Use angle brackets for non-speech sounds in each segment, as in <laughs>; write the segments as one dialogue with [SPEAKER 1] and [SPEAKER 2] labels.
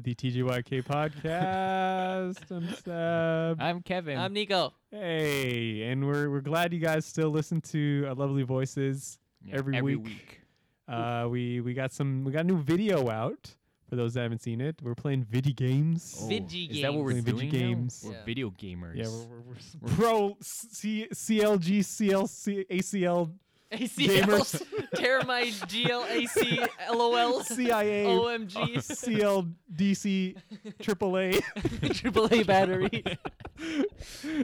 [SPEAKER 1] TGYK podcast. I'm Seb. <laughs>
[SPEAKER 2] I'm Kevin.
[SPEAKER 3] I'm Nico.
[SPEAKER 1] Hey, and we're we're glad you guys still listen to our lovely voices
[SPEAKER 2] Yeah,
[SPEAKER 1] every, week. Uh, we we got some we got a new video out for those that haven't seen it. We're playing video games.
[SPEAKER 2] Oh,
[SPEAKER 3] Vidgy
[SPEAKER 2] Is that what we're
[SPEAKER 1] games. Vidgy
[SPEAKER 2] doing?
[SPEAKER 1] games.
[SPEAKER 2] Now? We're
[SPEAKER 3] Yeah.
[SPEAKER 2] video gamers.
[SPEAKER 1] Yeah,
[SPEAKER 2] <laughs>
[SPEAKER 1] we're, we're, we're s- pro C- CLG CLC ACL
[SPEAKER 3] ACLs. <laughs> Termite GLAC LOLs.
[SPEAKER 1] CIA
[SPEAKER 3] Oh. OMGs.
[SPEAKER 1] CLDC <laughs> AAA.
[SPEAKER 3] AAA battery.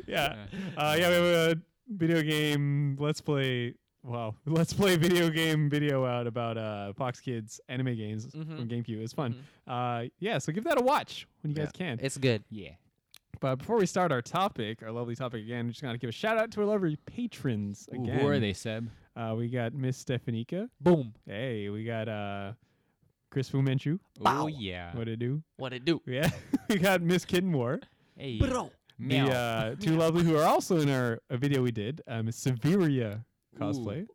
[SPEAKER 1] yeah. Uh, yeah, we have a video game let's play. Wow, <laughs> let's play video game video out about uh, Fox Kids anime games
[SPEAKER 2] Mm-hmm.
[SPEAKER 1] from GameCube. It's fun. Uh, yeah, so give that a watch when you guys can.
[SPEAKER 3] It's good.
[SPEAKER 2] Yeah.
[SPEAKER 1] but before we start our topic, our lovely topic again, we just gotta give a shout out to our lovely patrons
[SPEAKER 2] Ooh,
[SPEAKER 1] again.
[SPEAKER 2] who are they, Seb?
[SPEAKER 1] Uh, we got Miss Stefanika.
[SPEAKER 3] Boom.
[SPEAKER 1] Hey, we got uh, Chris Fu Manchu.
[SPEAKER 2] Oh
[SPEAKER 3] Bow.
[SPEAKER 2] yeah.
[SPEAKER 1] What it do? <laughs>
[SPEAKER 3] What it do?
[SPEAKER 1] Yeah, we got Miss Kitten War.
[SPEAKER 2] Hey.
[SPEAKER 3] Bro.
[SPEAKER 1] the
[SPEAKER 2] Meow. <laughs>
[SPEAKER 1] uh, two lovely who are also in our a video we did um, is Severia cosplay,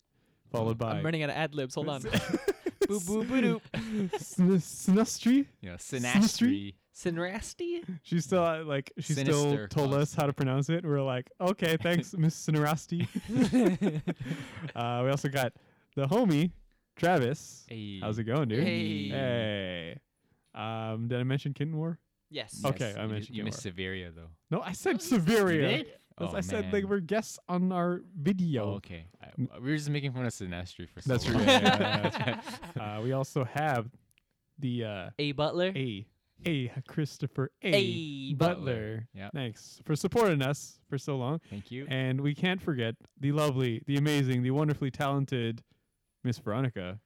[SPEAKER 1] followed by
[SPEAKER 3] I'm running out of ad libs. Hold on. boo boo boo
[SPEAKER 1] <laughs>
[SPEAKER 3] doop.
[SPEAKER 1] Sn- Snustry.
[SPEAKER 2] yeah,
[SPEAKER 1] Sinistry?
[SPEAKER 2] Sinastri.
[SPEAKER 3] Sinrasti?
[SPEAKER 1] She still uh, like she still
[SPEAKER 2] Sinister
[SPEAKER 1] told us how to pronounce it. We're like, okay,
[SPEAKER 2] <laughs>
[SPEAKER 1] thanks, Miss Sinarasti. <laughs> uh, we also got the homie Travis.
[SPEAKER 2] Hey.
[SPEAKER 1] How's it going, dude?
[SPEAKER 3] Hey.
[SPEAKER 1] Hey. Um, did I mention Kitten War?
[SPEAKER 3] Yes.
[SPEAKER 1] Okay, I
[SPEAKER 2] you,
[SPEAKER 1] mentioned
[SPEAKER 2] you
[SPEAKER 1] you
[SPEAKER 2] missed Severia though.
[SPEAKER 1] No, I said Severia.
[SPEAKER 2] Oh, did?
[SPEAKER 1] That's-
[SPEAKER 2] Oh,
[SPEAKER 1] I said they
[SPEAKER 2] man.
[SPEAKER 1] were guests on our video.
[SPEAKER 2] Oh, okay. I, we were just making fun of Sinastri for so
[SPEAKER 1] That's
[SPEAKER 2] long.
[SPEAKER 1] right. Yeah, yeah, that's right. Uh, we also have the uh,
[SPEAKER 3] A Butler.
[SPEAKER 1] A A Christopher A,
[SPEAKER 3] A.
[SPEAKER 1] Butler.
[SPEAKER 2] Butler. Yep.
[SPEAKER 1] Thanks for supporting us for so long.
[SPEAKER 2] <laughs> Thank you.
[SPEAKER 1] And we can't forget the lovely, the amazing, the wonderfully talented Miss Veronica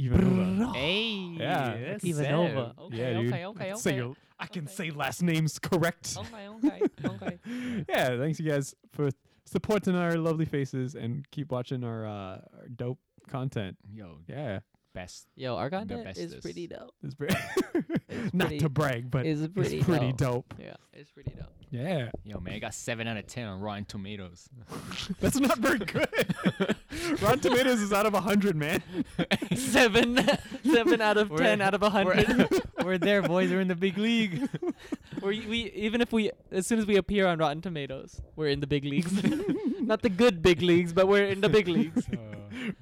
[SPEAKER 1] Ivanova.
[SPEAKER 2] hey.
[SPEAKER 1] Yeah.
[SPEAKER 2] that's
[SPEAKER 3] Ivanova.
[SPEAKER 2] Seb.
[SPEAKER 3] Okay,
[SPEAKER 1] yeah, dude. Oh.
[SPEAKER 3] okay,
[SPEAKER 1] I
[SPEAKER 3] okay,
[SPEAKER 1] can
[SPEAKER 3] okay.
[SPEAKER 1] say your- I can say last names correct.
[SPEAKER 3] Okay, okay, okay.
[SPEAKER 1] <laughs> yeah, thanks you guys for supporting our lovely faces and keep watching our, uh, our dope content.
[SPEAKER 2] Yo,
[SPEAKER 1] Yeah.
[SPEAKER 2] best.
[SPEAKER 3] Yo, our content is
[SPEAKER 2] bestest.
[SPEAKER 3] pretty dope.
[SPEAKER 1] It's pretty, <laughs> not
[SPEAKER 3] pretty-
[SPEAKER 1] to brag, but
[SPEAKER 3] it's
[SPEAKER 1] it's pretty,
[SPEAKER 3] pretty
[SPEAKER 1] dope.
[SPEAKER 3] Yeah, it's pretty dope.
[SPEAKER 1] Yeah,
[SPEAKER 2] Yo, man, I got seven out of ten on Rotten
[SPEAKER 1] <laughs>
[SPEAKER 2] Tomatoes. <laughs>
[SPEAKER 1] that's not very
[SPEAKER 3] <laughs>
[SPEAKER 1] good. Rotten Tomatoes is out of hundred, man.
[SPEAKER 3] seven, <laughs> seven out of
[SPEAKER 2] We're-
[SPEAKER 3] ten out of a hundred. <laughs>
[SPEAKER 2] we're there, boys. We're in the big league.
[SPEAKER 3] we, we even if we as soon as we appear on Rotten Tomatoes, we're in the big leagues. <laughs> Not the good big leagues, but we're in the big leagues.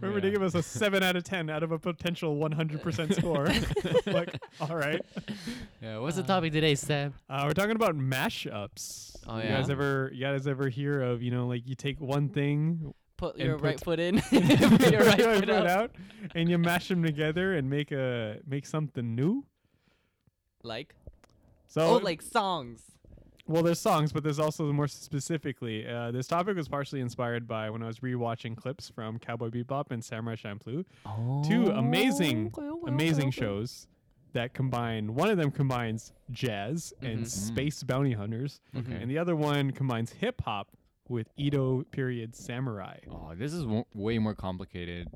[SPEAKER 1] Remember to give us a seven out of ten out of a potential one hundred percent
[SPEAKER 3] <laughs>
[SPEAKER 1] score. like, all right,
[SPEAKER 2] Yeah, what's the topic today, Seb?
[SPEAKER 1] uh, we're talking about mashups.
[SPEAKER 3] Oh,
[SPEAKER 1] You guys
[SPEAKER 3] yeah?
[SPEAKER 1] ever, you guys ever hear of you know like you take one
[SPEAKER 3] <laughs>
[SPEAKER 1] thing,
[SPEAKER 3] Put your
[SPEAKER 1] And
[SPEAKER 3] right
[SPEAKER 1] put-
[SPEAKER 2] <laughs>
[SPEAKER 3] foot
[SPEAKER 1] <laughs>
[SPEAKER 3] in, put your right foot out.
[SPEAKER 1] and you mash them together and make a make something new.
[SPEAKER 3] Like
[SPEAKER 1] So
[SPEAKER 3] oh, like songs.
[SPEAKER 1] Well, there's songs, but there's also more specifically. Uh, this topic was partially inspired by when I was rewatching clips from Cowboy Bebop and Samurai Champloo,
[SPEAKER 2] Oh.
[SPEAKER 1] two amazing,
[SPEAKER 3] okay, okay, okay,
[SPEAKER 1] amazing
[SPEAKER 3] okay.
[SPEAKER 1] shows that combine. One of them combines jazz
[SPEAKER 2] Mm-hmm.
[SPEAKER 1] and space bounty hunters, and the other one combines hip hop with Edo period samurai.
[SPEAKER 2] Oh, this is w- way more complicated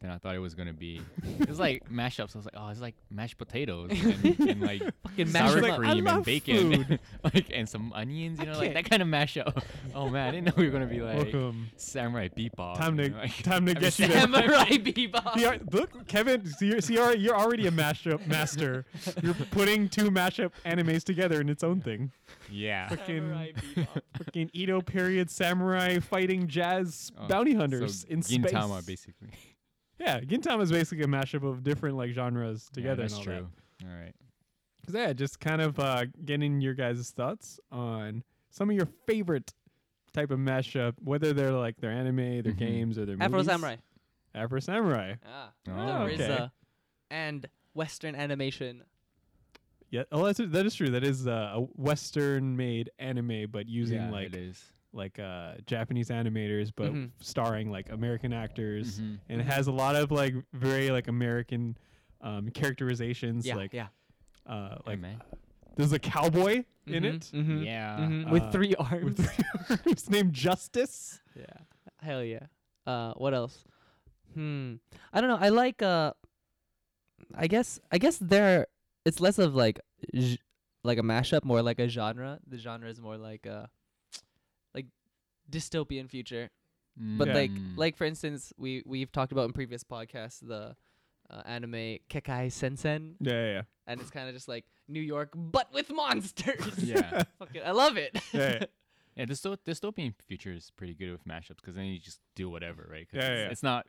[SPEAKER 2] than I thought it was
[SPEAKER 1] <laughs>
[SPEAKER 2] gonna be. it's like mashups. I was like, oh, it's like mashed potatoes and,
[SPEAKER 1] <laughs>
[SPEAKER 2] and like fucking
[SPEAKER 3] mashed
[SPEAKER 2] sour
[SPEAKER 3] She's like,
[SPEAKER 1] "I
[SPEAKER 2] cream
[SPEAKER 1] love
[SPEAKER 2] and bacon, <laughs>
[SPEAKER 1] food."
[SPEAKER 2] like and some onions. You know, like
[SPEAKER 1] can't-
[SPEAKER 2] that kind of mashup. <laughs> oh man, I didn't know we were gonna be like
[SPEAKER 1] Welcome.
[SPEAKER 2] samurai bebop.
[SPEAKER 1] Time
[SPEAKER 2] you
[SPEAKER 1] to
[SPEAKER 2] know,
[SPEAKER 1] <laughs>
[SPEAKER 2] like- <laughs>
[SPEAKER 1] time to
[SPEAKER 2] I'm
[SPEAKER 1] get you there.
[SPEAKER 3] Samurai
[SPEAKER 1] You <laughs>
[SPEAKER 3] Bebop.
[SPEAKER 1] are- look, Kevin, see, you're, see, you're, you're already a mashup master. You're putting two mashup animes together in its own thing.
[SPEAKER 2] yeah.
[SPEAKER 3] Samurai Bebop.
[SPEAKER 1] Fucking Edo period samurai fighting jazz bounty
[SPEAKER 2] Oh,
[SPEAKER 1] hunters
[SPEAKER 2] so
[SPEAKER 1] in
[SPEAKER 2] Gintama,
[SPEAKER 1] space. <laughs>
[SPEAKER 2] basically. Yeah,
[SPEAKER 1] Yeah, Gintama is basically a mashup of different like genres together.
[SPEAKER 2] that's
[SPEAKER 1] and all
[SPEAKER 2] true. All right.
[SPEAKER 1] That. 'Cause, Yeah, just kind of uh, getting your guys' thoughts on some of your favorite type of mashup, whether they're like their anime,
[SPEAKER 2] Mm-hmm.
[SPEAKER 1] their games, or their
[SPEAKER 3] Afro
[SPEAKER 1] movies.
[SPEAKER 3] Samurai.
[SPEAKER 1] Afro samurai.
[SPEAKER 3] Ah,
[SPEAKER 2] Oh,
[SPEAKER 3] the
[SPEAKER 1] okay.
[SPEAKER 3] RZA and Western animation.
[SPEAKER 1] Yeah, oh, that's that is true. That is uh, a Western-made anime, but using
[SPEAKER 2] yeah,
[SPEAKER 1] like
[SPEAKER 2] it is.
[SPEAKER 1] like uh, Japanese animators, but
[SPEAKER 3] Mhm.
[SPEAKER 1] starring like American actors,
[SPEAKER 2] Mm-hmm.
[SPEAKER 1] and it has a lot of like very like American um, characterizations.
[SPEAKER 3] yeah,
[SPEAKER 1] like
[SPEAKER 3] yeah.
[SPEAKER 1] Uh,
[SPEAKER 2] Like,
[SPEAKER 1] like there's a cowboy in
[SPEAKER 3] Mhm,
[SPEAKER 1] it.
[SPEAKER 3] mhm,
[SPEAKER 2] Yeah.
[SPEAKER 3] mhm, with
[SPEAKER 1] Uh,
[SPEAKER 3] three arms.
[SPEAKER 1] <laughs> His name Justice.
[SPEAKER 3] Yeah. Hell yeah. Uh, what else? Hmm. I don't know. I like. Uh, I guess. I guess there. It's less of like, j- like a mashup, more like a genre. The genre is more like a, like, dystopian future.
[SPEAKER 2] Mm-hmm.
[SPEAKER 3] But
[SPEAKER 1] Yeah.
[SPEAKER 3] like,
[SPEAKER 2] Mm.
[SPEAKER 3] like for instance, we we've talked about in previous podcasts the, uh, anime Kekai Sensen,
[SPEAKER 1] Yeah, yeah. yeah.
[SPEAKER 3] and it's kind of just like New York, but with monsters.
[SPEAKER 2] <laughs>
[SPEAKER 1] <laughs>
[SPEAKER 2] yeah.
[SPEAKER 3] <laughs> Fuck it, I love it.
[SPEAKER 1] <laughs> Yeah,
[SPEAKER 2] Yeah, dysto- dystopian future is pretty good with mashups because then you just do whatever, right? 'Cause
[SPEAKER 1] Yeah, yeah,
[SPEAKER 2] it's,
[SPEAKER 1] yeah.
[SPEAKER 2] it's not,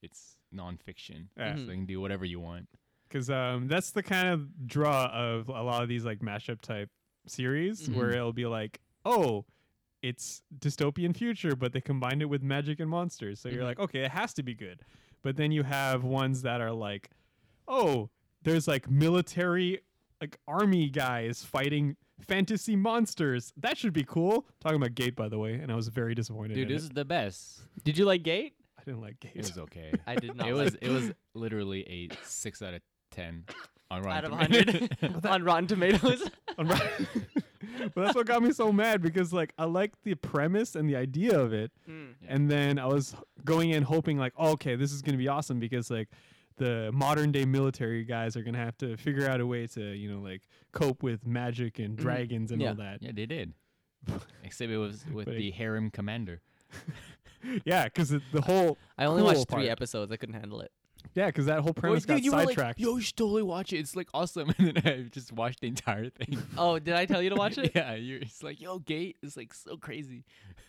[SPEAKER 2] it's nonfiction,
[SPEAKER 1] Yeah.
[SPEAKER 2] so
[SPEAKER 3] Mm-hmm.
[SPEAKER 2] you can do whatever you want.
[SPEAKER 1] because um, that's the kind of draw of a lot of these like mashup type series
[SPEAKER 2] Mm-hmm.
[SPEAKER 1] where it'll be like, oh, it's dystopian future, but they combined it with magic and monsters. So
[SPEAKER 2] Mm-hmm.
[SPEAKER 1] you're
[SPEAKER 3] Mhm.
[SPEAKER 1] like, okay, it has to be good. But then you have ones that are like, oh, there's like military, like army guys fighting fantasy monsters. That should be cool. Talking about Gate, by the way, and I was very disappointed.
[SPEAKER 2] Dude,
[SPEAKER 1] in
[SPEAKER 2] this
[SPEAKER 1] it.
[SPEAKER 2] is the best.
[SPEAKER 3] Did you like Gate?
[SPEAKER 1] I didn't like Gate.
[SPEAKER 2] It was okay.
[SPEAKER 3] I did not.
[SPEAKER 2] it
[SPEAKER 3] like
[SPEAKER 2] was it was literally a six out of ten on Rotten
[SPEAKER 3] out of
[SPEAKER 2] Tomatoes.
[SPEAKER 1] <laughs>
[SPEAKER 3] 100 on Rotten Tomatoes.
[SPEAKER 1] I'm
[SPEAKER 3] <laughs>
[SPEAKER 1] right. but that's what got me so mad because like I liked the premise and the idea of it,
[SPEAKER 3] Mm.
[SPEAKER 2] Yeah.
[SPEAKER 1] and then I was going in hoping like, oh, okay, this is gonna be awesome because like the modern day military guys are gonna have to figure out a way to you know like cope with magic
[SPEAKER 2] Mm.
[SPEAKER 1] and dragons and
[SPEAKER 3] Yeah.
[SPEAKER 1] all that.
[SPEAKER 2] <laughs> yeah, they did. Except it was with
[SPEAKER 1] But it-
[SPEAKER 2] the harem commander.
[SPEAKER 1] Yeah, because the whole
[SPEAKER 3] I only
[SPEAKER 1] cool
[SPEAKER 3] watched three
[SPEAKER 1] part-
[SPEAKER 3] episodes. I couldn't handle it.
[SPEAKER 1] Yeah, because that whole premise got sidetracked.
[SPEAKER 2] Yo, you should totally watch it. It's like awesome. <laughs> And then I just watched the entire <laughs> thing.
[SPEAKER 3] Oh, did I tell you to <laughs> watch it?
[SPEAKER 2] yeah, you're, it's like yo, Gate is like so crazy.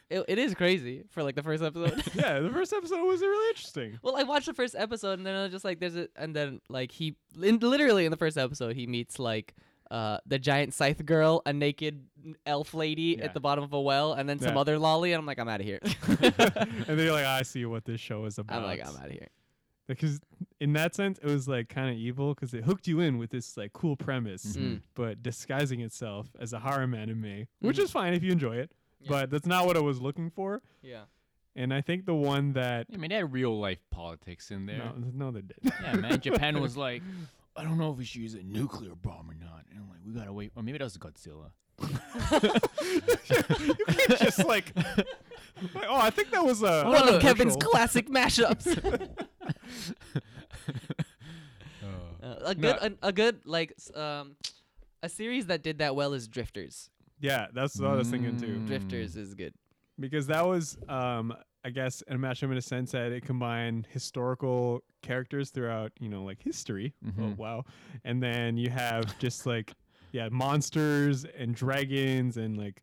[SPEAKER 3] it? It is crazy for like the first episode.
[SPEAKER 1] <laughs>
[SPEAKER 3] <laughs>
[SPEAKER 1] yeah, the first episode was really
[SPEAKER 2] <laughs>
[SPEAKER 1] interesting.
[SPEAKER 3] well, I watched the first episode and then I was just like, there's a, and then like he, in, literally in the first episode, he meets like. Uh, the giant scythe girl, a naked elf lady
[SPEAKER 2] Yeah.
[SPEAKER 3] at the bottom of a well, and then some
[SPEAKER 1] Yeah.
[SPEAKER 3] other lolly, and I'm like, I'm out of <laughs> here.
[SPEAKER 1] and then you're like, I see what this show is about.
[SPEAKER 3] I'm like, I'm out of here.
[SPEAKER 1] because in that sense it was like kind of evil because it hooked you in with this like cool premise
[SPEAKER 3] Mhm. Mm.
[SPEAKER 1] but disguising itself as a harem anime which
[SPEAKER 3] Mhm.
[SPEAKER 1] is fine if you enjoy it
[SPEAKER 3] Yeah.
[SPEAKER 1] but that's not what i was looking for
[SPEAKER 3] Yeah.
[SPEAKER 1] and i think the one that
[SPEAKER 2] I mean, they had real life politics in there.
[SPEAKER 1] no, no they did
[SPEAKER 2] Yeah, man. Japan was like, I don't know if we should use a nuclear bomb or not. And I'm like, we gotta wait. Or maybe that
[SPEAKER 1] <laughs>
[SPEAKER 2] was Godzilla.
[SPEAKER 1] <laughs> you can't just
[SPEAKER 3] <laughs>
[SPEAKER 1] like
[SPEAKER 3] Uh,
[SPEAKER 1] like, oh i think that was a
[SPEAKER 3] One of Kevin's
[SPEAKER 1] commercial.
[SPEAKER 3] <laughs> classic mashups.
[SPEAKER 2] Oh.
[SPEAKER 3] Uh,
[SPEAKER 2] No.
[SPEAKER 3] a good, a, a good like s- um, a series that did that well is Drifters.
[SPEAKER 1] yeah that's what i was thinking too
[SPEAKER 2] Mm.
[SPEAKER 3] Drifters is good.
[SPEAKER 1] because that was um i guess a matchup in a sense that it combined historical characters throughout you know like history oh
[SPEAKER 2] Mhm.
[SPEAKER 1] wow and then you have just like yeah monsters and dragons and like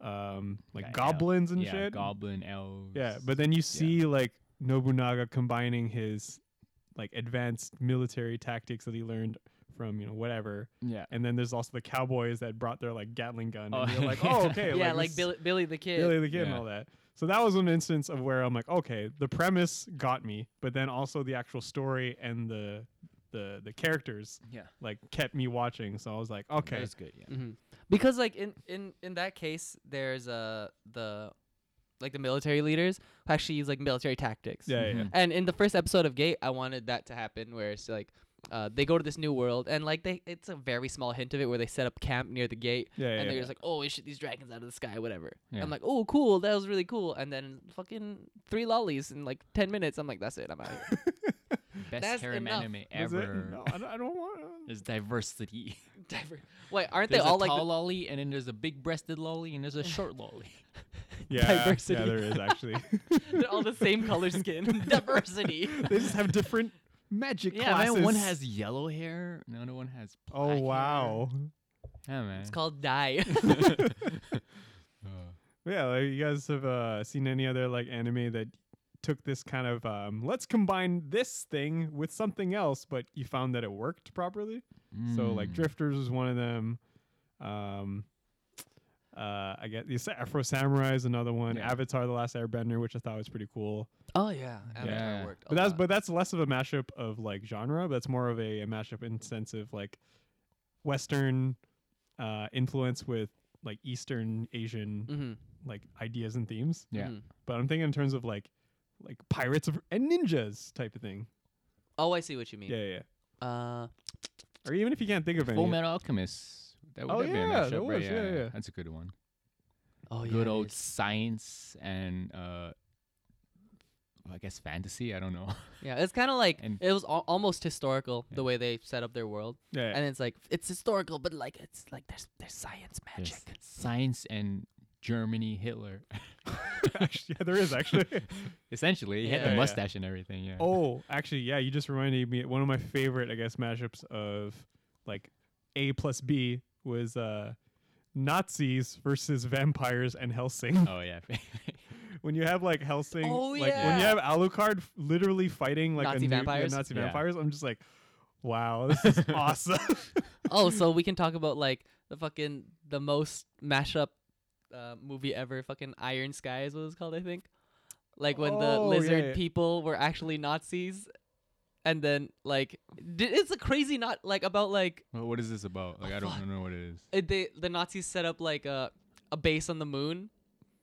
[SPEAKER 1] um like
[SPEAKER 2] Yeah,
[SPEAKER 1] goblins and
[SPEAKER 2] yeah,
[SPEAKER 1] shit
[SPEAKER 2] goblin elves.
[SPEAKER 1] yeah but then you see like nobunaga combining his like advanced military tactics that he learned from you know whatever
[SPEAKER 2] yeah,
[SPEAKER 1] and then there's also the cowboys that brought their like gatling gun
[SPEAKER 2] Oh,
[SPEAKER 1] and you're like
[SPEAKER 2] <laughs> yeah.
[SPEAKER 1] oh okay
[SPEAKER 3] yeah,
[SPEAKER 1] this
[SPEAKER 3] like
[SPEAKER 1] is-
[SPEAKER 3] Billy, Billy the Kid.
[SPEAKER 1] Billy the Kid and
[SPEAKER 2] Yeah.
[SPEAKER 1] all that. So that was an instance of where I'm like, okay, the premise got me, but then also the actual story and the the the characters
[SPEAKER 2] yeah.
[SPEAKER 1] like kept me watching. So I was like, okay,
[SPEAKER 2] that's good. Yeah,
[SPEAKER 3] Mhm. Because like in in in that case, there's uh the like the military leaders who actually use like military tactics.
[SPEAKER 1] yeah,
[SPEAKER 2] <laughs>
[SPEAKER 1] yeah, yeah.
[SPEAKER 2] Mhm.
[SPEAKER 3] And in the first episode of Gate, I wanted that to happen, where it's like. Uh, they go to this new world and like they it's a very small hint of it where they set up camp near the gate
[SPEAKER 1] Yeah, yeah,
[SPEAKER 3] and they're
[SPEAKER 1] yeah.
[SPEAKER 3] just like oh we shoot these dragons out of the sky whatever
[SPEAKER 2] Yeah.
[SPEAKER 3] i'm like oh cool that was really cool and then fucking three lollies in like 10 minutes i'm like that's it i'm out of here
[SPEAKER 2] <laughs> best
[SPEAKER 3] That's
[SPEAKER 2] harem
[SPEAKER 3] enough.
[SPEAKER 2] anime
[SPEAKER 1] Is it?
[SPEAKER 2] ever.
[SPEAKER 1] No, I don't, I don't
[SPEAKER 2] <laughs>
[SPEAKER 1] want. uh,
[SPEAKER 2] There's diversity.
[SPEAKER 3] Diver- wait
[SPEAKER 2] <laughs>
[SPEAKER 3] aren't
[SPEAKER 2] there's
[SPEAKER 3] they all
[SPEAKER 2] a
[SPEAKER 3] like the-
[SPEAKER 2] tall lolly, and then there's a big-breasted lolly, and there's a
[SPEAKER 3] <laughs>
[SPEAKER 2] short lolly.
[SPEAKER 1] Yeah,
[SPEAKER 3] Diversity.
[SPEAKER 1] yeah, there is
[SPEAKER 2] <laughs>
[SPEAKER 1] actually.
[SPEAKER 3] <laughs>
[SPEAKER 1] <laughs>
[SPEAKER 3] They're all the same color skin. Diversity.
[SPEAKER 1] they just have different magic
[SPEAKER 2] yeah,
[SPEAKER 1] classes.
[SPEAKER 2] man. One has yellow hair. The other one has.
[SPEAKER 1] Oh
[SPEAKER 2] black hair.
[SPEAKER 1] wow.
[SPEAKER 2] Yeah,
[SPEAKER 1] <laughs>
[SPEAKER 2] man.
[SPEAKER 3] <laughs> It's
[SPEAKER 2] <laughs>
[SPEAKER 3] called dye. <laughs>
[SPEAKER 2] Uh,
[SPEAKER 1] Yeah, like, you guys have uh, seen any other like anime that took this kind of um, let's combine this thing with something else, but you found that it worked properly. So like
[SPEAKER 2] mm.
[SPEAKER 1] Drifters was one of them. Um, uh, I guess yes, Afro Samurai is another one.
[SPEAKER 2] Yeah.
[SPEAKER 1] Avatar: The Last Airbender, which I thought was pretty cool.
[SPEAKER 3] oh yeah, Avatar
[SPEAKER 2] Yeah.
[SPEAKER 3] worked. a
[SPEAKER 1] But that's
[SPEAKER 3] lot.
[SPEAKER 1] but that's less of a mashup of like genre. But that's more of a, a mashup in sense of like Western uh, influence with like Eastern Asian
[SPEAKER 3] Mhm,
[SPEAKER 1] like ideas and themes.
[SPEAKER 2] Yeah.
[SPEAKER 3] mhm.
[SPEAKER 1] But I'm thinking in terms of like like pirates of, and ninjas type of thing.
[SPEAKER 3] Oh, I see what you mean.
[SPEAKER 1] Yeah, yeah.
[SPEAKER 3] Uh,
[SPEAKER 1] Or even if you can't think of any.
[SPEAKER 2] Full Metal Alchemist. That would
[SPEAKER 1] Oh,
[SPEAKER 2] that'd be a
[SPEAKER 1] yeah,
[SPEAKER 2] mashup,
[SPEAKER 1] that
[SPEAKER 2] right?
[SPEAKER 1] was, yeah, yeah.
[SPEAKER 2] That's a good one.
[SPEAKER 3] oh yeah.
[SPEAKER 2] good
[SPEAKER 3] it
[SPEAKER 2] old
[SPEAKER 3] is.
[SPEAKER 2] science and uh, I guess fantasy. I don't know.
[SPEAKER 3] Yeah, it's kind of like
[SPEAKER 2] and-
[SPEAKER 3] it was al- almost historical
[SPEAKER 2] Yeah.
[SPEAKER 3] the way they set up their world,
[SPEAKER 1] yeah, yeah.
[SPEAKER 3] and it's like it's historical, but like it's like there's there's science
[SPEAKER 2] There's
[SPEAKER 3] magic.
[SPEAKER 2] science and Germany
[SPEAKER 1] <laughs>
[SPEAKER 2] Hitler.
[SPEAKER 1] <laughs>
[SPEAKER 2] <laughs>
[SPEAKER 1] actually, yeah, there is actually.
[SPEAKER 2] Essentially, he had
[SPEAKER 3] Yeah,
[SPEAKER 2] the
[SPEAKER 1] yeah.
[SPEAKER 2] mustache and everything. Yeah.
[SPEAKER 1] oh, actually, yeah. You just reminded me. One of my favorite, I guess, mashups of like A plus B was uh, Nazis versus vampires and Helsing.
[SPEAKER 2] Oh yeah. <laughs>
[SPEAKER 1] When you have like Helsing,
[SPEAKER 3] Oh,
[SPEAKER 1] like when you
[SPEAKER 3] yeah.
[SPEAKER 1] have Alucard f- literally fighting like
[SPEAKER 3] Nazi
[SPEAKER 1] a new, yeah,
[SPEAKER 3] vampires?
[SPEAKER 1] Nazi
[SPEAKER 2] Yeah.
[SPEAKER 1] vampires, I'm just like, wow, this
[SPEAKER 2] <laughs>
[SPEAKER 1] is awesome.
[SPEAKER 3] oh, so we can talk about like the fucking the most mashup uh, movie ever. Fucking Iron Sky is what it's called, I think. Like when the
[SPEAKER 1] Oh, yeah,
[SPEAKER 3] lizard
[SPEAKER 1] yeah.
[SPEAKER 3] people were actually Nazis, and then like di- it's a crazy not like about like
[SPEAKER 2] Well, what is this about? Like I don't know what it is.
[SPEAKER 3] uh, they the Nazis set up like a a base on the moon,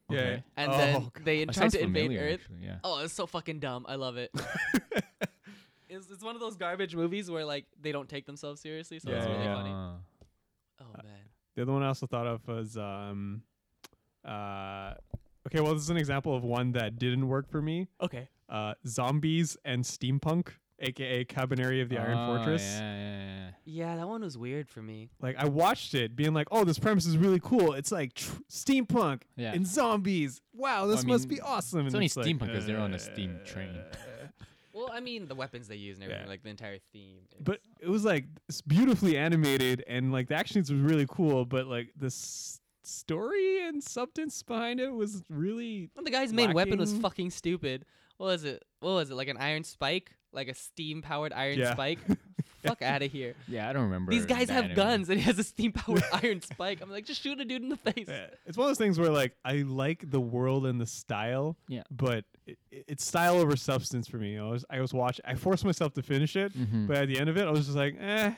[SPEAKER 1] Yeah,
[SPEAKER 2] Okay.
[SPEAKER 3] and
[SPEAKER 1] Oh,
[SPEAKER 3] then
[SPEAKER 1] God.
[SPEAKER 3] they
[SPEAKER 2] That
[SPEAKER 3] tried
[SPEAKER 2] sounds
[SPEAKER 3] to invade
[SPEAKER 2] familiar,
[SPEAKER 3] Earth.
[SPEAKER 2] actually, Yeah.
[SPEAKER 3] Oh, it's so fucking dumb. I love
[SPEAKER 1] <laughs>
[SPEAKER 3] it. it's, it's one of those garbage movies where like they don't take themselves seriously, so
[SPEAKER 1] Yeah,
[SPEAKER 3] it's really
[SPEAKER 1] yeah.
[SPEAKER 3] funny.
[SPEAKER 2] Ah.
[SPEAKER 3] Oh man.
[SPEAKER 1] The other one I also thought of was um uh okay, well this is an example of one that didn't work for me.
[SPEAKER 3] Okay.
[SPEAKER 1] Uh zombies and steampunk, aka Cabinary of the Iron
[SPEAKER 2] Oh,
[SPEAKER 1] Fortress.
[SPEAKER 2] Yeah, yeah, yeah.
[SPEAKER 3] Yeah, that one was weird for me.
[SPEAKER 1] Like I watched it being like, "Oh, this premise is really cool. It's like tr- steampunk
[SPEAKER 2] Yeah.
[SPEAKER 1] and zombies. Wow, this must
[SPEAKER 2] mean,
[SPEAKER 1] be awesome."
[SPEAKER 2] it's
[SPEAKER 1] and
[SPEAKER 2] only
[SPEAKER 1] like,
[SPEAKER 2] steampunk 'cause they're on a steam train.
[SPEAKER 1] uh,
[SPEAKER 3] Well, I mean the weapons they use and everything,
[SPEAKER 1] Yeah.
[SPEAKER 3] like the entire theme. is-
[SPEAKER 1] <laughs> but it was like it's beautifully animated and like the action scenes was really cool, but like the s- story and substance behind it was really
[SPEAKER 3] Well, the guy's main weapon was
[SPEAKER 1] lacking-
[SPEAKER 3] fucking stupid. What was it? What was it? Like an iron spike, like a steam-powered iron
[SPEAKER 1] Yeah. <laughs>
[SPEAKER 3] spike. Fuck out of here.
[SPEAKER 2] Yeah, I don't remember.
[SPEAKER 3] These guys
[SPEAKER 2] the
[SPEAKER 3] have
[SPEAKER 2] anime.
[SPEAKER 3] guns, and he has
[SPEAKER 1] <laughs>
[SPEAKER 3] a steam-powered iron spike. I'm like, just shoot a dude in the face.
[SPEAKER 1] Yeah, <laughs> it's one of those things where like I like the world and the style,
[SPEAKER 2] Yeah.
[SPEAKER 1] but it, it's style over substance for me. I was I was watch I forced myself to finish it,
[SPEAKER 2] Mhm.
[SPEAKER 1] but at the end of it, I was just like, eh,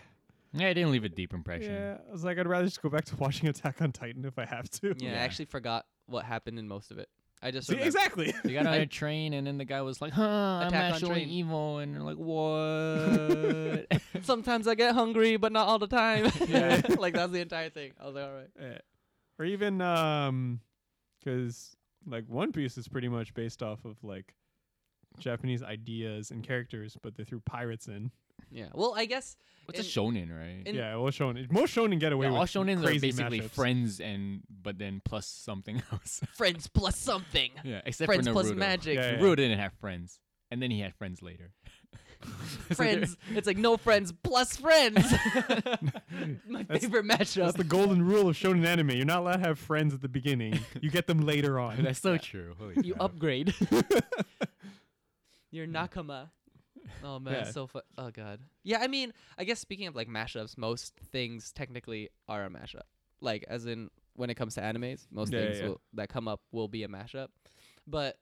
[SPEAKER 2] Yeah, it didn't leave a deep impression.
[SPEAKER 1] yeah. I was like, I'd rather just go back to <laughs> watching Attack on Titan if I have to.
[SPEAKER 3] Yeah, I
[SPEAKER 2] Yeah.
[SPEAKER 3] actually forgot what happened in most of it. I just
[SPEAKER 1] See,
[SPEAKER 3] remember-
[SPEAKER 1] exactly. <laughs>
[SPEAKER 2] They
[SPEAKER 3] <laughs>
[SPEAKER 2] got on
[SPEAKER 3] I-
[SPEAKER 2] a train, and then the guy was like, "Huh, I'm
[SPEAKER 3] Attack on
[SPEAKER 2] actually
[SPEAKER 3] train.
[SPEAKER 2] evil," and they're
[SPEAKER 3] <laughs>
[SPEAKER 2] like, "What?"
[SPEAKER 3] Sometimes I get hungry, but not all the time.
[SPEAKER 1] <laughs> Yeah.
[SPEAKER 3] <laughs> like that's the entire thing. I was like, all right.
[SPEAKER 1] Eh. or even um, because like One Piece is pretty much based off of like Japanese ideas and characters, but they threw pirates in.
[SPEAKER 3] Yeah. Well, I guess
[SPEAKER 2] What's
[SPEAKER 3] in-
[SPEAKER 2] a shonen, right?
[SPEAKER 3] in-
[SPEAKER 1] yeah, well, shonen. Most shonen get away
[SPEAKER 2] yeah,
[SPEAKER 1] with
[SPEAKER 2] all shonens are
[SPEAKER 1] crazy
[SPEAKER 2] basically
[SPEAKER 1] mashups.
[SPEAKER 2] friends, and but then plus something <laughs> else.
[SPEAKER 3] friends plus something.
[SPEAKER 2] yeah, except
[SPEAKER 3] friends
[SPEAKER 2] for Naruto.
[SPEAKER 3] plus magic.
[SPEAKER 1] Yeah,
[SPEAKER 2] Naruto didn't have friends, and then he had friends later. <laughs> So there-
[SPEAKER 3] Friends. <laughs> it's like no friends
[SPEAKER 1] <laughs>
[SPEAKER 3] plus friends. My favorite
[SPEAKER 1] That's <laughs>
[SPEAKER 3] matchup.
[SPEAKER 1] the golden rule of shonen anime. You're not allowed to have friends at the beginning. You get them later on.
[SPEAKER 2] <laughs> <laughs> That's so true. Holy
[SPEAKER 1] <laughs>
[SPEAKER 3] you
[SPEAKER 2] crap.
[SPEAKER 3] upgrade. You're Nakama. Oh man,
[SPEAKER 1] Yeah.
[SPEAKER 3] so fu- oh god. Yeah, I mean, I guess speaking of like mashups, most things technically are a mashup. Like as in when it comes to animes, most
[SPEAKER 1] Yeah, yeah,
[SPEAKER 3] things
[SPEAKER 1] yeah.
[SPEAKER 3] Will, that come up will be a mashup. But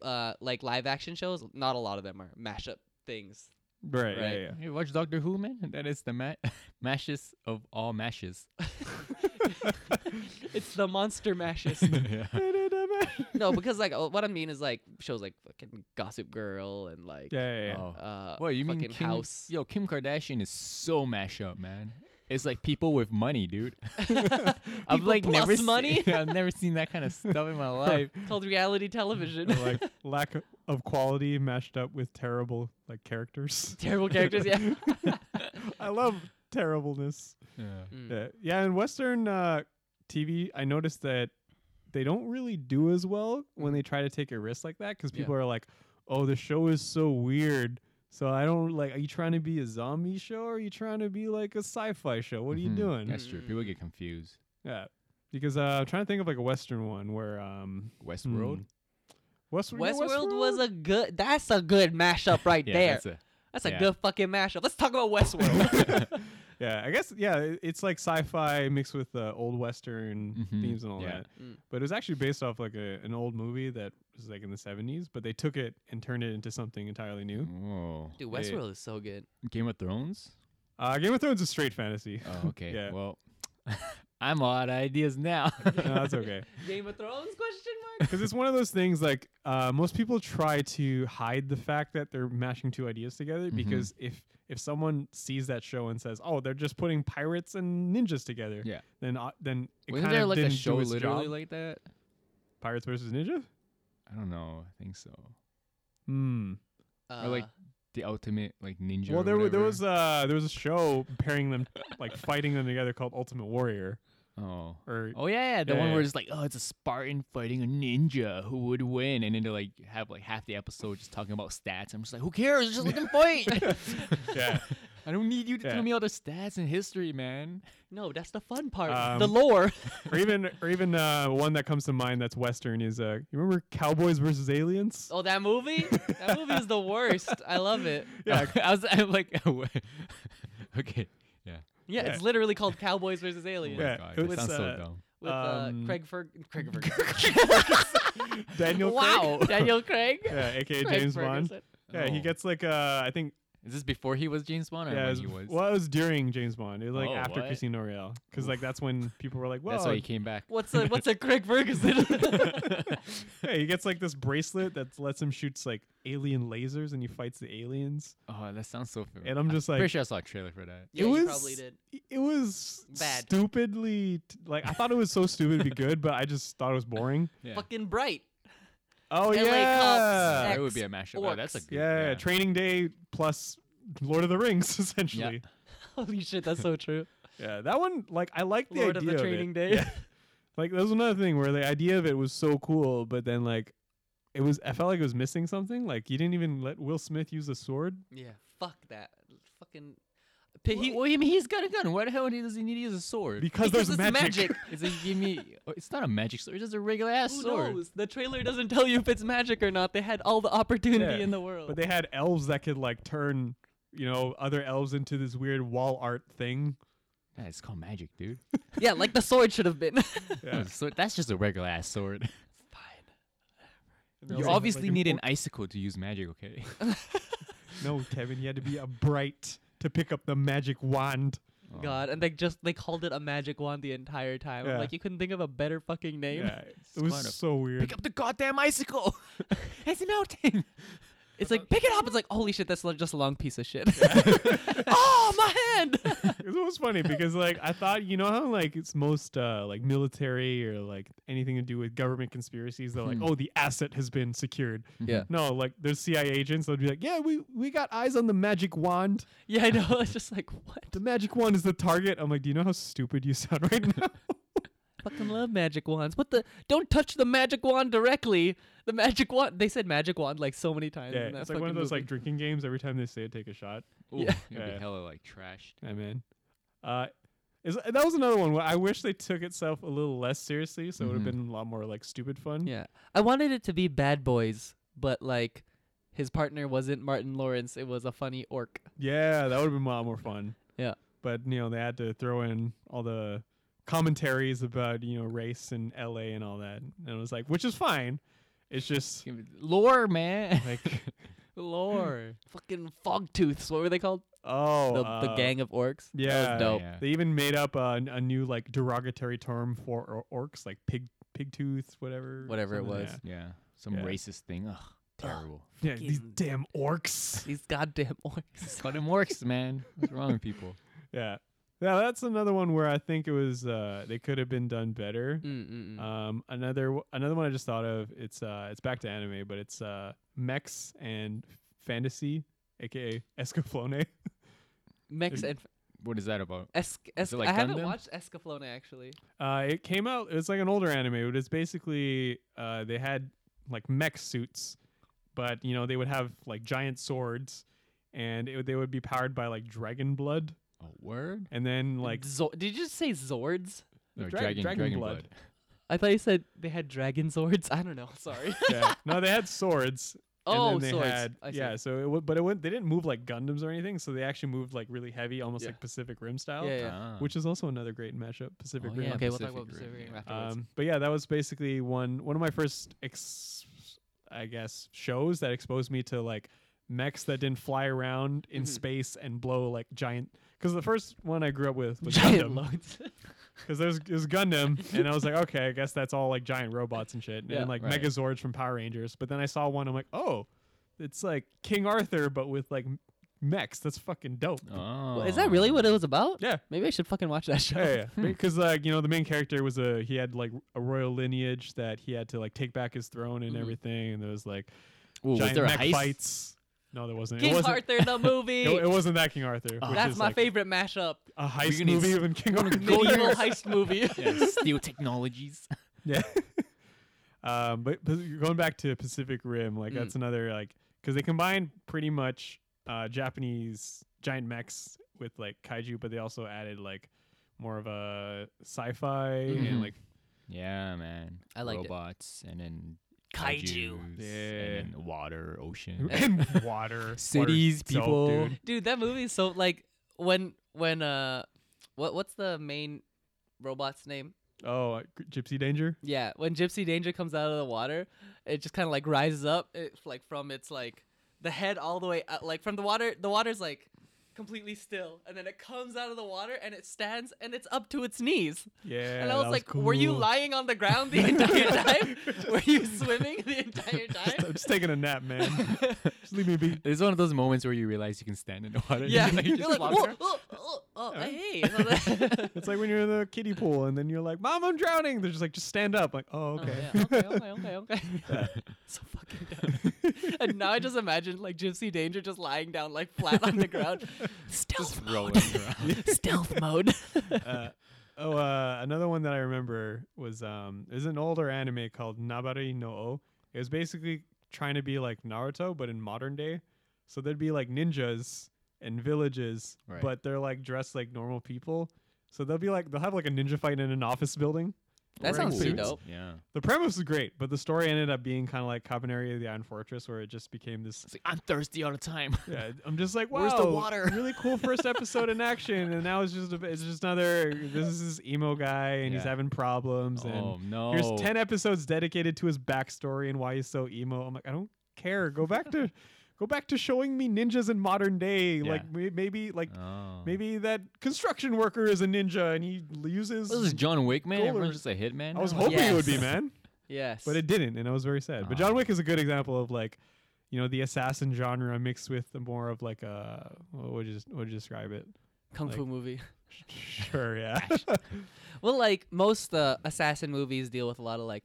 [SPEAKER 3] uh like live action shows, not a lot of them are mashup things.
[SPEAKER 1] <laughs> right,
[SPEAKER 3] Right.
[SPEAKER 1] Yeah,
[SPEAKER 2] You watch Doctor Who, man? That is the ma- <laughs> mashes of all
[SPEAKER 1] <laughs>
[SPEAKER 2] mashes. <laughs>
[SPEAKER 3] it's the monster <laughs> mashes.
[SPEAKER 2] yeah.
[SPEAKER 1] yeah.
[SPEAKER 3] no, because like uh, what I mean is like shows like fucking Gossip Girl and like
[SPEAKER 1] yeah, yeah, yeah.
[SPEAKER 2] Oh.
[SPEAKER 3] uh
[SPEAKER 2] What you mean
[SPEAKER 3] fucking
[SPEAKER 2] Kim, <laughs>
[SPEAKER 3] House. <laughs>
[SPEAKER 2] Yo, Kim Kardashian is so mash up, man. It's like people with money, dude. I've
[SPEAKER 3] People
[SPEAKER 2] like never
[SPEAKER 3] plus money?
[SPEAKER 2] seen, <laughs> I've never seen that kind of stuff in my life.
[SPEAKER 3] called reality television.
[SPEAKER 1] <laughs> Or, <laughs> like lack o- of quality mashed up with terrible like characters. <laughs>
[SPEAKER 3] <laughs> Terrible characters, yeah. <laughs> Hmm.
[SPEAKER 1] I love terribleness.
[SPEAKER 2] Yeah.
[SPEAKER 3] Hmm.
[SPEAKER 1] Yeah, yeah. In Western uh, TV, I noticed that they don't really do as well when they try to take a risk like that because
[SPEAKER 3] Yeah.
[SPEAKER 1] people are like, "Oh, the show is so weird." So I don't like. Are you trying to be a zombie show? Or are you trying to be like a sci-fi show? What are you
[SPEAKER 2] Mhm.
[SPEAKER 1] doing?
[SPEAKER 2] That's true. People get confused.
[SPEAKER 1] Yeah, because uh, I'm trying to think of like a Western one where um, hmm.
[SPEAKER 2] Westworld.
[SPEAKER 1] Westworld. yeah,
[SPEAKER 3] Westworld was a good. That's a good mashup right
[SPEAKER 2] Yeah,
[SPEAKER 3] there.
[SPEAKER 2] that's
[SPEAKER 3] That's a,
[SPEAKER 2] a, yeah.
[SPEAKER 3] good fucking mashup. Let's talk about Westworld.
[SPEAKER 1] <laughs> yeah. I guess yeah, i- it's like sci-fi mixed with uh, old Western
[SPEAKER 2] Mhm,
[SPEAKER 1] themes and all
[SPEAKER 2] yeah.
[SPEAKER 1] that.
[SPEAKER 3] Mm.
[SPEAKER 1] But it was actually based off like a, an old movie that was like in the 70s, but they took it and turned it into something entirely new.
[SPEAKER 2] Mm. Whoa.
[SPEAKER 3] Dude,
[SPEAKER 1] Yeah.
[SPEAKER 3] Westworld is so good.
[SPEAKER 2] Game of Thrones.
[SPEAKER 1] Uh, Game of Thrones is straight fantasy. <laughs>
[SPEAKER 2] Oh, okay.
[SPEAKER 1] Yeah.
[SPEAKER 2] Well, <laughs> I'm all out of ideas now.
[SPEAKER 1] <laughs> no, that's
[SPEAKER 2] <laughs>
[SPEAKER 1] okay.
[SPEAKER 3] Game of Thrones question mark.
[SPEAKER 1] Because it's one of those things like uh, most people try to hide the fact that they're mashing two ideas together
[SPEAKER 2] Mhm.
[SPEAKER 1] because if if someone sees that show and says, "Oh, they're just putting pirates and ninjas together,"
[SPEAKER 2] Yeah.
[SPEAKER 1] then uh, then it
[SPEAKER 2] Wasn't
[SPEAKER 1] kind
[SPEAKER 2] there
[SPEAKER 1] of
[SPEAKER 2] like a
[SPEAKER 1] didn't
[SPEAKER 2] show
[SPEAKER 1] do its
[SPEAKER 2] literally
[SPEAKER 1] job.
[SPEAKER 2] like that?
[SPEAKER 1] Pirates versus Ninja.
[SPEAKER 2] I don't know. I think so.
[SPEAKER 1] Hmm.
[SPEAKER 3] Uh,
[SPEAKER 2] or like the ultimate like ninja.
[SPEAKER 1] Well,
[SPEAKER 2] or
[SPEAKER 1] there wa- there
[SPEAKER 2] whatever.
[SPEAKER 1] was uh there was a show pairing them like fighting them together called Ultimate Warrior
[SPEAKER 2] Oh.
[SPEAKER 1] or
[SPEAKER 2] Oh yeah, yeah, the
[SPEAKER 1] Yeah,
[SPEAKER 2] one
[SPEAKER 1] yeah.
[SPEAKER 2] where it's like, oh, it's a Spartan fighting a ninja who would win, and then they like
[SPEAKER 1] <laughs>
[SPEAKER 2] have like half the episode just talking about stats. I'm just like, who cares? Just let them fight.
[SPEAKER 1] <laughs> yeah.
[SPEAKER 2] I don't need you to
[SPEAKER 1] Yeah.
[SPEAKER 2] tell me all the stats and history, man.
[SPEAKER 3] <laughs> No, that's the fun part.
[SPEAKER 1] Um, <laughs>
[SPEAKER 3] the lore.
[SPEAKER 1] or even or even uh, one that comes to mind that's Western is uh, you remember Cowboys versus Aliens?
[SPEAKER 3] oh, that movie? that movie is the worst. <laughs> I love it.
[SPEAKER 1] Yeah,
[SPEAKER 2] I was I'm like, <laughs> okay, yeah.
[SPEAKER 3] Yeah,
[SPEAKER 1] Yeah.
[SPEAKER 3] it's literally called Cowboys versus
[SPEAKER 2] Oh
[SPEAKER 3] Aliens
[SPEAKER 2] my
[SPEAKER 1] Yeah,
[SPEAKER 2] God,
[SPEAKER 1] it
[SPEAKER 2] that
[SPEAKER 1] was,
[SPEAKER 2] sounds so
[SPEAKER 1] uh,
[SPEAKER 2] dumb.
[SPEAKER 3] with uh,
[SPEAKER 1] Um,
[SPEAKER 3] Craig Ferg. Craig Ferguson.
[SPEAKER 1] <laughs> Daniel.
[SPEAKER 2] <laughs>
[SPEAKER 3] wow,
[SPEAKER 1] Craig?
[SPEAKER 3] Daniel Craig.
[SPEAKER 1] yeah, aka
[SPEAKER 3] Craig
[SPEAKER 1] James Bond.
[SPEAKER 3] Ferguson.
[SPEAKER 1] Yeah, he
[SPEAKER 2] Oh.
[SPEAKER 1] gets like uh, I think
[SPEAKER 2] Is this before he was James Bond or
[SPEAKER 1] yeah, it
[SPEAKER 2] when
[SPEAKER 1] was,
[SPEAKER 2] he was?
[SPEAKER 1] well, it was during James Bond. It was like
[SPEAKER 2] Oh,
[SPEAKER 1] after
[SPEAKER 2] what?
[SPEAKER 1] Casino Royale, because like that's
[SPEAKER 2] <laughs>
[SPEAKER 1] when people were like, "Wow,
[SPEAKER 2] That's why he came back.
[SPEAKER 3] What's a
[SPEAKER 1] <laughs>
[SPEAKER 3] what's a Craig Ferguson?
[SPEAKER 1] yeah, he gets like this bracelet that lets him shoot like alien lasers, and he fights the aliens."
[SPEAKER 2] <laughs> Oh, that sounds so familiar.
[SPEAKER 1] And I'm just like,
[SPEAKER 2] pretty sure I saw a trailer for that.
[SPEAKER 3] <laughs> yeah,
[SPEAKER 1] it
[SPEAKER 3] you
[SPEAKER 1] was
[SPEAKER 3] probably did.
[SPEAKER 1] it was
[SPEAKER 3] Bad.
[SPEAKER 1] stupidly t- like I thought it was so stupid to be good, but I just thought it was
[SPEAKER 2] <laughs>
[SPEAKER 1] boring.
[SPEAKER 2] Yeah.
[SPEAKER 3] Fucking bright. <laughs>
[SPEAKER 1] Oh
[SPEAKER 3] LA Cops,
[SPEAKER 1] yeah,
[SPEAKER 2] that would be a
[SPEAKER 3] Sex,
[SPEAKER 2] mashup. Oh, that's a
[SPEAKER 3] orcs.
[SPEAKER 2] good.
[SPEAKER 1] yeah, Training Day plus Lord of the Rings <laughs> essentially.
[SPEAKER 3] Holy shit, that's so true.
[SPEAKER 1] Yeah, that one like I like <laughs> the
[SPEAKER 3] Lord of
[SPEAKER 1] idea
[SPEAKER 3] the
[SPEAKER 1] it.
[SPEAKER 3] Training Day.
[SPEAKER 1] Yeah. Like that was another thing where the idea of it was so cool, but then like it was I felt like it was missing something. Like you didn't even let Will Smith use a sword.
[SPEAKER 3] <laughs> Yeah. Fuck that. Fucking.
[SPEAKER 2] Wha-
[SPEAKER 3] He,
[SPEAKER 2] what do you mean he's got a gun? Why the hell does he need to use a sword?
[SPEAKER 1] Because,
[SPEAKER 3] Because
[SPEAKER 1] there's
[SPEAKER 3] it's magic.
[SPEAKER 1] <laughs>
[SPEAKER 2] It's like give me. oh, It's not a magic sword. It's just a regular ass
[SPEAKER 3] who
[SPEAKER 2] sword.
[SPEAKER 3] knows? The trailer doesn't tell you if it's magic or not. They had all the opportunity
[SPEAKER 1] Yeah,
[SPEAKER 3] in the world.
[SPEAKER 1] But they had elves that could like turn, you know, other elves into this weird wall art thing.
[SPEAKER 2] Yeah, it's called magic, dude.
[SPEAKER 3] yeah, like the sword should have been. <laughs>
[SPEAKER 1] Yeah.
[SPEAKER 2] <laughs> So that's just a regular ass sword.
[SPEAKER 3] Fine.
[SPEAKER 1] And
[SPEAKER 2] You
[SPEAKER 1] they're like-
[SPEAKER 2] obviously
[SPEAKER 1] like,
[SPEAKER 2] need an icicle to use magic,
[SPEAKER 3] <laughs>
[SPEAKER 2] okay?
[SPEAKER 1] oh, No, Kevin, you had to be a bright to pick up the magic wand.
[SPEAKER 3] God, and they just they called it a magic wand the entire time. I'm
[SPEAKER 1] Um, Yeah.
[SPEAKER 3] Like you couldn't think of a better fucking name.
[SPEAKER 1] Yeah, it
[SPEAKER 2] Smart
[SPEAKER 1] was
[SPEAKER 2] up.
[SPEAKER 1] so weird.
[SPEAKER 2] Pick up the goddamn icicle. <laughs> it's melting.
[SPEAKER 3] It's like pick it up. It's like holy shit, that's lo- just a long piece of shit. <laughs> oh my hand. <laughs>
[SPEAKER 1] it was funny because like I thought, you know how like it's most uh like military or like anything to do with government conspiracies, they're like,
[SPEAKER 2] Hmm.
[SPEAKER 1] oh, the asset has been secured.
[SPEAKER 2] Yeah.
[SPEAKER 1] No, like there's CIA agents that'd be like, yeah, we we got eyes on the magic wand.
[SPEAKER 3] yeah, I know. It's just like what?
[SPEAKER 1] <laughs> The magic wand is the target. I'm like, do you know how stupid you sound right
[SPEAKER 3] <laughs>
[SPEAKER 1] now?
[SPEAKER 3] Fucking love magic wands. What the? Don't touch the magic wand directly. The magic wand. They said magic wand like so many times.
[SPEAKER 1] yeah,
[SPEAKER 3] in that
[SPEAKER 1] it's like one of
[SPEAKER 3] fucking
[SPEAKER 1] those like
[SPEAKER 3] movie.
[SPEAKER 1] drinking games. Every time they say it, take a shot.
[SPEAKER 2] <laughs> Ooh,
[SPEAKER 3] Yeah.
[SPEAKER 2] It'd
[SPEAKER 1] Yeah.
[SPEAKER 2] be hella like trashed.
[SPEAKER 1] I mean, uh, is that was another one where I wish they took itself a little less seriously, so it would
[SPEAKER 3] Mm-hmm.
[SPEAKER 2] Mhm.
[SPEAKER 1] have been a lot more like stupid fun.
[SPEAKER 3] Yeah, I wanted it to be Bad Boys, but like his partner wasn't Martin Lawrence. It was a funny orc.
[SPEAKER 1] Yeah, that would have been a lot more fun.
[SPEAKER 3] Yeah.
[SPEAKER 1] But you know, they had to throw in all the commentaries about, you know, race and LA and all that. And it was like, which is fine. It's
[SPEAKER 3] <laughs>
[SPEAKER 1] just
[SPEAKER 2] Give it- Lore, man. <laughs>
[SPEAKER 1] like
[SPEAKER 3] Lore. <laughs> Fucking Fogtooths. What were they called?
[SPEAKER 1] oh
[SPEAKER 3] the, the
[SPEAKER 1] uh,
[SPEAKER 3] gang of orcs.
[SPEAKER 1] Yeah.
[SPEAKER 3] That was dope.
[SPEAKER 2] Yeah.
[SPEAKER 1] They even made up a, a new like derogatory term for or- orcs, like pig pig tooth, whatever.
[SPEAKER 3] Whatever it
[SPEAKER 1] something,
[SPEAKER 3] was.
[SPEAKER 2] Yeah. Some
[SPEAKER 1] Yeah.
[SPEAKER 2] racist thing. Ugh.
[SPEAKER 3] <gasps>
[SPEAKER 2] Terrible.
[SPEAKER 1] Yeah, yeah these
[SPEAKER 3] Fucking-
[SPEAKER 1] damn
[SPEAKER 3] <laughs>
[SPEAKER 1] orcs.
[SPEAKER 3] These goddamn orcs.
[SPEAKER 2] Cut him works, man. What's wrong with people?
[SPEAKER 1] Yeah. Yeah, that's another one where I think it was uh they could have been done better.
[SPEAKER 3] Mm, Mm-mm.
[SPEAKER 1] Um, another w- another one I just thought of. It's uh, it's back to anime, but it's uh, mechs and fantasy, aka Escaflowne. <laughs>
[SPEAKER 3] Mex and
[SPEAKER 2] What is that about?
[SPEAKER 3] Esk.
[SPEAKER 2] Is
[SPEAKER 3] Esk
[SPEAKER 2] it like
[SPEAKER 3] I haven't
[SPEAKER 2] Gundam?
[SPEAKER 3] watched Escaflowne actually.
[SPEAKER 1] Uh, it came out. It's like an older anime, but it's basically uh, they had like mech suits, but you know they would have like giant swords, and it, would- they would be powered by like dragon blood,
[SPEAKER 2] A word?
[SPEAKER 1] and
[SPEAKER 3] <laughs>
[SPEAKER 1] then like
[SPEAKER 3] Zo- did you just say Zords?
[SPEAKER 1] The
[SPEAKER 2] Or
[SPEAKER 1] drag-
[SPEAKER 2] dragon,
[SPEAKER 1] dragon
[SPEAKER 2] dragon,
[SPEAKER 1] blood.
[SPEAKER 2] blood.
[SPEAKER 3] I thought you said they had dragon swords. I don't know. <laughs> Sorry.
[SPEAKER 1] yeah. no, they had swords.
[SPEAKER 3] oh,
[SPEAKER 1] and then they
[SPEAKER 3] swords.
[SPEAKER 1] had
[SPEAKER 3] I see.
[SPEAKER 1] yeah. So it w- but it went. They didn't move like Gundams or anything. So they actually moved like really heavy, almost
[SPEAKER 3] Yeah.
[SPEAKER 1] like Pacific Rim style.
[SPEAKER 3] Yeah, yeah.
[SPEAKER 2] Ah.
[SPEAKER 1] which is also another great mashup, Pacific
[SPEAKER 2] Oh,
[SPEAKER 1] Rim.
[SPEAKER 2] yeah,
[SPEAKER 3] okay, we'll talk
[SPEAKER 2] Pacific
[SPEAKER 3] about
[SPEAKER 2] Rim,
[SPEAKER 3] Pacific
[SPEAKER 2] yeah.
[SPEAKER 3] Rim afterwards. <laughs>
[SPEAKER 1] Um, but yeah, that was basically one one of my first, ex- I guess, shows that exposed me to like mechs that didn't fly around in
[SPEAKER 3] Mhm.
[SPEAKER 2] Mm-hmm.
[SPEAKER 1] space and blow like giant. Because the first one I grew up with was
[SPEAKER 3] Giant
[SPEAKER 1] Gundam.
[SPEAKER 3] loads.
[SPEAKER 1] Because there's there's Gundam, and I was like, okay, I guess that's all like giant robots and shit, and
[SPEAKER 3] Yeah.
[SPEAKER 1] then, like
[SPEAKER 2] Right.
[SPEAKER 1] Megazords from Power Rangers. But then I saw one, I'm like, oh, it's like King Arthur, but with like m- mechs. That's fucking dope.
[SPEAKER 2] Oh.
[SPEAKER 3] Well, Is that really what it was about?
[SPEAKER 1] Yeah.
[SPEAKER 3] Maybe I should fucking watch that <laughs> show.
[SPEAKER 1] yeah, because like you know the main character was a he had like a royal lineage that he had to like take back his throne and
[SPEAKER 3] Mhm.
[SPEAKER 1] everything, and there was like
[SPEAKER 2] Ooh, was
[SPEAKER 1] giant
[SPEAKER 2] there a
[SPEAKER 1] mech
[SPEAKER 2] heist? <laughs>
[SPEAKER 1] fights. No, there wasn't. it
[SPEAKER 3] King
[SPEAKER 1] wasn't. <laughs>
[SPEAKER 3] Arthur the movie.
[SPEAKER 1] it- It, wasn't that King Arthur. which
[SPEAKER 3] That's
[SPEAKER 1] is,
[SPEAKER 3] my
[SPEAKER 1] like,
[SPEAKER 3] favorite mashup.
[SPEAKER 1] A
[SPEAKER 2] We're
[SPEAKER 1] heist
[SPEAKER 2] gonna
[SPEAKER 1] movie
[SPEAKER 2] s-
[SPEAKER 1] of King Arthur.
[SPEAKER 2] <laughs>
[SPEAKER 3] Medieval heist
[SPEAKER 1] <laughs>
[SPEAKER 3] movie.
[SPEAKER 2] Yeah, Steel Technologies.
[SPEAKER 1] yeah. um, but, but going back to Pacific Rim, like
[SPEAKER 3] Mm.
[SPEAKER 1] that's another like because they combine pretty much uh, Japanese giant mechs with like kaiju, but they also added like more of a sci-fi and
[SPEAKER 2] Mhm.
[SPEAKER 1] like
[SPEAKER 2] Yeah, man.
[SPEAKER 3] I liked it.
[SPEAKER 2] robots and then
[SPEAKER 3] Kaiju.
[SPEAKER 2] kaijus, and then water, ocean,
[SPEAKER 1] <laughs> and
[SPEAKER 3] <laughs>
[SPEAKER 1] water
[SPEAKER 2] cities,
[SPEAKER 1] Water itself,
[SPEAKER 2] people.
[SPEAKER 1] dude.
[SPEAKER 3] Dude, that movie is so like when when uh what what's the main robot's name?
[SPEAKER 1] Oh, uh, G- Gypsy Danger.
[SPEAKER 3] Yeah, when Gypsy Danger comes out of the water, it just kind of like rises up it, like from its like the head all the way out, like from the water. The water's like completely still and then it comes out of the water and it stands and it's up to its knees
[SPEAKER 1] Yeah,
[SPEAKER 3] and i was,
[SPEAKER 1] that
[SPEAKER 3] like were you
[SPEAKER 1] cool.
[SPEAKER 3] lying on the ground the entire time were you swimming the entire
[SPEAKER 1] Just- I'm
[SPEAKER 3] time
[SPEAKER 1] just taking a nap,
[SPEAKER 3] <laughs>
[SPEAKER 1] man. just leave me be.
[SPEAKER 2] <laughs> It's one of those moments where you realize you can stand in the water. <laughs>
[SPEAKER 3] yeah
[SPEAKER 2] you
[SPEAKER 3] you're
[SPEAKER 2] just
[SPEAKER 3] like
[SPEAKER 2] walk
[SPEAKER 3] "Whoa,
[SPEAKER 2] around.
[SPEAKER 3] oh, oh, oh,
[SPEAKER 1] Yeah.
[SPEAKER 3] hey <laughs>
[SPEAKER 1] It's like when you're in the kiddie pool and then you're like, "Mom, I'm drowning." They're just like, "Just stand up." Like, oh,
[SPEAKER 3] Oh,
[SPEAKER 1] okay. <laughs>
[SPEAKER 3] yeah. okay, okay, okay, okay. <laughs> so fucking dumb. and now I just imagine like Gypsy Danger just lying down like flat on
[SPEAKER 1] <laughs>
[SPEAKER 3] the ground, stealth
[SPEAKER 2] Just rolling <laughs>
[SPEAKER 3] mode,
[SPEAKER 2] around.
[SPEAKER 3] <laughs> stealth mode.
[SPEAKER 1] uh, oh, uh, another one that I remember was um, is an older anime called Nabari no O. It was basically trying to be like Naruto, but in modern day. So there'd be like ninjas and villages,
[SPEAKER 2] Right.
[SPEAKER 1] but they're like dressed like normal people. So they'll be like they'll have like a ninja fight in an office building.
[SPEAKER 3] That
[SPEAKER 1] Wearing
[SPEAKER 3] sounds pretty
[SPEAKER 1] suits.
[SPEAKER 3] dope.
[SPEAKER 2] Yeah.
[SPEAKER 1] The premise is great, but the story ended up being kind of like Cabaneri of the Iron Fortress, where it just became this.
[SPEAKER 2] It's like I'm thirsty all the <laughs> time.
[SPEAKER 1] Yeah, I'm just like, wow,
[SPEAKER 2] Where's the water? <laughs>
[SPEAKER 1] really cool first episode in action, and now it's just a, it's just another. This is this emo guy, and he's
[SPEAKER 2] Yeah.
[SPEAKER 1] having problems, and
[SPEAKER 2] oh no.
[SPEAKER 1] Here's 10 episodes dedicated to his backstory and why he's so emo. I'm like, I don't care. Go back to
[SPEAKER 2] <laughs>
[SPEAKER 1] go back to showing me ninjas in modern day.
[SPEAKER 2] Yeah.
[SPEAKER 1] Like may- maybe like
[SPEAKER 2] Oh.
[SPEAKER 1] maybe that construction worker is a ninja and he l- uses
[SPEAKER 2] this is John Wick, man.
[SPEAKER 1] Goal
[SPEAKER 2] Everyone's
[SPEAKER 1] or-
[SPEAKER 2] just a hitman.
[SPEAKER 1] I was
[SPEAKER 2] now?
[SPEAKER 1] hoping it would be,
[SPEAKER 3] Yes.
[SPEAKER 1] man,
[SPEAKER 3] Yes,
[SPEAKER 1] but it didn't and I was very sad. But John Wick is a good example of like you know the assassin genre mixed with the more of like a what would you what would you describe it? <laughs>
[SPEAKER 3] kung fu
[SPEAKER 1] like-
[SPEAKER 3] movie.
[SPEAKER 1] Sure, yeah.
[SPEAKER 3] Well, like most uh, assassin movies deal with a lot of like.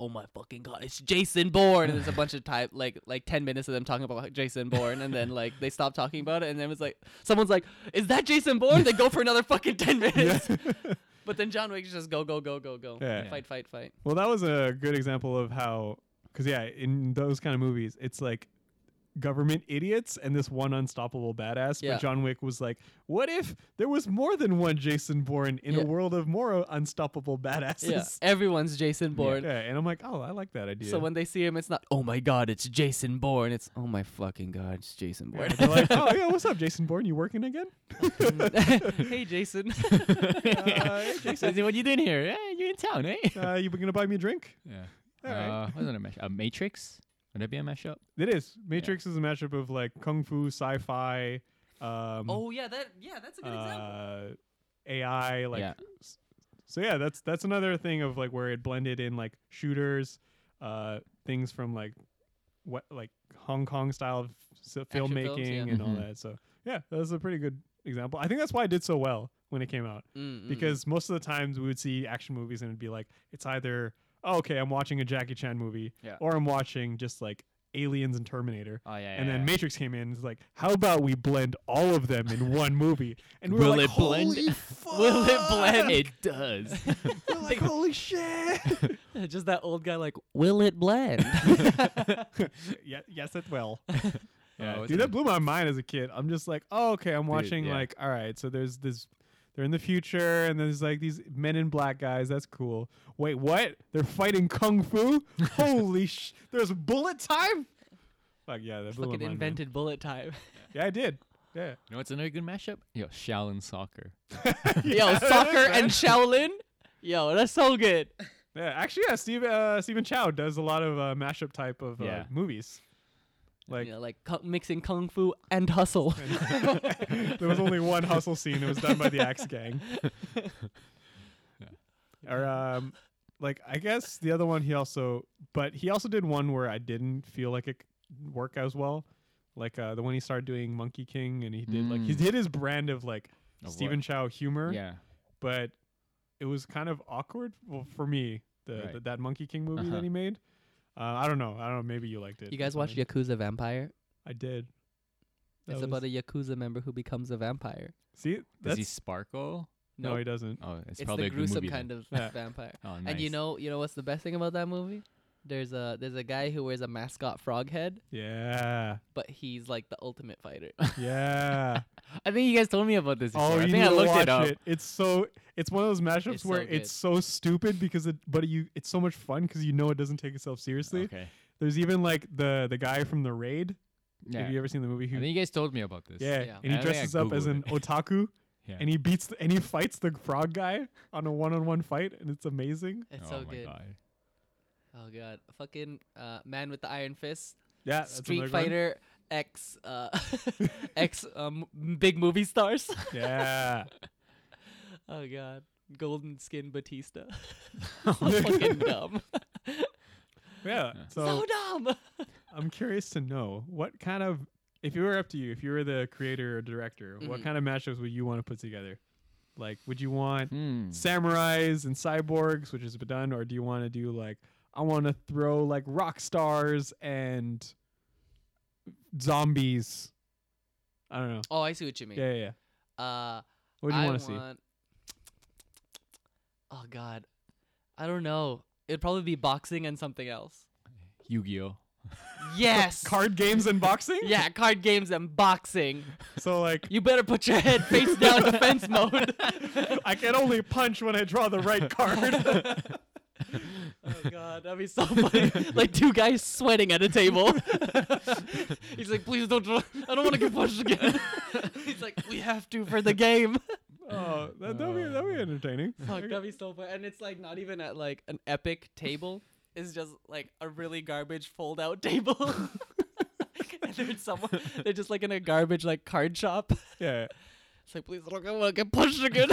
[SPEAKER 3] Oh my fucking god! It's Jason Bourne, and there's a bunch of type like like ten minutes of them talking about like, Jason Bourne, and then like they stop talking about it, and then it was like someone's like, "Is that Jason Bourne?" They go for another fucking
[SPEAKER 1] <laughs>
[SPEAKER 3] ten
[SPEAKER 1] yeah.
[SPEAKER 3] minutes, but then John Wick just go go go go go,
[SPEAKER 1] Yeah.
[SPEAKER 3] fight fight fight.
[SPEAKER 1] Well, that was a good example of how, because yeah, in those kind of movies, it's like government idiots and this one unstoppable badass.
[SPEAKER 3] Yeah.
[SPEAKER 1] But John Wick was like, what if there was more than one Jason Bourne in
[SPEAKER 3] Yeah.
[SPEAKER 1] a world of more unstoppable
[SPEAKER 3] Yeah,
[SPEAKER 1] badasses?
[SPEAKER 3] everyone's Jason Bourne.
[SPEAKER 1] Yeah, and I'm like, oh, I like that idea.
[SPEAKER 3] So when they see him, it's not oh my god, it's Jason Bourne. It's oh my fucking god, it's Jason
[SPEAKER 1] Yeah,
[SPEAKER 3] Bourne.
[SPEAKER 1] they're
[SPEAKER 3] <laughs>
[SPEAKER 1] like, oh yeah, what's up, Jason Bourne? You working again?
[SPEAKER 3] <laughs>
[SPEAKER 1] <laughs>
[SPEAKER 3] hey Jason,
[SPEAKER 1] Uh, hey, mm. <laughs> Jason,
[SPEAKER 2] what you doing here? Yeah, you're in town, eh?
[SPEAKER 1] uh, you gonna buy me a drink?
[SPEAKER 2] Yeah.
[SPEAKER 1] All right.
[SPEAKER 2] Uh, wasn't a mash- a Matrix? Would that be a mashup?
[SPEAKER 1] It is. Matrix is a mashup of like kung fu, sci-fi. Um,
[SPEAKER 3] <laughs> oh yeah, that yeah, that's a good example.
[SPEAKER 1] uh, AI. Like,
[SPEAKER 2] Yeah.
[SPEAKER 1] s- so yeah, that's that's another thing of like where it blended in like shooters, uh, things from like what like Hong Kong style of s-
[SPEAKER 3] films,
[SPEAKER 1] filmmaking
[SPEAKER 3] yeah. Mm-hmm.
[SPEAKER 1] and all
[SPEAKER 2] Mhm.
[SPEAKER 1] that. So yeah, that was a pretty good example. I think that's why it did so well when it came out
[SPEAKER 3] Mm, mm,
[SPEAKER 1] because most of the times we would see action movies and it'd be like it's either oh, okay, I'm watching a Jackie Chan movie,
[SPEAKER 2] Yeah.
[SPEAKER 1] or I'm watching just like Aliens and Terminator.
[SPEAKER 2] Oh yeah. yeah
[SPEAKER 1] And then
[SPEAKER 2] yeah.
[SPEAKER 1] Matrix came in and was like, how about we blend all of them in one movie? And we were
[SPEAKER 2] Will
[SPEAKER 1] like,
[SPEAKER 2] it blend? <laughs>
[SPEAKER 1] holy fuck.
[SPEAKER 3] Will it
[SPEAKER 1] <laughs>
[SPEAKER 3] blend?
[SPEAKER 2] it does. <laughs>
[SPEAKER 1] We're
[SPEAKER 2] Oh,
[SPEAKER 1] like, holy
[SPEAKER 3] <laughs>
[SPEAKER 1] shit.
[SPEAKER 3] mm. just that old guy like, will it
[SPEAKER 1] <laughs>
[SPEAKER 3] blend?
[SPEAKER 1] yeah, yes, it will.
[SPEAKER 2] Oh,
[SPEAKER 1] Yeah,
[SPEAKER 2] it's
[SPEAKER 1] dude, that
[SPEAKER 2] good.
[SPEAKER 1] blew my mind as a kid. I'm just like, oh, okay, I'm watching
[SPEAKER 2] yeah.
[SPEAKER 1] like, all right, so there's this, they're in the future and there's like these men in black guys. That's cool. Wait, what? They're fighting kung
[SPEAKER 2] <laughs>
[SPEAKER 1] fu? holy sh! There's bullet time? Fuck yeah, that blew my
[SPEAKER 3] fucking
[SPEAKER 1] mind. man.
[SPEAKER 3] invented
[SPEAKER 1] <laughs>
[SPEAKER 3] bullet time. <laughs>
[SPEAKER 1] Yeah, I did. Yeah.
[SPEAKER 2] You know what's another good mashup? Yo, Shaolin soccer.
[SPEAKER 3] Yo, soccer
[SPEAKER 1] <laughs>
[SPEAKER 3] and Shaolin. Yo, that's so good.
[SPEAKER 1] Yeah, actually, yeah. Steve uh, Stephen Chow does a lot of uh, mashup type of uh,
[SPEAKER 2] Yeah.
[SPEAKER 1] movies. Like
[SPEAKER 3] you know, like cu- mixing kung fu and hustle.
[SPEAKER 1] there was only one hustle scene. It was done by the Axe
[SPEAKER 2] <laughs>
[SPEAKER 1] Gang. Or um, like I guess the other one he also, but he also did one where I didn't feel like it c- work as well. Like uh, the one he started doing Monkey King, and he did like he
[SPEAKER 2] Mm.
[SPEAKER 1] did his brand of like
[SPEAKER 2] Of
[SPEAKER 1] Stephen Chow humor,
[SPEAKER 2] Yeah.
[SPEAKER 1] but it was kind of awkward well, for me. The,
[SPEAKER 2] Right.
[SPEAKER 1] the- that Monkey King movie
[SPEAKER 2] Uh-huh.
[SPEAKER 1] that he made. Uh, I don't know. I don't know. Maybe you liked it.
[SPEAKER 3] <laughs> you
[SPEAKER 1] or
[SPEAKER 3] guys watch
[SPEAKER 1] something.
[SPEAKER 3] Yakuza Vampire?
[SPEAKER 1] I did. That
[SPEAKER 3] It's
[SPEAKER 1] was-
[SPEAKER 3] about a Yakuza member who becomes a vampire.
[SPEAKER 1] See,
[SPEAKER 2] Does
[SPEAKER 1] that's
[SPEAKER 2] he sparkle?
[SPEAKER 1] no, he doesn't.
[SPEAKER 2] Oh, it's,
[SPEAKER 3] it's
[SPEAKER 2] probably
[SPEAKER 3] the gruesome
[SPEAKER 2] a good movie then.
[SPEAKER 3] kind of
[SPEAKER 2] <laughs>
[SPEAKER 1] Yeah.
[SPEAKER 3] vampire.
[SPEAKER 2] Oh, nice.
[SPEAKER 3] And you know, you know what's the best thing about that movie? There's a there's a guy who wears a mascot frog head,
[SPEAKER 1] Yeah.
[SPEAKER 3] but he's like the ultimate
[SPEAKER 2] <laughs>
[SPEAKER 3] fighter.
[SPEAKER 1] Yeah.
[SPEAKER 2] I think you guys told me about this.
[SPEAKER 1] oh,
[SPEAKER 2] before.
[SPEAKER 1] you
[SPEAKER 2] I
[SPEAKER 1] need
[SPEAKER 2] think I
[SPEAKER 1] to
[SPEAKER 2] looked
[SPEAKER 1] watch
[SPEAKER 2] it up.
[SPEAKER 1] It's so it's one of those mashups
[SPEAKER 2] It's so
[SPEAKER 1] where it's so stupid because it but you it's so much fun because you know it doesn't take itself seriously.
[SPEAKER 2] Okay.
[SPEAKER 1] There's even like the the guy from the raid.
[SPEAKER 2] Yeah.
[SPEAKER 1] Have you ever seen the movie?
[SPEAKER 2] I
[SPEAKER 1] Who,
[SPEAKER 2] think you guys told me about this.
[SPEAKER 1] yeah,
[SPEAKER 3] yeah.
[SPEAKER 1] and he
[SPEAKER 2] I think I
[SPEAKER 1] dresses up as
[SPEAKER 2] Googled
[SPEAKER 1] an otaku,
[SPEAKER 2] <laughs> Yeah.
[SPEAKER 1] and he beats the, and he fights the frog guy on a one-on-one fight, and it's amazing.
[SPEAKER 3] It's
[SPEAKER 2] oh
[SPEAKER 3] so
[SPEAKER 2] my
[SPEAKER 3] good.
[SPEAKER 2] God.
[SPEAKER 3] Oh god, fucking uh, man with the iron fist,
[SPEAKER 1] Yeah, that's
[SPEAKER 3] Street
[SPEAKER 1] another good one.
[SPEAKER 3] Fighter X, uh, <laughs> X um, big movie stars. <laughs>
[SPEAKER 2] <laughs>
[SPEAKER 1] Yeah,
[SPEAKER 3] oh god, golden skin
[SPEAKER 2] <laughs>
[SPEAKER 3] Batista. <laughs> fucking dumb.
[SPEAKER 1] yeah.
[SPEAKER 3] So
[SPEAKER 1] So
[SPEAKER 3] dumb.
[SPEAKER 1] I'm curious to know what kind of if you were up to you, if you were the creator or director, what
[SPEAKER 3] Mhm.
[SPEAKER 1] kind of mashups would you want to put together? Like, would you want
[SPEAKER 2] Hmm.
[SPEAKER 1] samurais and cyborgs, which has been done, or do you want to do like I want to throw like rock stars and zombies? I don't know.
[SPEAKER 3] Oh, I see what you mean.
[SPEAKER 1] Yeah, yeah. yeah.
[SPEAKER 3] Uh,
[SPEAKER 1] What do you
[SPEAKER 3] I
[SPEAKER 1] want to see?
[SPEAKER 3] want- Oh god, I don't know. It'd probably be boxing and something else.
[SPEAKER 2] Yu-Gi-Oh.
[SPEAKER 3] Yes.
[SPEAKER 1] Card games and boxing?
[SPEAKER 3] <laughs> Yeah, card games and boxing.
[SPEAKER 1] So like,
[SPEAKER 3] You better put your head face down defense
[SPEAKER 1] <laughs>
[SPEAKER 3] mode.
[SPEAKER 1] I can only punch when I draw the right card.
[SPEAKER 3] Oh god, that'd be so funny. like two guys sweating at
[SPEAKER 1] <laughs>
[SPEAKER 3] a table. He's like, please don't. dr- I don't want to get
[SPEAKER 1] <laughs>
[SPEAKER 3] punched again. He's like, we have to for the game.
[SPEAKER 1] oh, that that'd be that'd be entertaining.
[SPEAKER 3] Fuck, that'd be so fun. And it's like not even at like an epic table. It's just like a really garbage fold out <laughs> table. and there's someone they're just like in a garbage like card shop.
[SPEAKER 1] Yeah.
[SPEAKER 3] It's like please look I wanna get pushed again.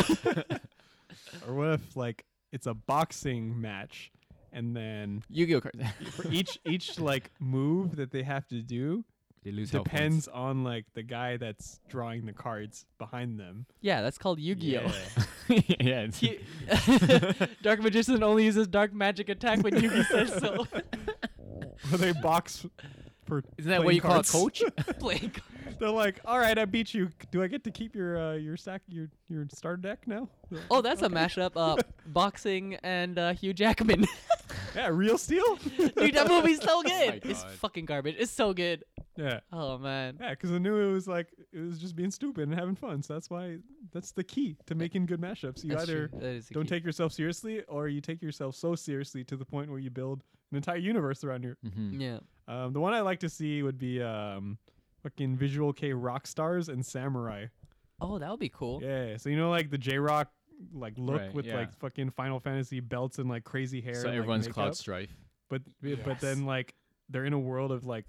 [SPEAKER 3] <laughs>
[SPEAKER 1] Or what if like it's a boxing match, and then
[SPEAKER 2] Yu-Gi-Oh cards.
[SPEAKER 1] for each each like move that they have to do
[SPEAKER 2] <laughs> they lose health points.
[SPEAKER 1] depends on like the guy that's drawing the cards behind them. <laughs>
[SPEAKER 3] yeah, that's called Yu-Gi-Oh! <laughs>
[SPEAKER 2] <laughs> yeah. It's,
[SPEAKER 3] dark magician only uses dark magic attack when Yu-Gi says so. <laughs>
[SPEAKER 1] Where they box for
[SPEAKER 2] Isn't that what
[SPEAKER 1] playing
[SPEAKER 2] you
[SPEAKER 1] cards.
[SPEAKER 2] call a coach?
[SPEAKER 3] Play card.
[SPEAKER 1] <laughs> They're like, all right, I beat you. Do I get to keep your uh, your stack your your star deck now?
[SPEAKER 3] Oh, that's a mashup. Uh, boxing and uh, Hugh Jackman. <laughs>
[SPEAKER 1] Yeah, real
[SPEAKER 2] <laughs>
[SPEAKER 1] steel. <laughs>
[SPEAKER 3] Dude, that movie's so good.
[SPEAKER 2] my
[SPEAKER 3] it's
[SPEAKER 2] God.
[SPEAKER 3] fucking garbage. It's so good.
[SPEAKER 1] yeah.
[SPEAKER 3] Oh man.
[SPEAKER 1] Yeah, because I knew it was like it was just being stupid and having fun. So that's why that's the key to making good mashups. You
[SPEAKER 3] That's
[SPEAKER 1] either
[SPEAKER 3] true. That is the
[SPEAKER 1] don't
[SPEAKER 3] key.
[SPEAKER 1] take yourself seriously, or you take yourself so seriously to the point where you build an entire universe around your.
[SPEAKER 2] Mhm.
[SPEAKER 3] Yeah.
[SPEAKER 1] Um, the one I like to see would be um, fucking Visual K rock stars and samurai.
[SPEAKER 3] Oh, that would be cool.
[SPEAKER 1] Yeah, so you know like the J Rock like look
[SPEAKER 2] Right,
[SPEAKER 1] with
[SPEAKER 2] yeah.
[SPEAKER 1] like fucking Final Fantasy belts and like crazy hair.
[SPEAKER 2] So
[SPEAKER 1] and, like,
[SPEAKER 2] everyone's
[SPEAKER 1] makeup?
[SPEAKER 2] Cloud Strife.
[SPEAKER 1] but but then like they're in a world of like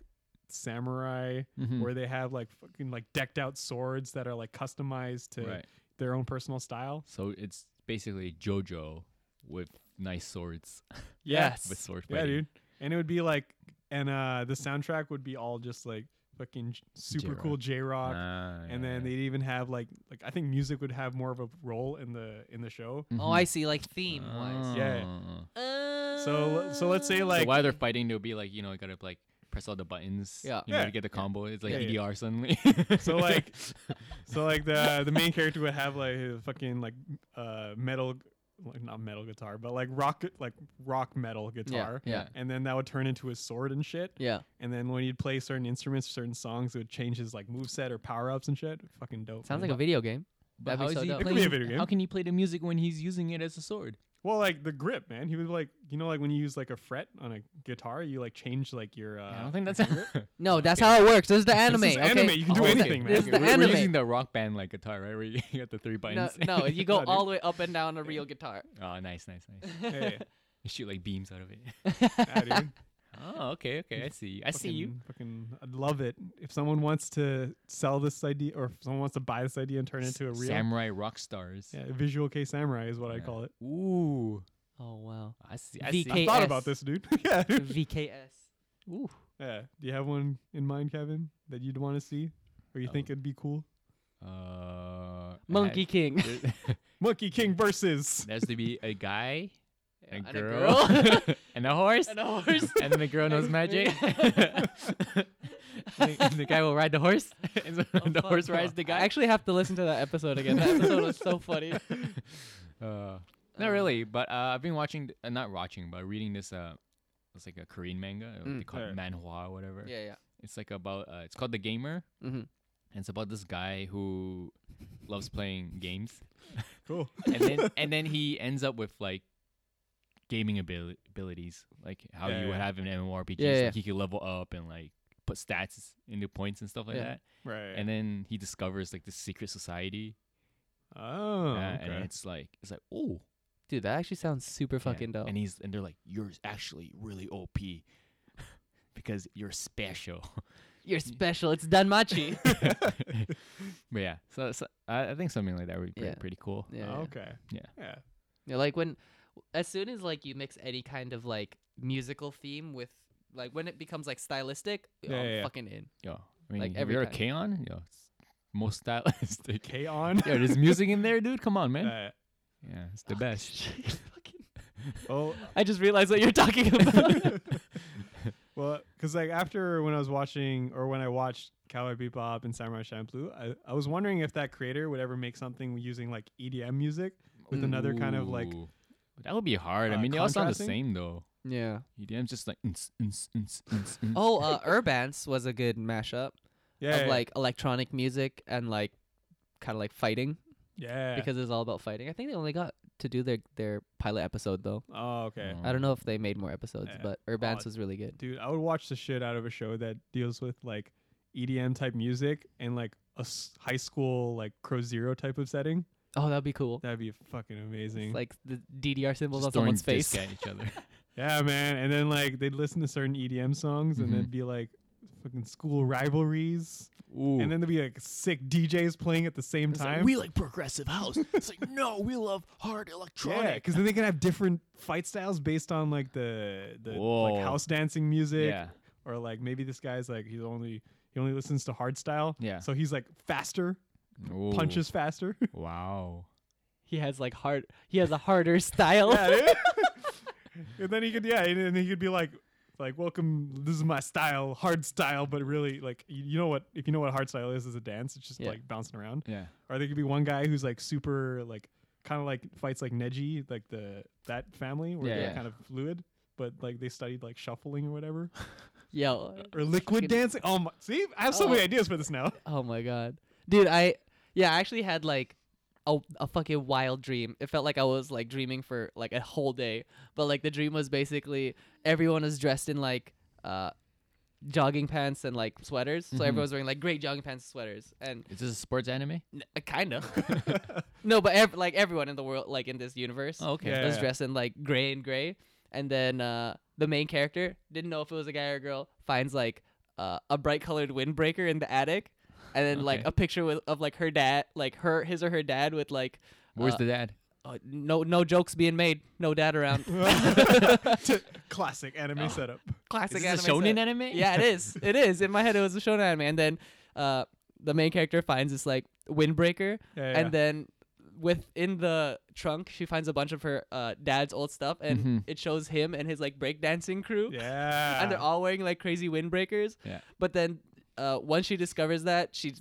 [SPEAKER 1] samurai
[SPEAKER 2] Mhm.
[SPEAKER 1] where they have like fucking like decked out swords that are like customized to
[SPEAKER 2] Right.
[SPEAKER 1] their own personal style.
[SPEAKER 2] So it's basically JoJo with nice swords. with sword
[SPEAKER 1] Yeah,
[SPEAKER 2] fighting.
[SPEAKER 1] dude. And it would be like and uh the soundtrack would be all just like fucking j- super
[SPEAKER 2] J-rock.
[SPEAKER 1] cool J-rock.
[SPEAKER 2] Ah,
[SPEAKER 1] and then they'd even have like like I think music would have more of a role in the in the show.
[SPEAKER 2] Mm-hmm.
[SPEAKER 3] Oh, I see. Like theme wise.
[SPEAKER 1] Yeah.
[SPEAKER 2] Oh.
[SPEAKER 1] Uh, So so let's say like
[SPEAKER 2] so while they're fighting, they'll be like, you know, you gotta like press all the buttons.
[SPEAKER 3] Yeah.
[SPEAKER 2] You know,
[SPEAKER 1] Yeah.
[SPEAKER 2] to get the combo. It's like
[SPEAKER 1] Yeah, yeah.
[SPEAKER 2] EDR <laughs> suddenly.
[SPEAKER 1] So like, so like the the main character would have like a fucking like uh metal, like not metal guitar, but like rock like rock metal guitar.
[SPEAKER 2] yeah.
[SPEAKER 1] And then that would turn into his sword and shit.
[SPEAKER 3] yeah.
[SPEAKER 1] And then when he'd play certain instruments, certain songs, it would change his like moveset or power ups and shit. Fucking dope.
[SPEAKER 3] Sounds
[SPEAKER 1] man.
[SPEAKER 3] like a video game.
[SPEAKER 2] But
[SPEAKER 3] That'd be
[SPEAKER 2] how is
[SPEAKER 3] so
[SPEAKER 2] he
[SPEAKER 3] dope. It
[SPEAKER 1] could be a
[SPEAKER 2] playing-
[SPEAKER 1] video game.
[SPEAKER 2] How can he play the music when he's using it as a sword?
[SPEAKER 1] well, like the grip, man. He was like, you know, like when you use like a fret on a guitar, you like change like your. <laughs> Uh,
[SPEAKER 2] I don't think that's <laughs> Oh, anime.
[SPEAKER 3] No, that's how it works. This is the anime.
[SPEAKER 1] This is
[SPEAKER 3] Oh, okay?
[SPEAKER 1] anime. You can do anything, man.
[SPEAKER 3] This is the
[SPEAKER 2] we're,
[SPEAKER 3] anime.
[SPEAKER 2] We're using the rock band like guitar, right? Where you <laughs> got the three
[SPEAKER 3] No,
[SPEAKER 2] buttons.
[SPEAKER 1] <laughs>
[SPEAKER 3] no, you go
[SPEAKER 1] No, dude.
[SPEAKER 3] all the way up and down a
[SPEAKER 1] <laughs>
[SPEAKER 3] real guitar.
[SPEAKER 2] <laughs>
[SPEAKER 3] <laughs>
[SPEAKER 2] oh, nice, nice, nice.
[SPEAKER 1] Hey,
[SPEAKER 2] You shoot like beams out of it. <laughs>
[SPEAKER 1] yeah, dude.
[SPEAKER 2] Oh, okay, okay. I see. <laughs> I see you.
[SPEAKER 1] Fucking, fucking- I'd love it. If someone wants to sell this idea, or if someone wants to buy this idea and turn it into a real
[SPEAKER 2] Samurai rock stars.
[SPEAKER 1] yeah, visual K samurai is what I
[SPEAKER 2] Yeah.
[SPEAKER 1] call it.
[SPEAKER 2] Ooh.
[SPEAKER 3] Oh wow.
[SPEAKER 2] I see. I
[SPEAKER 1] I
[SPEAKER 3] VK.
[SPEAKER 2] see.
[SPEAKER 1] thought
[SPEAKER 3] KS.
[SPEAKER 1] about this, dude. <laughs> yeah,
[SPEAKER 3] <laughs>
[SPEAKER 1] dude.
[SPEAKER 2] <laughs>
[SPEAKER 3] VKS.
[SPEAKER 2] Ooh.
[SPEAKER 1] yeah. Do you have one in mind, Kevin, that you'd want to see, or you think it'd be cool?
[SPEAKER 2] Uh,
[SPEAKER 3] Monkey
[SPEAKER 2] <laughs>
[SPEAKER 3] King.
[SPEAKER 2] There's,
[SPEAKER 1] Monkey King versus.
[SPEAKER 2] there's to be a guy, a
[SPEAKER 3] And a
[SPEAKER 2] girl, <laughs> and a horse,
[SPEAKER 3] <laughs> and a
[SPEAKER 1] <laughs>
[SPEAKER 3] horse.
[SPEAKER 2] and then the girl knows
[SPEAKER 3] And-
[SPEAKER 2] magic. <laughs> and the guy will ride the
[SPEAKER 3] <laughs>
[SPEAKER 2] horse, <laughs> and so the horse rides the
[SPEAKER 3] Oh,
[SPEAKER 2] <laughs>
[SPEAKER 3] I
[SPEAKER 2] guy.
[SPEAKER 3] actually have to listen to that episode again. That episode was
[SPEAKER 1] <laughs>
[SPEAKER 3] so funny. <laughs>
[SPEAKER 2] uh, not really, but uh, I've been watching, th- uh, not watching, but reading this uh, it's like a Korean manga. or
[SPEAKER 3] Mm.
[SPEAKER 2] They call it
[SPEAKER 1] Alright.
[SPEAKER 2] manhwa or whatever.
[SPEAKER 3] Um, Yeah,
[SPEAKER 2] It's like about uh, it's called The Gamer,
[SPEAKER 3] yeah. hmm
[SPEAKER 2] and it's about this guy who loves playing games, <laughs>
[SPEAKER 1] Cool.
[SPEAKER 2] and then and then he ends up with like gaming abili- abilities, like how
[SPEAKER 1] Yeah,
[SPEAKER 2] you would
[SPEAKER 1] yeah.
[SPEAKER 2] have in MMORPGs.
[SPEAKER 3] Yeah,
[SPEAKER 2] like
[SPEAKER 3] yeah.
[SPEAKER 2] He could level up and like put stats into points and stuff like
[SPEAKER 3] Yeah.
[SPEAKER 2] that.
[SPEAKER 1] Right.
[SPEAKER 2] And then he discovers like this secret society,
[SPEAKER 1] oh,
[SPEAKER 2] uh, and
[SPEAKER 1] okay.
[SPEAKER 2] it's like it's like oh
[SPEAKER 3] Dude, that actually sounds super
[SPEAKER 2] Yeah,
[SPEAKER 3] fucking dope.
[SPEAKER 2] And he's and they're like, you're actually really OP <laughs> because you're special. <laughs>
[SPEAKER 3] You're special. It's
[SPEAKER 1] <laughs>
[SPEAKER 3] Danmachi.
[SPEAKER 2] but yeah, so, so I, I think something like that would be pretty,
[SPEAKER 3] Yeah.
[SPEAKER 2] pretty cool.
[SPEAKER 3] yeah, yeah.
[SPEAKER 1] okay.
[SPEAKER 2] Yeah.
[SPEAKER 1] Yeah.
[SPEAKER 3] Yeah, like when, as soon as like you mix any kind of like musical theme with like when it becomes like stylistic,
[SPEAKER 1] Yeah,
[SPEAKER 3] I'm
[SPEAKER 1] yeah, yeah.
[SPEAKER 3] fucking in.
[SPEAKER 2] Yo, I mean,
[SPEAKER 3] Like
[SPEAKER 2] if
[SPEAKER 3] every
[SPEAKER 2] you're a
[SPEAKER 3] time.
[SPEAKER 2] K-On, yo, it's most <laughs> stylistic.
[SPEAKER 1] K on.
[SPEAKER 2] yeah, there's music in there, dude. Come on, man.
[SPEAKER 1] <laughs> Uh,
[SPEAKER 2] yeah, it's the
[SPEAKER 3] <laughs> Oh,
[SPEAKER 2] best.
[SPEAKER 3] shit, fucking-
[SPEAKER 1] oh,
[SPEAKER 3] I just realized what you're <laughs> talking about.
[SPEAKER 1] well, because like after when I was watching or when I watched Cowboy Bebop and Samurai Champloo, I, I was wondering if that creator would ever make something using like EDM music with another kind of like
[SPEAKER 2] Ooh, that would be hard. I
[SPEAKER 1] uh,
[SPEAKER 2] mean, they all sound the
[SPEAKER 1] contrasting?
[SPEAKER 2] same though.
[SPEAKER 3] yeah.
[SPEAKER 2] EDM's just like. "Ns, ns, ns, ns, ns."
[SPEAKER 3] Oh, uh, Urbance was a good mashup
[SPEAKER 1] yeah,
[SPEAKER 3] of
[SPEAKER 1] yeah,
[SPEAKER 3] like electronic music and like kind of like fighting
[SPEAKER 1] yeah.
[SPEAKER 3] because it's all about fighting. I think they only got to do their their pilot episode though.
[SPEAKER 1] oh okay.
[SPEAKER 2] Oh.
[SPEAKER 3] I don't know if they made more episodes,
[SPEAKER 1] Yeah.
[SPEAKER 3] but Urbance
[SPEAKER 1] Oh,
[SPEAKER 3] was really good.
[SPEAKER 1] dude i would watch the shit out of a show that deals with like edm type music and like a s- high school like crow zero type of setting
[SPEAKER 3] Oh, that'd be cool.
[SPEAKER 1] that'd be fucking amazing
[SPEAKER 3] It's like the DDR symbols
[SPEAKER 2] Just
[SPEAKER 3] on
[SPEAKER 2] throwing
[SPEAKER 3] someone's
[SPEAKER 2] disc
[SPEAKER 3] face.
[SPEAKER 2] at each
[SPEAKER 3] <laughs>
[SPEAKER 2] other. <laughs>
[SPEAKER 1] yeah man and then like they'd listen to certain edm songs and
[SPEAKER 3] Mm-hmm.
[SPEAKER 2] Mhm.
[SPEAKER 1] then be like fucking school rivalries
[SPEAKER 2] Ooh.
[SPEAKER 1] and then there'd be like sick djs playing at the same
[SPEAKER 2] It's
[SPEAKER 1] time
[SPEAKER 2] Like, we like progressive house. It's like no, we love hard
[SPEAKER 1] yeah,
[SPEAKER 2] electronic.
[SPEAKER 1] because then they can have different fight styles based on like the the like
[SPEAKER 2] Whoa.
[SPEAKER 1] house dancing music,
[SPEAKER 2] Yeah.
[SPEAKER 1] or like maybe this guy's like he's only he only listens to hard style,
[SPEAKER 2] Yeah.
[SPEAKER 1] So he's like faster,
[SPEAKER 2] Ooh,
[SPEAKER 1] punches faster. <laughs>
[SPEAKER 2] Wow.
[SPEAKER 3] He has like hard. He has a harder <laughs> style.
[SPEAKER 1] yeah, dude. and then he could, yeah, and then he could be like, like, welcome. This is my style, hard style, but really, like, you, you know what? If you know what hard style is, is a dance. It's just
[SPEAKER 3] Yeah.
[SPEAKER 1] like bouncing around.
[SPEAKER 2] Yeah.
[SPEAKER 1] Or there could be one guy who's like super, like, kind of like fights like Neji, like the that family where
[SPEAKER 2] Yeah,
[SPEAKER 1] they're
[SPEAKER 2] yeah.
[SPEAKER 1] kind of fluid. But like they studied like shuffling or whatever,
[SPEAKER 3] Yo,
[SPEAKER 1] or liquid
[SPEAKER 3] Fucking-
[SPEAKER 1] dancing. Oh my! See, I have so many
[SPEAKER 3] Oh.
[SPEAKER 1] ideas for this
[SPEAKER 3] <laughs>
[SPEAKER 1] now.
[SPEAKER 3] oh my god, dude. I yeah, I actually had like a a fucking wild dream. It felt like I was like dreaming for like a whole day, but like the dream was basically everyone was dressed in like uh jogging pants and like sweaters. So
[SPEAKER 2] Mhm.
[SPEAKER 3] everyone was wearing like great jogging pants and sweaters, and
[SPEAKER 2] Is this a sports anime?
[SPEAKER 3] n- uh, kind
[SPEAKER 2] <laughs>
[SPEAKER 3] of no, but ev- like everyone in the world, like in this universe,
[SPEAKER 2] Oh, okay.
[SPEAKER 1] Yeah.
[SPEAKER 3] was dressed in like gray and gray, and then uh, the main character didn't know if it was a guy or a girl. Finds like uh, a bright colored windbreaker in the attic, and then like
[SPEAKER 2] Okay.
[SPEAKER 3] a picture with, of like her dad, like her his or her dad with like
[SPEAKER 2] Where's
[SPEAKER 3] uh,
[SPEAKER 2] the dad?
[SPEAKER 3] uh, no no jokes being made, no dad around.
[SPEAKER 1] Classic anime
[SPEAKER 2] Oh.
[SPEAKER 3] <laughs>
[SPEAKER 1] setup.
[SPEAKER 3] Classic
[SPEAKER 2] Is
[SPEAKER 3] anime.
[SPEAKER 2] this a shonen
[SPEAKER 3] set.
[SPEAKER 2] anime? <laughs>
[SPEAKER 1] <laughs>
[SPEAKER 3] Yeah, it is. It is. In my head, it was a shonen anime, and then uh, the main character finds this like windbreaker,
[SPEAKER 1] Yeah, yeah.
[SPEAKER 3] and then within the trunk she finds a bunch of her uh, dad's old stuff and
[SPEAKER 2] Mhm.
[SPEAKER 3] it shows him and his like breakdancing crew
[SPEAKER 1] yeah,
[SPEAKER 3] and they're all wearing like crazy windbreakers
[SPEAKER 2] Yeah.
[SPEAKER 3] but then uh, once she discovers that she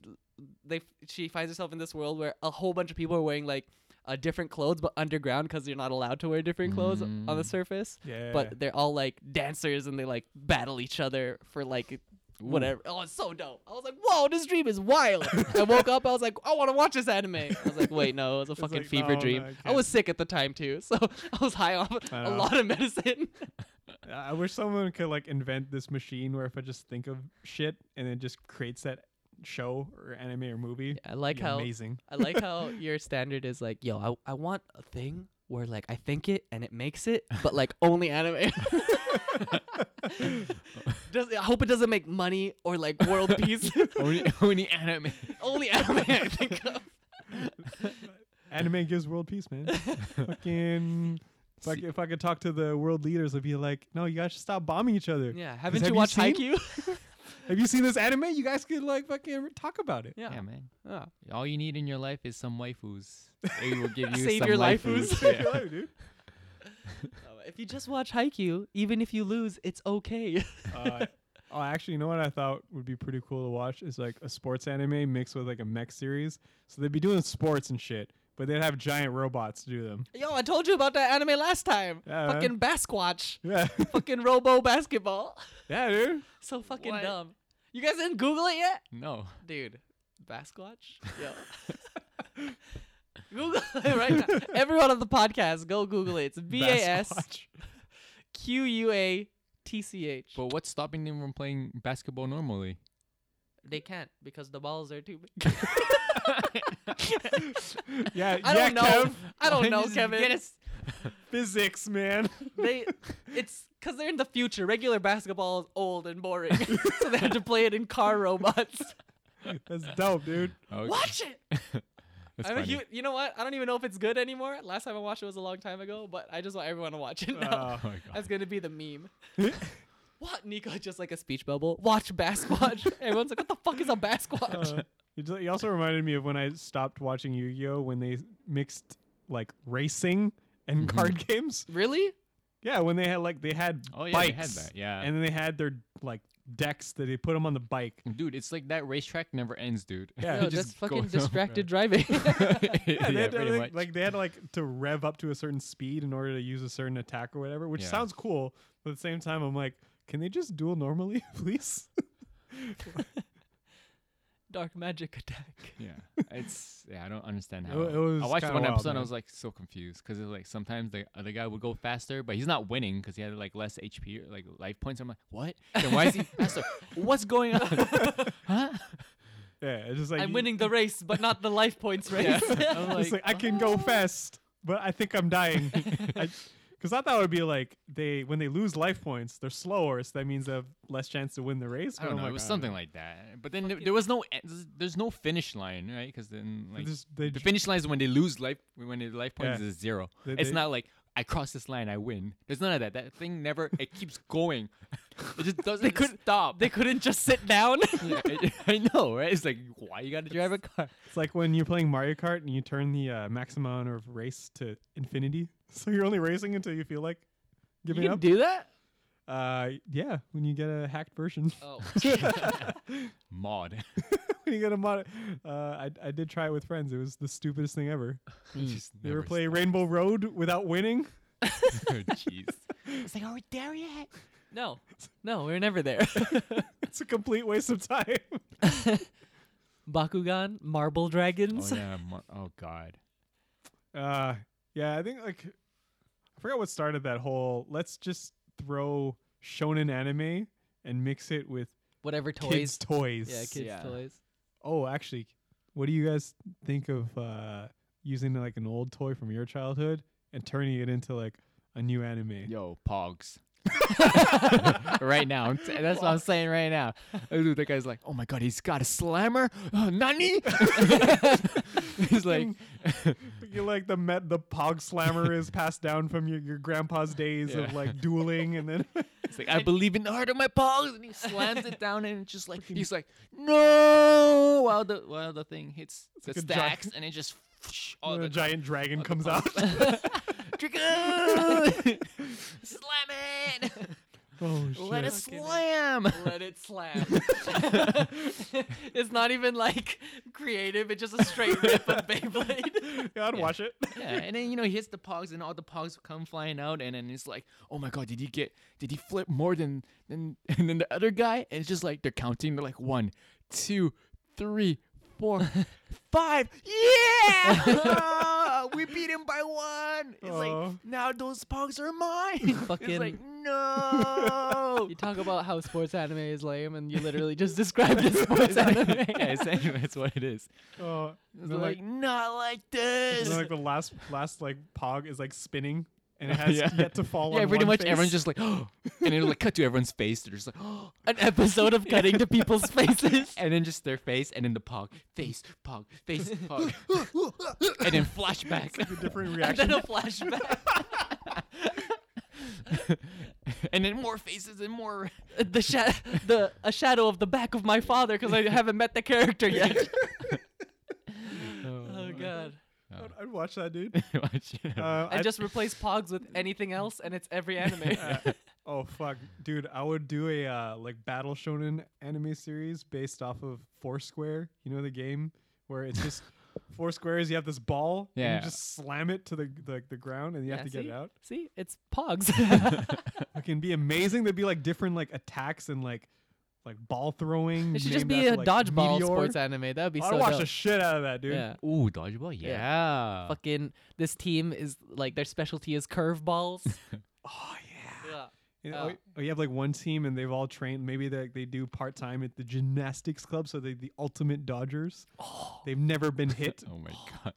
[SPEAKER 3] they she finds herself in this world where a whole bunch of people are wearing like uh, different clothes but underground because you're not allowed to wear different clothes on the
[SPEAKER 2] Mm.
[SPEAKER 3] surface
[SPEAKER 1] yeah.
[SPEAKER 3] but they're all like dancers and they like battle each other for like whatever. Oh, it's so dope. I was like, whoa, this dream is wild. I woke up, I was like, I want to watch this anime. I was like, wait, no,
[SPEAKER 1] <laughs>
[SPEAKER 3] it was a fucking
[SPEAKER 1] like,
[SPEAKER 3] fever
[SPEAKER 1] no,
[SPEAKER 3] dream.
[SPEAKER 1] no, I
[SPEAKER 3] I was sick at the time too, so <laughs> I was high off
[SPEAKER 1] I
[SPEAKER 3] a
[SPEAKER 1] know.
[SPEAKER 3] lot of medicine. <laughs>
[SPEAKER 1] I I wish someone could like invent this machine where if I just think of shit and it just creates that show or anime or movie.
[SPEAKER 3] I like
[SPEAKER 1] Be
[SPEAKER 3] how
[SPEAKER 1] amazing.
[SPEAKER 3] I like how your standard is like, yo, I, I want a thing where like I think it and it makes it, but like <laughs>
[SPEAKER 1] <laughs>
[SPEAKER 3] only anime. Does, I hope it doesn't make money or like world
[SPEAKER 1] <laughs>
[SPEAKER 3] peace. <laughs>
[SPEAKER 2] only, only anime.
[SPEAKER 3] only anime I think of.
[SPEAKER 1] Anime gives world peace,
[SPEAKER 3] <laughs>
[SPEAKER 1] man. fucking. If I,
[SPEAKER 2] See-
[SPEAKER 1] could, if I could talk to the world leaders, I'd be like, "No, you guys should stop bombing each other.
[SPEAKER 3] Yeah, haven't
[SPEAKER 1] have
[SPEAKER 3] you
[SPEAKER 1] you
[SPEAKER 3] watched
[SPEAKER 1] seen-
[SPEAKER 3] Haikyuu?
[SPEAKER 1] Have you seen this anime? You guys could like fucking talk about it."
[SPEAKER 2] Yeah. man.
[SPEAKER 3] yeah.
[SPEAKER 2] All you need in your life is some waifus. They will
[SPEAKER 3] <laughs>
[SPEAKER 2] give you
[SPEAKER 3] Save
[SPEAKER 2] some
[SPEAKER 3] your
[SPEAKER 2] waifus.
[SPEAKER 3] waifus.
[SPEAKER 2] Yeah.
[SPEAKER 1] Hello,
[SPEAKER 3] <laughs>
[SPEAKER 1] dude.
[SPEAKER 3] Uh, if you just watch Haikyuu, even if you lose, it's okay. <laughs>
[SPEAKER 1] Uh, oh, actually, you know what I thought would be pretty cool to watch is like a sports anime mixed with like a mech series. So they'd be doing sports and shit, but they'd have giant robots do
[SPEAKER 3] <laughs>
[SPEAKER 1] them.
[SPEAKER 3] Yo, I told you about that anime last time.
[SPEAKER 1] Yeah.
[SPEAKER 3] Fucking Basquatch. <laughs>
[SPEAKER 1] Yeah,
[SPEAKER 3] fucking Robo Basketball. <laughs>
[SPEAKER 1] yeah, dude.
[SPEAKER 3] So fucking
[SPEAKER 2] What?
[SPEAKER 3] dumb. You guys didn't Google it yet?
[SPEAKER 2] <laughs> No.
[SPEAKER 3] Dude, Basquatch? Yo. <laughs> Google it right now. Everyone on the podcast, go Google it. It's B A S
[SPEAKER 1] Basquatch.
[SPEAKER 3] Q U A T C H.
[SPEAKER 2] But what's stopping them from playing basketball
[SPEAKER 3] <laughs>
[SPEAKER 2] normally?
[SPEAKER 3] They can't because the balls are too big.
[SPEAKER 1] <laughs> Yeah,
[SPEAKER 3] <laughs> I
[SPEAKER 1] yeah,
[SPEAKER 3] don't know.
[SPEAKER 1] Kev.
[SPEAKER 3] I don't know,
[SPEAKER 2] Just
[SPEAKER 3] Kevin.
[SPEAKER 2] get us-
[SPEAKER 1] Physics, man. <laughs>
[SPEAKER 2] <laughs>
[SPEAKER 3] They, it's because they're in the future. Regular basketball is old and boring, <laughs> so they have to play it in car robots.
[SPEAKER 1] That's dope, dude.
[SPEAKER 2] <laughs> Okay.
[SPEAKER 3] Watch it.
[SPEAKER 2] <laughs> That's
[SPEAKER 3] I'm a
[SPEAKER 2] funny.
[SPEAKER 3] huge, you know what? I don't even know if it's good anymore. Last time I watched it was a long time ago, but I just want everyone to watch it now.
[SPEAKER 1] Oh.
[SPEAKER 2] Oh my god.
[SPEAKER 3] <laughs> That's gonna be the meme.
[SPEAKER 2] <laughs>
[SPEAKER 3] what Nico just like a speech bubble? Watch
[SPEAKER 2] <laughs>
[SPEAKER 3] Basquatch. Everyone's like, what the fuck is a Basquatch?
[SPEAKER 2] Uh-huh.
[SPEAKER 1] Uh, <laughs> it ju- it also reminded me of when I stopped watching Yu-Gi-Oh when they mixed like racing and
[SPEAKER 2] Mm-hmm.
[SPEAKER 1] card games.
[SPEAKER 3] really?
[SPEAKER 1] Yeah, when they had like they had
[SPEAKER 2] Oh yeah,
[SPEAKER 1] bikes,
[SPEAKER 2] they had that. Yeah.
[SPEAKER 1] and then they had their like decks that they put them on the
[SPEAKER 2] <laughs>
[SPEAKER 1] bike.
[SPEAKER 2] dude, it's like that racetrack never ends, dude.
[SPEAKER 1] Yeah. Yo,
[SPEAKER 2] It
[SPEAKER 3] No,
[SPEAKER 1] Yo,
[SPEAKER 2] <laughs> just
[SPEAKER 3] Oh, that's fucking
[SPEAKER 2] goes on. <laughs>
[SPEAKER 3] distracted <laughs> driving.
[SPEAKER 2] yeah,
[SPEAKER 1] Yeah, they had to,
[SPEAKER 2] pretty
[SPEAKER 1] like,
[SPEAKER 2] much.
[SPEAKER 1] like they had to, like to rev up to a certain speed in order to use a certain attack or whatever, which
[SPEAKER 2] Yeah.
[SPEAKER 1] sounds cool. But at the same time, I'm like, can they just duel normally, <laughs>
[SPEAKER 2] <laughs>
[SPEAKER 1] please?
[SPEAKER 3] Dark magic attack. <laughs>
[SPEAKER 2] Yeah, it's yeah. I don't understand
[SPEAKER 1] It
[SPEAKER 2] how.
[SPEAKER 1] wa- it was
[SPEAKER 2] I watched
[SPEAKER 1] kinda
[SPEAKER 2] one
[SPEAKER 1] wild,
[SPEAKER 2] episode. and I
[SPEAKER 1] man.
[SPEAKER 2] was like so confused because like sometimes the other guy would go faster, but he's not winning because he had like less HP or like life points. I'm like, what? Then why is
[SPEAKER 1] <laughs>
[SPEAKER 2] he faster? <laughs> What's going on? huh?
[SPEAKER 1] yeah, it's just like
[SPEAKER 3] <laughs> I'm
[SPEAKER 1] you-
[SPEAKER 3] winning the race, but not the life
[SPEAKER 2] <laughs>
[SPEAKER 3] points
[SPEAKER 1] <laughs>
[SPEAKER 3] race. <laughs>
[SPEAKER 2] I'm
[SPEAKER 1] It's like, I can
[SPEAKER 3] "Oh,
[SPEAKER 1] go fast, but I think I'm
[SPEAKER 3] <laughs>
[SPEAKER 1] dying. Because I, thought it would be like they when they lose life points, they're slower, so that means they have less chance to win the race.
[SPEAKER 2] I
[SPEAKER 1] but
[SPEAKER 2] don't
[SPEAKER 1] I'm
[SPEAKER 2] know.
[SPEAKER 1] like,
[SPEAKER 2] it was
[SPEAKER 1] I don't
[SPEAKER 2] something
[SPEAKER 1] know.
[SPEAKER 2] like that. But then there, there was no e- there's- there's no finish line, right? Because then like
[SPEAKER 1] Just- they ju-
[SPEAKER 2] the finish line is when they lose life when their life points
[SPEAKER 1] Yeah.
[SPEAKER 2] is zero.
[SPEAKER 1] They-
[SPEAKER 2] it's
[SPEAKER 1] they-
[SPEAKER 2] not like I cross this line, I win. There's none of that. That thing never. It keeps going. It just doesn't
[SPEAKER 3] couldn't-
[SPEAKER 2] stop.
[SPEAKER 3] they couldn't just sit down.
[SPEAKER 2] <laughs> Yeah, I, I know, right? It's like why you gotta drive a car?
[SPEAKER 1] It's like when you're playing Mario Kart and you turn the uh, maximum amount of race to infinity, <laughs> so you're only racing until you feel like
[SPEAKER 3] you
[SPEAKER 1] giving
[SPEAKER 3] can
[SPEAKER 1] up.
[SPEAKER 3] do that?
[SPEAKER 1] uh, yeah, when you get a hacked version, <laughs>
[SPEAKER 3] Oh.
[SPEAKER 2] Mod. <laughs>
[SPEAKER 1] when you get a mod. Uh, I I did try it with friends. It was the stupidest thing ever.
[SPEAKER 2] Just
[SPEAKER 1] You ever play Rainbow Road without winning? <laughs>
[SPEAKER 2] stops. Oh, Jeez. it's like, are we there yet?
[SPEAKER 3] No. No, we we're never there. <laughs>
[SPEAKER 1] It's a complete waste of time.
[SPEAKER 3] Bakugan, marble dragons.
[SPEAKER 2] Oh yeah. Mar- oh God.
[SPEAKER 1] Uh yeah, I think like I forgot what started that whole let's just throw shonen anime and mix it with
[SPEAKER 3] Whatever
[SPEAKER 1] kids
[SPEAKER 3] toys.
[SPEAKER 1] toys.
[SPEAKER 3] yeah, kids
[SPEAKER 2] Yeah.
[SPEAKER 3] toys.
[SPEAKER 1] Oh, actually, what do you guys think of uh using like an old toy from your childhood and turning it into like a new anime?
[SPEAKER 2] Yo, Pogs. <laughs> right now, I'm t- that's what I'm saying right now. <laughs> Oh, dude, that guy's like, oh my God, he's got a slammer. Oh, <laughs> Nani. he's like,
[SPEAKER 1] You like the met the pog slammer is passed down from your, your grandpa's days of
[SPEAKER 2] Yeah.
[SPEAKER 1] like dueling
[SPEAKER 2] <laughs>
[SPEAKER 1] and then
[SPEAKER 2] It's like I believe in the heart of my pogs, and he slams it down, and it's just like he's like, no, while the while the thing hits the
[SPEAKER 1] like a
[SPEAKER 2] stacks, and it just whoosh,
[SPEAKER 1] <laughs>
[SPEAKER 2] all
[SPEAKER 1] a
[SPEAKER 2] Oh, the
[SPEAKER 1] giant dragon comes out.
[SPEAKER 2] Dragoon! <laughs> slam it,
[SPEAKER 1] <laughs> oh shit.
[SPEAKER 2] let it
[SPEAKER 3] Fucking-
[SPEAKER 2] slam.
[SPEAKER 3] Let it <laughs> slam. it's not even like creative. It's just a straight rip <laughs> of Beyblade.
[SPEAKER 1] yeah, I'd
[SPEAKER 2] Yeah.
[SPEAKER 1] watch it.
[SPEAKER 2] <laughs>
[SPEAKER 1] <laughs>
[SPEAKER 2] Yeah, and then you know he hits the pogs, and all the pogs come flying out, and then it's like, oh my god, did he get? Did he flip more than than <laughs> and then the other guy? And it's just like they're counting. They're like one, two, three, <laughs> four, five. Yeah, <laughs> Ah, we beat him by one. It's
[SPEAKER 1] Aw.
[SPEAKER 2] like now those pogs are mine.
[SPEAKER 4] Fucking-
[SPEAKER 2] it's like no. <laughs>
[SPEAKER 3] You talk about how sports anime is lame, and you literally just described <laughs> a sports anime.
[SPEAKER 2] essentially that's what it is.
[SPEAKER 1] Oh,
[SPEAKER 2] It's
[SPEAKER 1] then,
[SPEAKER 2] like, not like this.
[SPEAKER 1] And then, like the last last like pog is like spinning and
[SPEAKER 2] <laughs>
[SPEAKER 1] it has
[SPEAKER 2] Yeah.
[SPEAKER 1] yet to fall
[SPEAKER 2] <laughs> yeah,
[SPEAKER 1] on
[SPEAKER 2] pretty
[SPEAKER 1] one
[SPEAKER 2] much
[SPEAKER 1] face.
[SPEAKER 2] everyone's just like, <gasps> oh, and it'll like cut to everyone's face. They're just like, <gasps> oh,
[SPEAKER 3] An <laughs> episode of cutting to <laughs> people's faces.
[SPEAKER 2] <laughs> and then just their face, and then the pog, face, pog, face, <laughs> pog, and then flashback,
[SPEAKER 1] <laughs>
[SPEAKER 2] <laughs>
[SPEAKER 1] It's like a different
[SPEAKER 3] And
[SPEAKER 1] reaction.
[SPEAKER 3] then a flashback.
[SPEAKER 2] and then more faces and more.
[SPEAKER 3] <laughs>
[SPEAKER 2] <laughs>
[SPEAKER 3] The sha- the a shadow of the back of my father because I haven't met the character yet. <laughs> oh god!
[SPEAKER 1] I'd, I'd watch that
[SPEAKER 2] <laughs>
[SPEAKER 1] dude. Uh, <laughs>
[SPEAKER 3] I just replace Pogs with anything else, and it's every anime.
[SPEAKER 1] oh fuck, dude, I would do a uh, like battle
[SPEAKER 2] <laughs>
[SPEAKER 1] shonen anime series based off of Foursquare. You know the game where it's just four squares. You have this ball. and
[SPEAKER 2] Yeah.
[SPEAKER 1] you just slam it to the the, the ground, and you
[SPEAKER 3] Yeah,
[SPEAKER 1] have to get
[SPEAKER 3] see?
[SPEAKER 1] it out.
[SPEAKER 3] See, it's Pogs.
[SPEAKER 1] <laughs> It can be amazing. There'd be like different like attacks and like like ball throwing.
[SPEAKER 3] it should just
[SPEAKER 1] named
[SPEAKER 3] be
[SPEAKER 1] after,
[SPEAKER 3] a
[SPEAKER 1] like,
[SPEAKER 3] dodgeball
[SPEAKER 1] meteor.
[SPEAKER 3] sports anime. That would be
[SPEAKER 1] I'd
[SPEAKER 3] so
[SPEAKER 1] watch
[SPEAKER 3] dope.
[SPEAKER 1] the shit out of that, dude.
[SPEAKER 3] yeah.
[SPEAKER 2] Ooh, dodgeball.
[SPEAKER 3] Yeah.
[SPEAKER 2] Yeah.
[SPEAKER 3] Fucking this team is like their specialty is curveballs.
[SPEAKER 1] <laughs> Oh yeah.
[SPEAKER 3] yeah.
[SPEAKER 1] You,
[SPEAKER 3] Oh.
[SPEAKER 1] know, or you have like one team and they've all trained. Maybe they they do part time at the gymnastics club, so they the ultimate dodgers. They've never been
[SPEAKER 3] <laughs>
[SPEAKER 1] hit, <laughs>
[SPEAKER 2] Oh my god.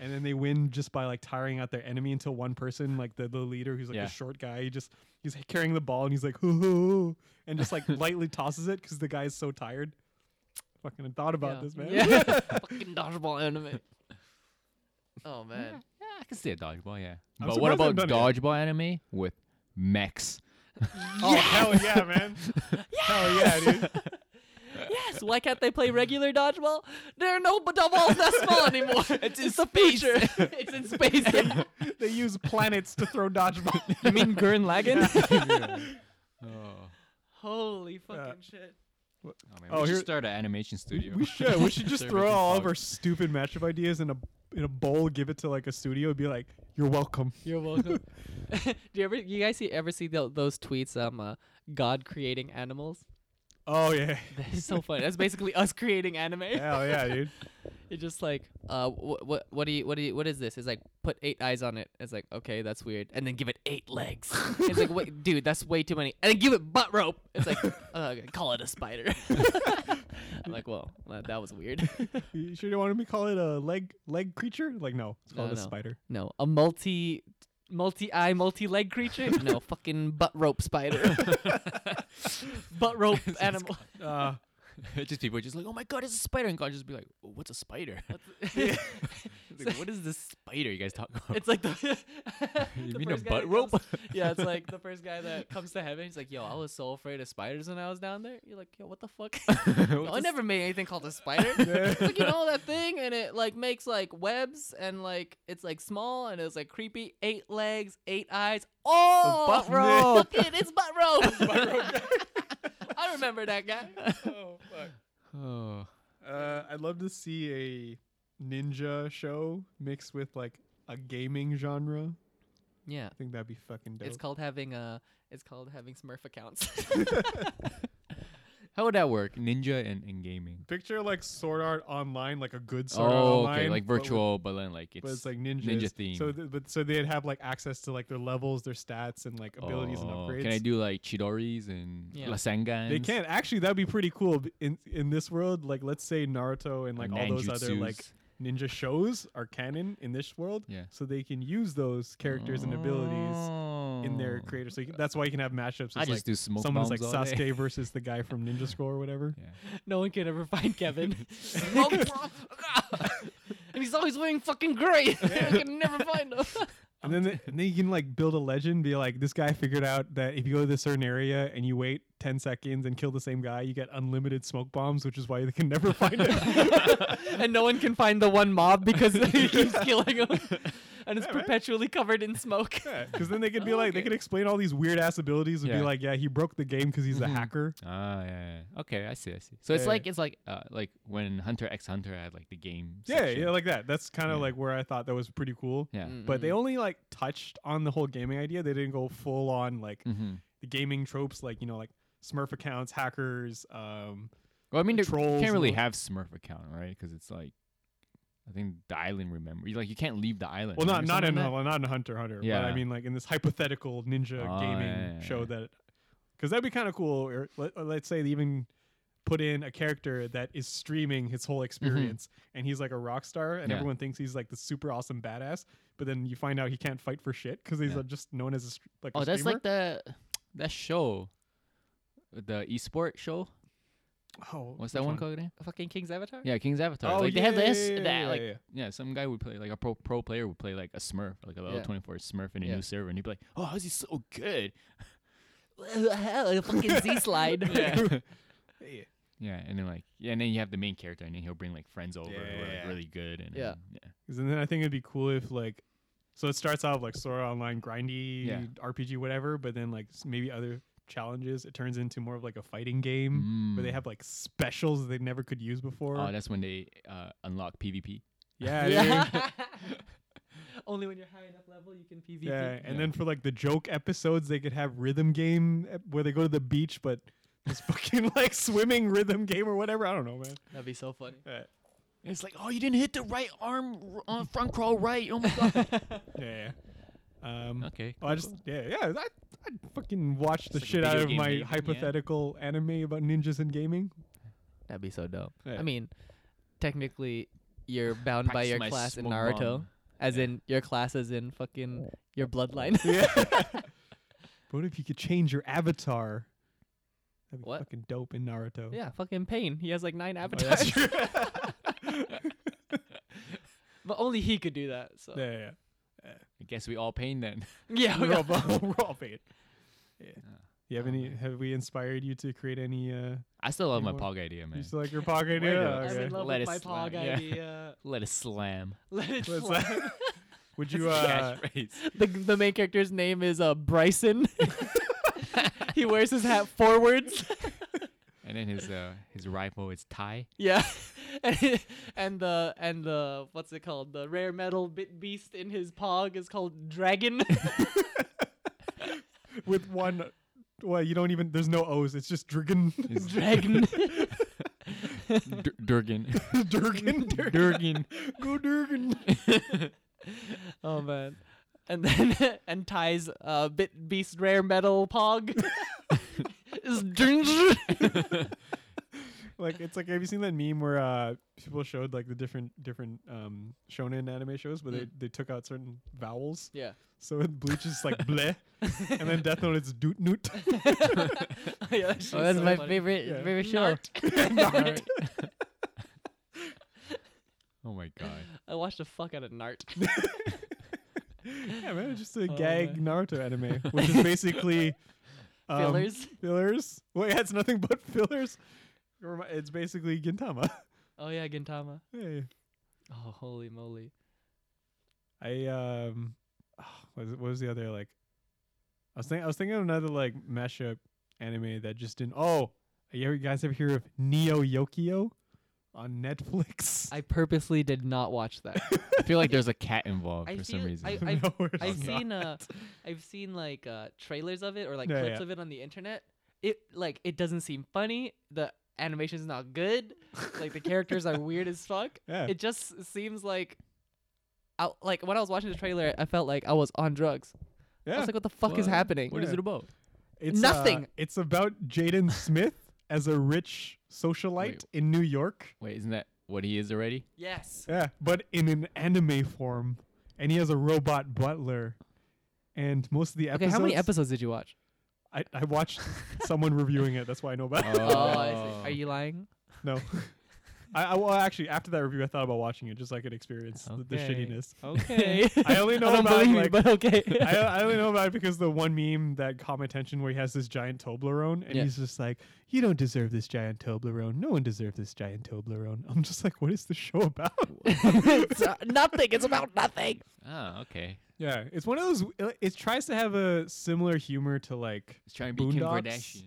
[SPEAKER 1] and then they win just by like tiring out their enemy until one person, like the, the leader, who's like
[SPEAKER 2] Yeah.
[SPEAKER 1] a short guy, he just he's carrying the ball and he's like hoo hoo, and just
[SPEAKER 3] <laughs>
[SPEAKER 1] like lightly tosses it because the guy's so tired. Fucking thought about
[SPEAKER 3] yeah.
[SPEAKER 1] <laughs> this, man. <laughs>
[SPEAKER 3] Yeah. Fucking dodgeball anime. Oh man.
[SPEAKER 2] Yeah, I can see a dodgeball. Yeah.
[SPEAKER 1] I'm
[SPEAKER 2] but
[SPEAKER 1] surprised they
[SPEAKER 2] what about
[SPEAKER 1] haven't done
[SPEAKER 2] dodgeball anime with mechs?
[SPEAKER 1] Oh hell yeah, man! Hell Oh, yeah,
[SPEAKER 2] <laughs>
[SPEAKER 1] dude! <laughs>
[SPEAKER 3] Yes. Why can't they play regular dodgeball? There are no b- balls that small
[SPEAKER 1] <laughs>
[SPEAKER 3] anymore. It's, in the future. it's in space.
[SPEAKER 1] They use planets to throw
[SPEAKER 3] <laughs>
[SPEAKER 1] dodgeball.
[SPEAKER 3] you mean Gurren Lagann?
[SPEAKER 2] Oh.
[SPEAKER 3] <laughs> Holy fucking
[SPEAKER 1] Yeah.
[SPEAKER 3] shit.
[SPEAKER 2] Oh, man,
[SPEAKER 1] Oh,
[SPEAKER 2] we
[SPEAKER 1] here-
[SPEAKER 2] should start an animation studio.
[SPEAKER 1] We should.
[SPEAKER 2] <laughs>
[SPEAKER 1] We should just
[SPEAKER 2] Serve
[SPEAKER 1] throw
[SPEAKER 2] it to
[SPEAKER 1] all of
[SPEAKER 2] Fox.
[SPEAKER 1] our stupid matchup ideas in a in a bowl, give it to like a studio, and be like, "You're welcome."
[SPEAKER 3] You're welcome. Do you ever you guys see ever see tho- those tweets um uh, God creating animals?
[SPEAKER 1] Oh yeah,
[SPEAKER 3] That's so funny. That's basically us creating anime.
[SPEAKER 1] hell yeah, dude.
[SPEAKER 3] <laughs> It's just like, uh, what, what, what do you, what do you, what is this? It's like, put eight eyes on it. It's like, okay, that's weird. And then give it
[SPEAKER 2] <laughs>
[SPEAKER 3] eight legs. it's like, wait, dude, that's way too many. And then give it butt rope.
[SPEAKER 2] <laughs>
[SPEAKER 3] It's like, uh, call it a spider. I'm like, well, that, that was weird. <laughs>
[SPEAKER 1] You sure you want me to call it a leg leg creature? Like no, it's called
[SPEAKER 3] No,
[SPEAKER 1] a
[SPEAKER 3] no.
[SPEAKER 1] spider.
[SPEAKER 3] No, a multi, multi eye, multi leg creature.
[SPEAKER 2] <laughs>
[SPEAKER 3] No, fucking butt rope spider. <laughs>
[SPEAKER 2] <laughs>
[SPEAKER 3] butt rope animal.
[SPEAKER 1] Uh,
[SPEAKER 2] <laughs> just people are just like, oh my god, it's a spider, and God just be like, "Oh, what's a spider? <laughs>
[SPEAKER 3] <laughs>
[SPEAKER 2] It's like, what is this spider you guys talk about?
[SPEAKER 3] It's like the.
[SPEAKER 2] <laughs>
[SPEAKER 3] <laughs>
[SPEAKER 2] You
[SPEAKER 3] the
[SPEAKER 2] mean a
[SPEAKER 3] first guy that
[SPEAKER 2] butt rope?
[SPEAKER 3] comes- yeah, it's like
[SPEAKER 2] <laughs>
[SPEAKER 3] the first guy that comes to heaven. He's like, "Yo, I was so afraid of spiders when I was down there." You're like, "Yo, what the fuck?"
[SPEAKER 2] <laughs>
[SPEAKER 3] <laughs> Yo, I never made anything called a spider. <laughs> it's like you know that thing, and it like makes like webs, and like it's like small, and it's like creepy. Eight legs, eight eyes. Oh,
[SPEAKER 1] butt
[SPEAKER 3] rope. Look <laughs> it, it's butt rope.
[SPEAKER 2] <laughs>
[SPEAKER 3] <laughs> I remember that guy.
[SPEAKER 2] oh.
[SPEAKER 1] uh, I'd love to see a ninja show mixed with like a gaming genre. I
[SPEAKER 3] Yeah,
[SPEAKER 1] think that'd be fucking dope.
[SPEAKER 3] it's called having uh It's called having Smurf accounts.
[SPEAKER 2] <laughs> How would that work? Ninja and, and gaming.
[SPEAKER 1] Picture like Sword Art Online, like a good Sword Art
[SPEAKER 2] Oh,
[SPEAKER 1] Online,
[SPEAKER 2] okay, like
[SPEAKER 1] but with-
[SPEAKER 2] virtual, but, then like it's,
[SPEAKER 1] but it's like ninjas.
[SPEAKER 2] ninja theme.
[SPEAKER 1] So, th- but so they'd have like access to like their levels, their stats, and like abilities and
[SPEAKER 2] Oh,
[SPEAKER 1] upgrades.
[SPEAKER 2] Can I do like Chidori's and
[SPEAKER 3] Yeah.
[SPEAKER 2] Lasangans?
[SPEAKER 1] They can actually. That'd be pretty cool b- in in this world. Like, let's say Naruto and like all those other like
[SPEAKER 2] Nanjutsus.
[SPEAKER 1] ninja shows are canon in this world.
[SPEAKER 2] Yeah.
[SPEAKER 1] So they can use those characters and abilities in their
[SPEAKER 2] Oh.
[SPEAKER 1] creator. So you can, that's why you can have mashups.
[SPEAKER 2] I
[SPEAKER 1] It's
[SPEAKER 2] just
[SPEAKER 1] like
[SPEAKER 2] do smoke
[SPEAKER 1] someone's
[SPEAKER 2] bombs
[SPEAKER 1] like
[SPEAKER 2] all
[SPEAKER 1] Sasuke
[SPEAKER 2] day.
[SPEAKER 1] versus the guy from Ninja Scroll or whatever.
[SPEAKER 2] <laughs> Yeah.
[SPEAKER 3] No one can ever find <laughs> Kevin. and Oh, he's always wearing fucking gray. <laughs> I can never find him.
[SPEAKER 1] And then, the- and then you can like build a legend, be like, this guy figured out that if you go to this certain area and you wait 10 seconds and kill the same guy, you get unlimited smoke bombs, which is why they can never find
[SPEAKER 2] <laughs>
[SPEAKER 1] him.
[SPEAKER 3] <laughs> and no one can find the one mob <laughs> because he keeps killing him. And it's perpetually covered in smoke.
[SPEAKER 1] Because then they could be
[SPEAKER 3] Oh,
[SPEAKER 1] like, they
[SPEAKER 3] okay.
[SPEAKER 1] could explain all these weird ass abilities and
[SPEAKER 2] Yeah.
[SPEAKER 1] be like, yeah, he broke the game because he's a hacker.
[SPEAKER 2] Ah, yeah, yeah, yeah. Okay, I see, I see. So it's
[SPEAKER 1] Yeah,
[SPEAKER 2] like it's like uh, like when Hunter X Hunter had like the game.
[SPEAKER 1] Yeah,
[SPEAKER 2] section.
[SPEAKER 1] yeah, like Mm. that. That's kind of
[SPEAKER 2] Yeah.
[SPEAKER 1] like where I thought that was pretty cool.
[SPEAKER 2] yeah.
[SPEAKER 3] Mm.
[SPEAKER 2] Mm-hmm.
[SPEAKER 1] But they only like touched on the whole gaming idea. They didn't go full on like
[SPEAKER 2] Mm-hmm.
[SPEAKER 1] the gaming tropes, like, you know, like Smurf accounts, hackers, um,
[SPEAKER 2] Well, I mean, they
[SPEAKER 1] Trolls
[SPEAKER 2] can't
[SPEAKER 1] and
[SPEAKER 2] really
[SPEAKER 1] all-
[SPEAKER 2] have Smurf account, right? Because it's like, I think the island remember. You, like you can't leave the island.
[SPEAKER 1] Well,
[SPEAKER 2] right,
[SPEAKER 1] not
[SPEAKER 2] or
[SPEAKER 1] not
[SPEAKER 2] something
[SPEAKER 1] in
[SPEAKER 2] like
[SPEAKER 1] well, not in Hunter x Hunter, but
[SPEAKER 2] Yeah.
[SPEAKER 1] I mean like in this hypothetical ninja
[SPEAKER 2] Oh,
[SPEAKER 1] gaming
[SPEAKER 2] yeah, yeah, yeah.
[SPEAKER 1] show that, because that'd be kind of cool. Or let, or let's say they even put in a character that is streaming his whole experience, and he's like a rock star, and
[SPEAKER 2] Mm-hmm. Yeah.
[SPEAKER 1] everyone thinks he's like the super awesome badass, but then you find out he can't fight for shit because he's
[SPEAKER 2] Yeah.
[SPEAKER 1] uh, just known as a str- like.
[SPEAKER 2] Oh,
[SPEAKER 1] a
[SPEAKER 2] that's
[SPEAKER 1] streamer.
[SPEAKER 2] like the that show, the esport show.
[SPEAKER 1] oh,
[SPEAKER 2] What's that
[SPEAKER 1] which
[SPEAKER 2] one called again?
[SPEAKER 3] <laughs> Fucking King's Avatar?
[SPEAKER 2] Yeah, King's Avatar.
[SPEAKER 1] Oh,
[SPEAKER 2] like they have
[SPEAKER 1] yeah,
[SPEAKER 2] this,
[SPEAKER 1] yeah,
[SPEAKER 2] that,
[SPEAKER 1] yeah,
[SPEAKER 2] like
[SPEAKER 1] yeah.
[SPEAKER 2] yeah, some guy would play like a pro pro player would play like a Smurf, like a level
[SPEAKER 3] Yeah.
[SPEAKER 2] twenty four Smurf in a
[SPEAKER 3] Yeah.
[SPEAKER 2] new server, and he'd be like, "Oh, how's he so good?"
[SPEAKER 3] <laughs> fucking Z slide.
[SPEAKER 2] <laughs>
[SPEAKER 1] Yeah.
[SPEAKER 2] Yeah, and then like yeah, and then you have the main character, and then he'll bring like friends over who are like
[SPEAKER 1] Yeah.
[SPEAKER 2] really good, and
[SPEAKER 3] Yeah.
[SPEAKER 2] then- yeah,
[SPEAKER 1] 'Cause then I think it'd be cool if like, so it starts out like Sora Online grindy
[SPEAKER 2] Yeah.
[SPEAKER 1] RPG whatever, but then like s- maybe other challenges it turns into more of like a fighting game where they
[SPEAKER 2] Mm.
[SPEAKER 1] have like specials that they never could use before.
[SPEAKER 2] Oh, that's when they uh, unlock PvP.
[SPEAKER 3] <laughs>
[SPEAKER 2] <laughs>
[SPEAKER 1] Yeah, dude.
[SPEAKER 4] Yeah. Only when you're high enough level you can PvP.
[SPEAKER 1] Yeah, and then for like the joke episodes, they could have rhythm game ep- where they go to the beach, but it's <laughs> fucking like swimming rhythm game or whatever. I don't know, man.
[SPEAKER 3] That'd be so funny.
[SPEAKER 1] Uh,
[SPEAKER 2] <laughs> It's like, oh, you didn't hit the right arm r- on front crawl right. Oh my <laughs> god.
[SPEAKER 1] yeah, yeah. Um,
[SPEAKER 2] okay.
[SPEAKER 1] oh, I just yeah yeah. I I fucking watched the
[SPEAKER 2] like a
[SPEAKER 1] shit out
[SPEAKER 2] video
[SPEAKER 1] of
[SPEAKER 2] game
[SPEAKER 1] my
[SPEAKER 2] that you can- yeah.
[SPEAKER 1] hypothetical anime about ninjas and gaming.
[SPEAKER 3] That'd be so dope.
[SPEAKER 1] Yeah.
[SPEAKER 3] I mean, technically, you're bound by
[SPEAKER 2] Practice
[SPEAKER 3] your
[SPEAKER 2] my
[SPEAKER 3] class in
[SPEAKER 2] smoke
[SPEAKER 3] Naruto,
[SPEAKER 2] bomb.
[SPEAKER 3] as in your class is in fucking your bloodline.
[SPEAKER 1] Yeah. but what if you could change your avatar? That'd be
[SPEAKER 3] What?
[SPEAKER 1] fucking dope in Naruto.
[SPEAKER 3] yeah, fucking Pain. He has like nine
[SPEAKER 1] Oh, that's
[SPEAKER 3] avatars,
[SPEAKER 1] true.
[SPEAKER 3] <laughs> but only he could do that. So
[SPEAKER 1] yeah, yeah, yeah.
[SPEAKER 2] I guess we all pain then.
[SPEAKER 3] <laughs>
[SPEAKER 2] <laughs>
[SPEAKER 3] yeah, we
[SPEAKER 1] we're, all,
[SPEAKER 3] got- <laughs>
[SPEAKER 1] we're all paid. Yeah. You
[SPEAKER 3] Oh,
[SPEAKER 1] have any? Have we inspired you to create any? Uh,
[SPEAKER 2] I still love my
[SPEAKER 1] Anymore.
[SPEAKER 2] pog idea, man.
[SPEAKER 1] you still like your pocket
[SPEAKER 2] Wait,
[SPEAKER 1] idea?
[SPEAKER 2] no,
[SPEAKER 1] Okay.
[SPEAKER 2] I
[SPEAKER 3] I'm in love
[SPEAKER 2] Let it
[SPEAKER 3] with my
[SPEAKER 2] slide,
[SPEAKER 3] pog
[SPEAKER 2] yeah.
[SPEAKER 3] <laughs> idea.
[SPEAKER 2] Let it slam.
[SPEAKER 3] Let it
[SPEAKER 1] Let's-
[SPEAKER 3] slide. <laughs>
[SPEAKER 1] Would <laughs>
[SPEAKER 2] <laughs>
[SPEAKER 1] you? Uh,
[SPEAKER 2] Catchphrase.
[SPEAKER 3] The the main character's name is
[SPEAKER 1] <laughs>
[SPEAKER 3] uh Bryson. <laughs> he wears his hat forwards. <laughs>
[SPEAKER 2] and then his uh, his rifle is
[SPEAKER 1] <laughs>
[SPEAKER 2] Thai.
[SPEAKER 3] Yeah, <laughs> and, and the and the what's it called? The rare metal bit beast in his pog is
[SPEAKER 1] <laughs>
[SPEAKER 3] called Dragon.
[SPEAKER 1] with one, well, you don't even. There's no O's. It's just <laughs> Durgan.
[SPEAKER 3] Dragon.
[SPEAKER 2] D- Durgan.
[SPEAKER 1] <laughs>
[SPEAKER 2] <laughs>
[SPEAKER 1] Durgan. <laughs>
[SPEAKER 2] Durgan.
[SPEAKER 1] Go Durgan.
[SPEAKER 3] <laughs> oh man. And then <laughs> and Ty's uh, bit beast rare metal pog <laughs>
[SPEAKER 4] <laughs>
[SPEAKER 3] is Dragon.
[SPEAKER 1] Like it's like. Have you seen that meme where uh, people showed like the different different um, shonen anime shows, but they,
[SPEAKER 3] Hmm.
[SPEAKER 1] they took out certain vowels.
[SPEAKER 3] Yeah. <laughs>
[SPEAKER 1] So it bleaches like bleh, and then Death Note it's doot noot.
[SPEAKER 3] yeah, that shit's
[SPEAKER 4] Oh, that's
[SPEAKER 3] so
[SPEAKER 4] my
[SPEAKER 3] funny.
[SPEAKER 4] favorite
[SPEAKER 1] Yeah.
[SPEAKER 4] favorite show.
[SPEAKER 3] Nart.
[SPEAKER 2] <laughs> Oh my god.
[SPEAKER 3] I watched the fuck out of Nart.
[SPEAKER 1] yeah, man, it's just a
[SPEAKER 3] Oh,
[SPEAKER 1] gag Naruto anime, which is basically um,
[SPEAKER 3] <laughs> Fillers.
[SPEAKER 1] Fillers. Well, yeah, it's nothing but <laughs> fillers. It remi- It's basically Gintama. <laughs>
[SPEAKER 3] Oh yeah, Gintama.
[SPEAKER 1] Hey.
[SPEAKER 3] Oh holy moly.
[SPEAKER 1] I um, what was, what was the other like? I was thinking I was thinking of another like mashup anime that just didn't. Oh, you ever- guys ever hear of Neo Yokio on <laughs> Netflix?
[SPEAKER 3] I purposely did not watch that.
[SPEAKER 2] I feel like there's a cat involved
[SPEAKER 3] I
[SPEAKER 2] for
[SPEAKER 3] feel-
[SPEAKER 2] some reason.
[SPEAKER 3] I- I've-
[SPEAKER 1] no, <laughs> it's
[SPEAKER 3] I've
[SPEAKER 1] not.
[SPEAKER 3] seen uh I've seen like uh trailers of it or like
[SPEAKER 1] Yeah,
[SPEAKER 3] clips
[SPEAKER 1] yeah.
[SPEAKER 3] of it on the internet. It like it doesn't seem funny. The animation's not good. like the characters
[SPEAKER 1] <laughs>
[SPEAKER 3] are weird as fuck.
[SPEAKER 1] Yeah.
[SPEAKER 3] It just seems like I, like when I was watching the trailer, I felt like I was on drugs. I
[SPEAKER 1] yeah.
[SPEAKER 3] was like, "What the fuck is
[SPEAKER 2] What?
[SPEAKER 3] happening?"
[SPEAKER 2] What is
[SPEAKER 1] Yeah.
[SPEAKER 2] it about?
[SPEAKER 1] It's
[SPEAKER 3] Nothing.
[SPEAKER 1] uh, it's about Jaden Smith as a rich socialite
[SPEAKER 2] Wait.
[SPEAKER 1] in New York.
[SPEAKER 2] Wait, isn't that what he is already?
[SPEAKER 3] Yes.
[SPEAKER 1] Yeah, but in an anime form, and he has a robot butler. And most of the
[SPEAKER 3] Okay,
[SPEAKER 1] episodes,
[SPEAKER 3] how many episodes did you watch?
[SPEAKER 1] I, I
[SPEAKER 3] <laughs>
[SPEAKER 1] watched someone reviewing it. That's why I know about. it.
[SPEAKER 3] Oh, I see.
[SPEAKER 2] Oh.
[SPEAKER 3] Are you lying?
[SPEAKER 1] No, I, I well actually after that review, I thought about watching it just like an experience the, the
[SPEAKER 3] Okay.
[SPEAKER 1] shittiness.
[SPEAKER 3] <laughs> Okay.
[SPEAKER 1] I only know
[SPEAKER 3] don't
[SPEAKER 1] about,
[SPEAKER 3] believe you,
[SPEAKER 1] like-
[SPEAKER 3] but okay.
[SPEAKER 1] <laughs> I, I only know about it because the one meme that caught my attention where he has this giant Toblerone and
[SPEAKER 3] Yeah.
[SPEAKER 1] he's just like, "You don't deserve this giant Toblerone. No one deserves this giant Toblerone." I'm just like, "What is the show about?"
[SPEAKER 3] It's, uh, nothing. It's
[SPEAKER 2] <laughs>
[SPEAKER 3] about nothing. Ah,
[SPEAKER 2] Oh, okay.
[SPEAKER 1] yeah, it's one of those. It, it tries to have a similar humor to like,
[SPEAKER 2] It's trying to be Kim
[SPEAKER 1] Boondocks?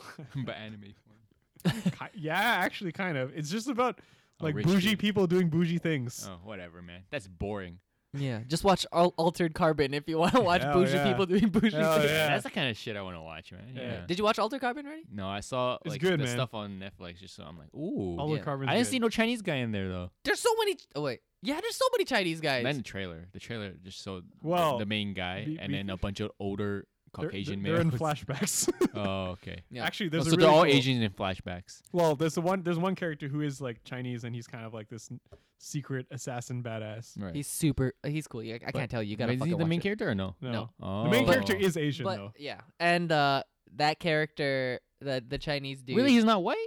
[SPEAKER 2] Kardashian,
[SPEAKER 3] <laughs>
[SPEAKER 2] but anime form.
[SPEAKER 1] ki- yeah, actually, kind of. It's just about
[SPEAKER 2] A
[SPEAKER 1] like
[SPEAKER 2] Oh, rich
[SPEAKER 1] bougie
[SPEAKER 2] dude.
[SPEAKER 1] people doing bougie things.
[SPEAKER 2] Oh, whatever, man. That's boring.
[SPEAKER 3] <laughs> Yeah, just watch Al- Altered Carbon if you want to watch
[SPEAKER 1] Hell
[SPEAKER 3] bougie
[SPEAKER 1] yeah.
[SPEAKER 3] people doing bougie
[SPEAKER 1] Hell
[SPEAKER 3] things.
[SPEAKER 1] Oh, yeah.
[SPEAKER 2] That's the kind of shit I want to watch, man.
[SPEAKER 1] Yeah.
[SPEAKER 2] Yeah.
[SPEAKER 3] Did you watch Altered Carbon already?
[SPEAKER 2] No, I saw
[SPEAKER 1] It's
[SPEAKER 2] like
[SPEAKER 1] good,
[SPEAKER 2] the
[SPEAKER 1] man.
[SPEAKER 2] stuff on Netflix. Just so I'm like, ooh.
[SPEAKER 1] All the
[SPEAKER 3] yeah.
[SPEAKER 1] carbon.
[SPEAKER 2] I didn't see no Chinese guy in there though.
[SPEAKER 3] There's so many. Oh wait, yeah, there's so many Chinese guys.
[SPEAKER 2] And then the trailer. The trailer just showed the-
[SPEAKER 1] Well,
[SPEAKER 2] the main guy
[SPEAKER 1] be-
[SPEAKER 2] and then a bunch of older Caucasian
[SPEAKER 1] They're, they're in
[SPEAKER 2] males.
[SPEAKER 1] flashbacks.
[SPEAKER 2] <laughs> oh, okay.
[SPEAKER 1] <laughs>
[SPEAKER 3] Yeah.
[SPEAKER 1] Actually,
[SPEAKER 2] Oh,
[SPEAKER 1] there's
[SPEAKER 2] so
[SPEAKER 1] a really
[SPEAKER 2] they're all
[SPEAKER 1] cool-
[SPEAKER 2] Asians in flashbacks.
[SPEAKER 1] Well, there's the one. There's one character who is like Chinese, and he's kind of like this n- secret assassin badass.
[SPEAKER 2] Right.
[SPEAKER 3] he's super. He's cool. Yeah, I can't tell you. You gotta
[SPEAKER 2] Wait, is
[SPEAKER 3] fucking
[SPEAKER 2] he the
[SPEAKER 3] watch
[SPEAKER 2] main
[SPEAKER 3] it.
[SPEAKER 2] character or no?
[SPEAKER 1] No,
[SPEAKER 2] Oh.
[SPEAKER 1] the main
[SPEAKER 3] But-
[SPEAKER 1] character is Asian
[SPEAKER 3] But
[SPEAKER 1] though.
[SPEAKER 3] yeah, and uh, that character, the the Chinese dude.
[SPEAKER 2] Really, he's not white.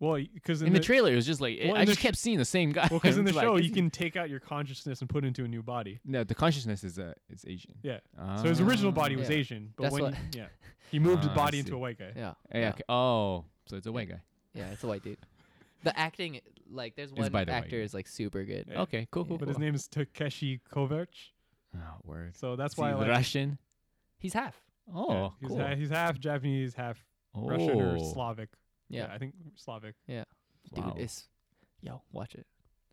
[SPEAKER 1] Well, because
[SPEAKER 2] In,
[SPEAKER 1] in,
[SPEAKER 2] the, trailer, it was just like it-
[SPEAKER 1] Well,
[SPEAKER 2] I
[SPEAKER 1] in the
[SPEAKER 2] just
[SPEAKER 1] sh-
[SPEAKER 2] kept seeing the same guy.
[SPEAKER 1] well, because in
[SPEAKER 2] <laughs> I'm
[SPEAKER 1] the
[SPEAKER 2] just like,
[SPEAKER 1] show
[SPEAKER 2] is
[SPEAKER 1] you
[SPEAKER 2] he-
[SPEAKER 1] can take out your consciousness and put it into a new body.
[SPEAKER 2] No, the consciousness is uh, is Asian.
[SPEAKER 1] Yeah. So his original body was
[SPEAKER 3] Yeah.
[SPEAKER 1] Asian, but
[SPEAKER 3] That's
[SPEAKER 1] when
[SPEAKER 3] what-
[SPEAKER 1] he- yeah, he moved his
[SPEAKER 2] Ah, I
[SPEAKER 1] body into
[SPEAKER 2] see.
[SPEAKER 1] a white guy.
[SPEAKER 3] yeah,
[SPEAKER 2] Yeah, okay. Oh, so it's a white guy.
[SPEAKER 3] yeah, it's a white dude. The acting, like, there's one
[SPEAKER 2] by the way.
[SPEAKER 3] actor is like super good.
[SPEAKER 1] Yeah.
[SPEAKER 2] Okay, cool, cool.
[SPEAKER 1] But
[SPEAKER 2] cool.
[SPEAKER 1] his name is Takeshi Kovacs,
[SPEAKER 2] Oh, word.
[SPEAKER 1] so that's
[SPEAKER 2] Is
[SPEAKER 1] why
[SPEAKER 2] he
[SPEAKER 1] I like.
[SPEAKER 2] Russian.
[SPEAKER 3] He's half.
[SPEAKER 2] Oh,
[SPEAKER 1] yeah, he's,
[SPEAKER 2] cool.
[SPEAKER 1] ha- he's half Japanese, half
[SPEAKER 2] oh.
[SPEAKER 1] Russian or Slavic.
[SPEAKER 3] Yeah,
[SPEAKER 1] I think Slavic.
[SPEAKER 3] dude,
[SPEAKER 2] Wow.
[SPEAKER 3] it's. Yo, watch it.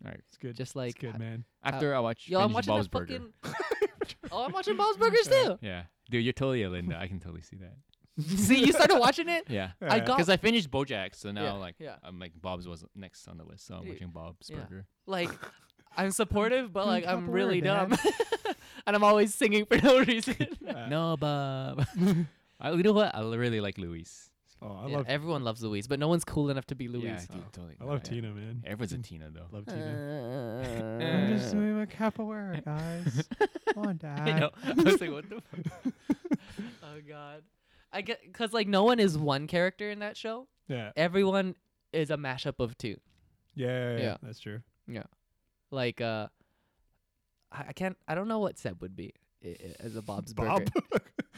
[SPEAKER 1] All right, it's good.
[SPEAKER 5] Just like
[SPEAKER 1] it's good, man.
[SPEAKER 2] After I watch
[SPEAKER 3] Yo, I'm
[SPEAKER 2] finish
[SPEAKER 3] watching
[SPEAKER 2] Bob's
[SPEAKER 3] that
[SPEAKER 2] Burger.
[SPEAKER 3] fucking.
[SPEAKER 2] <laughs>
[SPEAKER 3] <laughs> oh, I'm watching Bob's Burgers too.
[SPEAKER 2] Yeah, dude, you're totally a Linda. I can totally see
[SPEAKER 3] <laughs>
[SPEAKER 2] that.
[SPEAKER 3] See, you started watching it.
[SPEAKER 2] Yeah, <laughs>
[SPEAKER 3] I got
[SPEAKER 2] because I finished BoJack, so now
[SPEAKER 3] Yeah,
[SPEAKER 2] like
[SPEAKER 3] yeah.
[SPEAKER 2] I'm like Bob's was next on the list, so I'm
[SPEAKER 3] Dude,
[SPEAKER 2] watching Bob's
[SPEAKER 3] yeah.
[SPEAKER 2] Burger.
[SPEAKER 3] like I'm supportive, but like I'm
[SPEAKER 1] Tupperware,
[SPEAKER 3] really
[SPEAKER 1] Dad.
[SPEAKER 3] dumb, <laughs> and I'm always singing for no reason.
[SPEAKER 1] Yeah.
[SPEAKER 3] no,
[SPEAKER 1] <laughs>
[SPEAKER 3] Bob.
[SPEAKER 2] <laughs> I, you know what? I l- really like Luis.
[SPEAKER 1] Oh, I
[SPEAKER 3] Yeah,
[SPEAKER 1] love
[SPEAKER 3] everyone loves Louise, but no one's cool enough to be Louise.
[SPEAKER 2] Yeah, dude, totally.
[SPEAKER 1] I love
[SPEAKER 2] yeah.
[SPEAKER 1] Tina, man.
[SPEAKER 2] Everyone's a Tina though.
[SPEAKER 1] Love Tina. I'm just
[SPEAKER 3] Uh,
[SPEAKER 1] doing my capoeira, guys. Come on, Dad.
[SPEAKER 3] <laughs> I know. I was like, what the fuck? oh god. I get because like no one is one character in that show.
[SPEAKER 1] Yeah.
[SPEAKER 3] Everyone is a mashup of two.
[SPEAKER 1] Yeah, yeah, yeah,
[SPEAKER 3] Yeah.
[SPEAKER 1] That's true.
[SPEAKER 3] Like uh, I, I can't. I don't know what Seb would be i- i- as a Bob's Burger.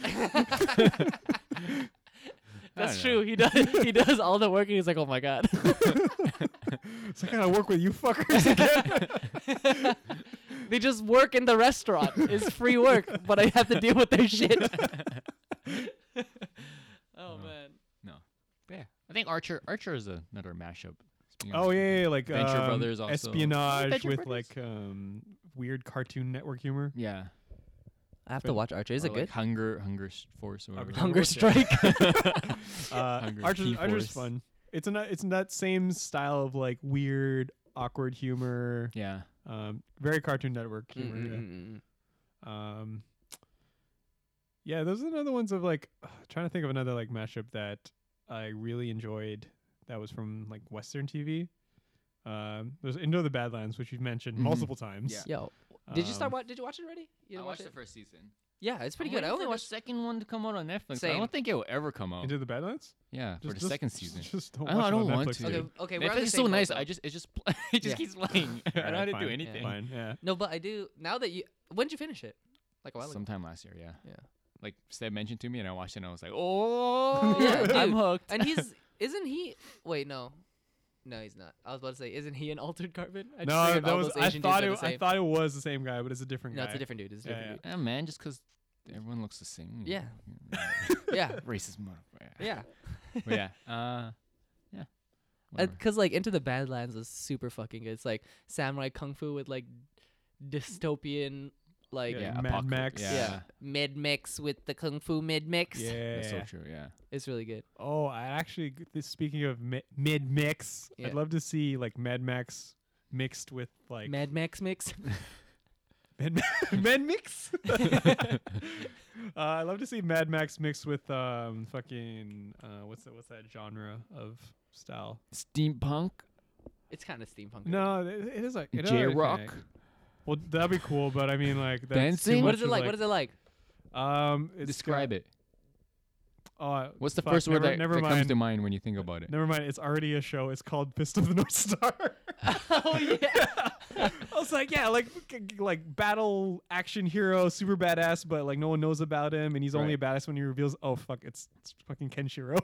[SPEAKER 3] <laughs> That's
[SPEAKER 2] know.
[SPEAKER 3] true. He does. He does all the work, and he's like, "Oh my god."
[SPEAKER 1] so I gotta work with you fuckers again.
[SPEAKER 3] they just work in the restaurant. It's free work, but I have to deal with
[SPEAKER 1] <laughs>
[SPEAKER 3] their <laughs> shit. oh man.
[SPEAKER 2] yeah, I think Archer. Archer is a- another mashup. Speaking of
[SPEAKER 1] oh
[SPEAKER 2] mashup,
[SPEAKER 1] yeah, yeah, like
[SPEAKER 2] Venture
[SPEAKER 1] um,
[SPEAKER 2] Brothers also.
[SPEAKER 1] espionage
[SPEAKER 2] Venture
[SPEAKER 1] with
[SPEAKER 2] Brothers?
[SPEAKER 1] like um weird Cartoon Network
[SPEAKER 2] <laughs>
[SPEAKER 1] humor.
[SPEAKER 2] yeah.
[SPEAKER 5] I have
[SPEAKER 1] Really?
[SPEAKER 5] to watch Archer. Is
[SPEAKER 2] Or
[SPEAKER 5] it
[SPEAKER 2] like
[SPEAKER 5] good?
[SPEAKER 2] Hunger, Hunger S- Force, or
[SPEAKER 1] Are we
[SPEAKER 2] whatever.
[SPEAKER 1] talking
[SPEAKER 3] Hunger
[SPEAKER 1] Yeah. <laughs>
[SPEAKER 3] strike.
[SPEAKER 1] Uh,
[SPEAKER 2] Hunger
[SPEAKER 1] Archer's,
[SPEAKER 2] Key
[SPEAKER 1] Archer's
[SPEAKER 2] Force.
[SPEAKER 1] fun. It's in that it's in that same style of like weird, awkward humor.
[SPEAKER 2] Yeah,
[SPEAKER 1] Um, very Cartoon
[SPEAKER 3] Mm,
[SPEAKER 1] Network humor.
[SPEAKER 3] Mm-hmm,
[SPEAKER 1] yeah.
[SPEAKER 5] Mm-mm-mm-mm.
[SPEAKER 1] Mm-hmm. Um, yeah, those are another ones of like trying to think of another like mashup that I really enjoyed. That was from like Western TV. Um, there's Into the Badlands, which you've mentioned
[SPEAKER 3] Mm-hmm.
[SPEAKER 2] Mhm.
[SPEAKER 1] multiple times.
[SPEAKER 2] Yeah.
[SPEAKER 3] Yo, did you
[SPEAKER 1] Um,
[SPEAKER 3] start watch? Did you watch it already? You
[SPEAKER 2] I
[SPEAKER 3] didn't
[SPEAKER 2] watched
[SPEAKER 3] watch
[SPEAKER 2] the
[SPEAKER 3] it?
[SPEAKER 2] first season.
[SPEAKER 3] Yeah, it's pretty
[SPEAKER 2] I'm
[SPEAKER 3] good. I
[SPEAKER 2] waiting
[SPEAKER 3] only
[SPEAKER 2] for the
[SPEAKER 3] watched.
[SPEAKER 2] second one to come out on Netflix. I
[SPEAKER 3] Same.
[SPEAKER 2] don't think it will ever come out.
[SPEAKER 1] Into the Badlands?
[SPEAKER 2] yeah, Oh. for the
[SPEAKER 1] Just- just-
[SPEAKER 2] second season.
[SPEAKER 1] Just don't
[SPEAKER 2] I don't-
[SPEAKER 1] watch it
[SPEAKER 2] I
[SPEAKER 1] on
[SPEAKER 2] don't want
[SPEAKER 1] Netflix,
[SPEAKER 2] to.
[SPEAKER 3] Okay,
[SPEAKER 1] dude.
[SPEAKER 3] <laughs>
[SPEAKER 2] Dude.
[SPEAKER 3] okay. We're
[SPEAKER 2] Netflix
[SPEAKER 3] on the
[SPEAKER 2] is so
[SPEAKER 3] same boat,
[SPEAKER 2] nice.
[SPEAKER 3] though.
[SPEAKER 2] I just it just pl- <laughs> it just
[SPEAKER 3] Yeah.
[SPEAKER 2] keeps playing. I
[SPEAKER 1] <laughs>
[SPEAKER 2] don't
[SPEAKER 1] Alright,
[SPEAKER 2] have to do
[SPEAKER 1] fine.
[SPEAKER 2] anything.
[SPEAKER 1] Fine, yeah.
[SPEAKER 3] no, but I do now that you. When did you finish it? Like a while <laughs> ago.
[SPEAKER 2] Sometime last year, yeah.
[SPEAKER 3] Yeah.
[SPEAKER 2] Like Seb mentioned to me, and I watched it, and I was like, <laughs> "Oh,
[SPEAKER 3] Yeah,
[SPEAKER 2] I'm
[SPEAKER 3] dude.
[SPEAKER 2] hooked."
[SPEAKER 1] <laughs>
[SPEAKER 3] And he's isn't he? Wait, no, no, he's not. I was about to say, isn't he an <laughs> altered carbon? I just
[SPEAKER 1] No,
[SPEAKER 3] figured
[SPEAKER 1] that
[SPEAKER 3] all
[SPEAKER 1] was
[SPEAKER 3] those
[SPEAKER 1] I
[SPEAKER 3] Asian dudes
[SPEAKER 1] thought
[SPEAKER 3] are the
[SPEAKER 1] it I
[SPEAKER 3] same.
[SPEAKER 1] thought it was the same guy, but it's a different
[SPEAKER 3] No,
[SPEAKER 1] guy.
[SPEAKER 3] it's a different dude. It's a
[SPEAKER 1] Yeah,
[SPEAKER 3] different
[SPEAKER 2] Yeah, man, just 'cause everyone looks the same.
[SPEAKER 3] Yeah.
[SPEAKER 2] Mm,
[SPEAKER 3] dude. Yeah,
[SPEAKER 2] <laughs> Racist motherfucker. <laughs>
[SPEAKER 3] yeah.
[SPEAKER 2] But yeah. Uh, yeah. Whatever.
[SPEAKER 3] Because Uh, like Into the Badlands was super fucking good. It's like samurai kung fu with like dystopian like
[SPEAKER 1] Yeah,
[SPEAKER 2] yeah,
[SPEAKER 1] Mad
[SPEAKER 2] apocalypse,
[SPEAKER 1] Max.
[SPEAKER 2] Yeah.
[SPEAKER 3] yeah mid mix with the kung fu mid mix.
[SPEAKER 1] Yeah.
[SPEAKER 2] That's so true. Yeah.
[SPEAKER 3] It's really good.
[SPEAKER 1] Oh, I actually g- this, speaking of mi- mid mix,
[SPEAKER 3] Yeah.
[SPEAKER 1] I'd love to see like Mad Max mixed with like
[SPEAKER 3] Mad Max mix.
[SPEAKER 1] <laughs> Mad, <laughs> Mad Mix. uh, I uh, love to see Mad Max mixed with um fucking uh what's that what's that genre of style?
[SPEAKER 2] Steampunk.
[SPEAKER 3] <laughs> it's kind of steampunk.
[SPEAKER 1] No, it, it is like it is
[SPEAKER 2] J-rock?
[SPEAKER 1] like- Well, that'd be cool, but I mean like that's
[SPEAKER 2] Dancing?
[SPEAKER 3] What is it like? What is
[SPEAKER 1] <laughs>
[SPEAKER 3] it like?
[SPEAKER 1] it? Um, it's
[SPEAKER 2] Describe
[SPEAKER 1] got,
[SPEAKER 2] it.
[SPEAKER 1] Oh,
[SPEAKER 2] What's the
[SPEAKER 1] fuck,
[SPEAKER 2] first word
[SPEAKER 1] never-
[SPEAKER 2] that,
[SPEAKER 1] never
[SPEAKER 2] that
[SPEAKER 1] mind.
[SPEAKER 2] comes to mind when you think about it?
[SPEAKER 1] Never mind. It's already a show. It's called Fist of the North Star. <laughs>
[SPEAKER 3] oh yeah.
[SPEAKER 1] I was like, yeah, like c- c- like battle action hero, super badass, but like no one knows about him, and he's only a badass when he reveals. Oh fuck, it's, it's fucking Kenshiro.